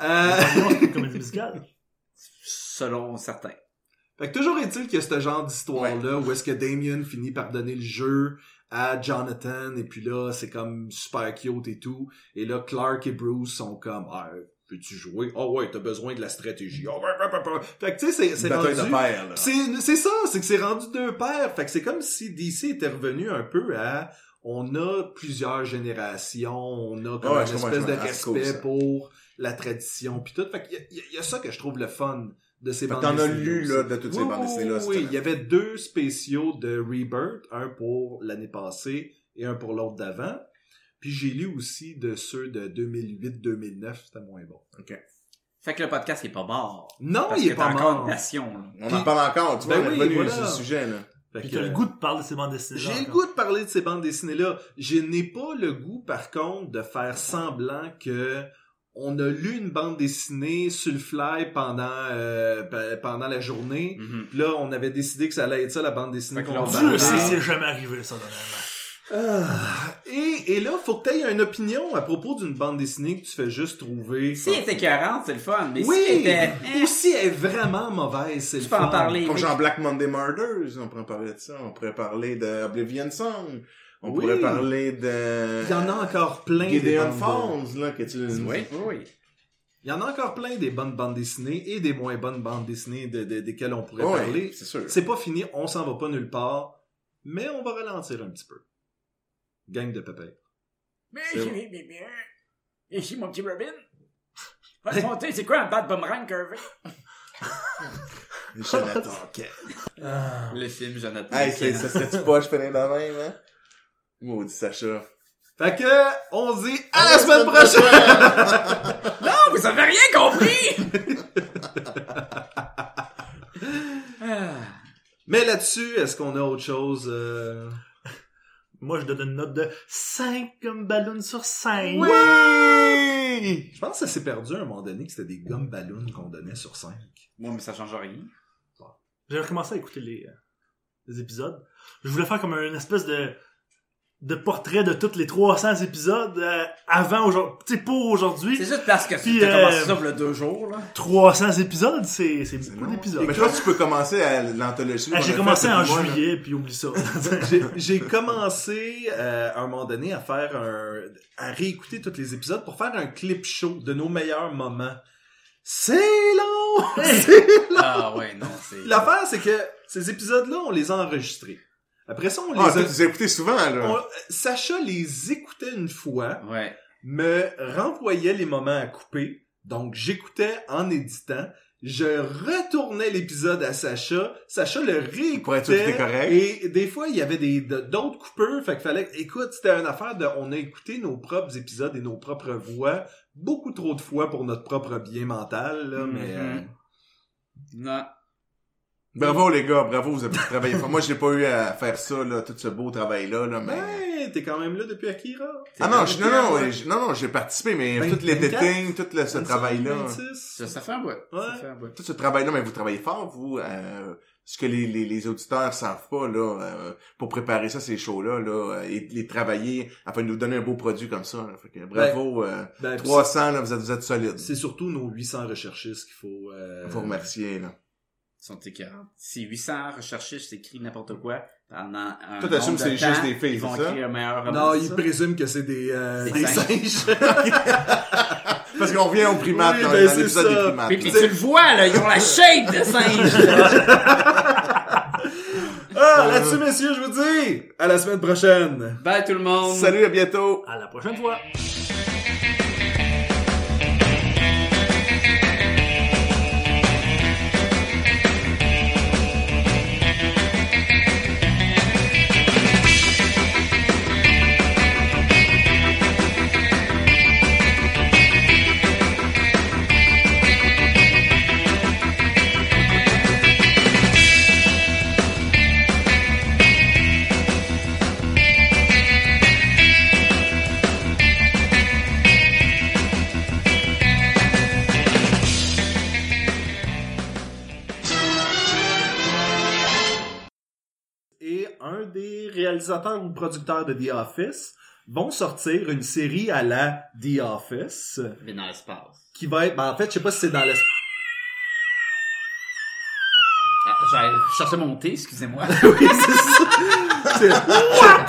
Euh,
Non, c'est une comédie
[laughs]
musicale.
selon certains.
Fait que toujours est-il qu'il y a ce genre d'histoire-là où est-ce que Damien finit par donner le jeu à Jonathan et puis là, c'est comme super cute et tout. Et là, Clark et Bruce sont comme, ah, Peux-tu jouer? Ah ouais, t'as besoin de la stratégie. Ah, bah, bah, bah, bah. Fait que tu sais, c'est- c'est
Bataille de
rendu-
paires, là.
c'est c'est ça, c'est que c'est rendu deux paires. Fait que c'est comme si DC était revenu un peu à on a plusieurs générations, on a comme
Ouais,
une
je
espèce
comprends, je
de
comprends. Ah, c'est cool,
respect
ça.
pour la tradition puis tout. Fait qu'il y a- il y, a- il y a ça que je trouve le fun de
Fait
ces
que
bandes
t'en as
dessinées
lu,
aussi.
là, de toutes ces
Oui,
bandes
oui,
dessinées-là,
oui,
cette
Oui,
année.
il y avait deux spéciaux de Rebirth, un pour l'année passée et un pour l'autre d'avant. Puis j'ai lu aussi de ceux de 2008-2009, c'était moins bon.
Fait que le podcast est pas mort.
Non,
Parce
il
que
est
t'as
pas
encore une
mort.
passion, là.
On en
Puis-
parle encore, tu vois, on
Ben
est
oui,
revenu
voilà.
sur le sujet, là.
Fait
Puis
que-
t'as le goût de parler de ces bandes dessinées
J'ai le goût de parler de ces bandes dessinées-là. Je n'ai pas le goût, par contre, de faire semblant que on a lu une bande dessinée sur le fly pendant, euh, pe- pendant la journée.
Mhm.
Puis là, on avait décidé que ça allait être ça, la bande dessinée
Fait que
qu'on
là, on
Dieu
parlait.
sait que c'est jamais arrivé, ça, normalement.
Ah. Et, et là, faut que t'aies une opinion à propos d'une bande dessinée que tu fais juste trouver.
Si elle était 40, c'est le fun, mais si elle
Oui!
était... hein,
Ou si elle est vraiment mauvaise, c'est le
Tu peux en
fun.
parler.
Comme
oui.
genre Black Monday Murders, on pourrait parler de ça. On pourrait parler de Oblivion Song. On
Oui.
pourrait parler de...
Il y en a encore plein. des
Gideon
bandes-
Falls, là, que tu...
Oui, oui, oui.
Il y en a encore plein des bonnes bandes dessinées et des moins bonnes bandes dessinées de- de- desquelles on pourrait
Oui,
parler.
c'est sûr.
C'est pas fini, on s'en va pas nulle part, mais on va ralentir un petit peu. Gang de pépères.
Mais
C'est
j'ai mes bien. Ici, mon petit Robin. Va te montrer, c'est quoi un bad boomerang curvé?
Jonathan Kent.
Le film, Jonathan.
Hey, c'est- ça serait-tu pas, je finis dans la même, hein? Maudit Sacha.
Fait que, on se dit à la semaine
[laughs]
prochaine!
Non, Ah, vous avez rien compris! [laughs] Ah.
Mais là-dessus, est-ce qu'on a autre chose? euh?
Moi, je donne une note de 5 comme ballon sur 5.
Oui!
Je pense que ça s'est perdu à un moment donné que c'était des gommes ballons qu'on donnait sur 5.
Moi, mais ça change rien.
J'ai recommencé à écouter les, euh, les épisodes. Je voulais faire comme une espèce de, de portrait de tous les 300 épisodes euh, avant aujourd'hui. Tu sais, pour aujourd'hui,
C'est juste parce que
Puis,
tu as commencé
euh,
ça le deux jours, là.
300 épisodes, c'est c'est beaucoup d'épisodes.
Mais toi, tu peux commencer à l'anthologie.
Ah,
qu'on
J'ai
a
commencé
faite
en
depuis moi, là.
juillet, puis oublie ça.
[laughs] J'ai- J'ai commencé euh, à un moment donné à faire un, à réécouter tous les épisodes pour faire un clip show de nos meilleurs moments. C'est long! C'est-
Ah, ouais, non, c'est.
L'affaire, c'est que ces épisodes-là, on les a enregistrés. Après ça, on les
Ah,
a-
toi, tu les as écoutés souvent, là.
on- Sacha les écoutait une fois,
Ouais.
me renvoyait les moments à couper, donc j'écoutais en éditant. Je retournais l'épisode à Sacha, Sacha le réécoutait.
Pour être sûr que c'était correct.
Et des fois, il y avait des de- d'autres coupeurs, fait qu'il fallait écoute, c'était une affaire de on a écouté nos propres épisodes et nos propres voix beaucoup trop de fois pour notre propre bien mental là, mais euh,
Mhm. Non.
Bravo, les gars, bravo, vous avez travaillé fort. Moi, j'ai pas eu à faire ça, là, tout ce beau travail-là, là, mais...
ben, t'es quand même là depuis Akira.
Mhm. Ah non, je- non, non, ouais, je- non, non, j'ai participé, mais
Ben,
Vingt-
toutes les
24?
dating, tout le- ce travail-là,
26.
Ça, ça fait un bout. Ça
Ouais.
fait un bout.
tout ce travail-là, mais vous travaillez fort, vous, euh, ce que les, les, les auditeurs savent pas, là, euh, pour préparer ça, ces shows-là, là, euh, et les travailler, afin de nous donner un beau produit comme ça, là. Fait que bravo, euh,
Ben,
300, là, vous êtes, vous êtes solides.
C'est surtout nos 800 recherchistes qu'il faut. Euh...
Faut remercier, là.
Ils sont écœurants. Si 800 recherchistes écrivent n'importe quoi, pendant un
Toi,
Tout
t'assumes
assume
que c'est juste des filles,
Ils vont
c'est ça?
écrire un meilleur roman.
Non,
c'est
ils
ça?
présument que c'est des, euh,
Des
des
singes.
singes. [laughs]
Parce qu'on revient au primates,
Oui,
dans,
ben,
dans
c'est
l'épisode des
ça.
primates.
Puis, puis
là.
tu le vois, là, ils ont la shape de singe.
[laughs]
ah, là-dessus, messieurs, je vous dis, à la semaine prochaine.
Bye tout le monde.
Salut, à bientôt!
à la prochaine fois.
et un des réalisateurs ou producteurs de The Office vont sortir une série à la The Office
Mais dans l'espace.
qui va être ben, en fait je sais pas si c'est dans l'espace
J'ai cherché Ah, mon thé, excusez-moi.
[laughs] oui, c'est ça.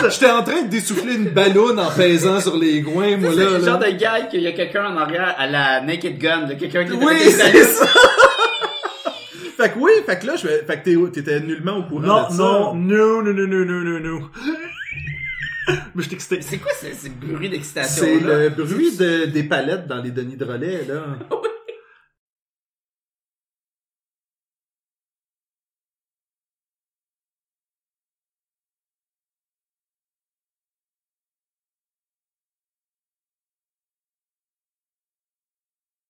C'est- J'étais en train de dessouffler une ballonne en pesant sur les goins, moi,
C'est
là.
le
là.
genre de gars qu'il y a quelqu'un en arrière à la Naked Gun, de quelqu'un qui est [laughs]
Oui,
avec des
c'est
allumes.
ça. fait que oui, fait que là, je vais... fait que t'es- t'étais nullement au courant
Non,
de ça.
non, non, non, non, non, non, non, non. [laughs] Mais je t'excite.
C'est quoi ce, ce bruit d'excitation
C'est
là?
le bruit de- des palettes dans les Denis de relais, là.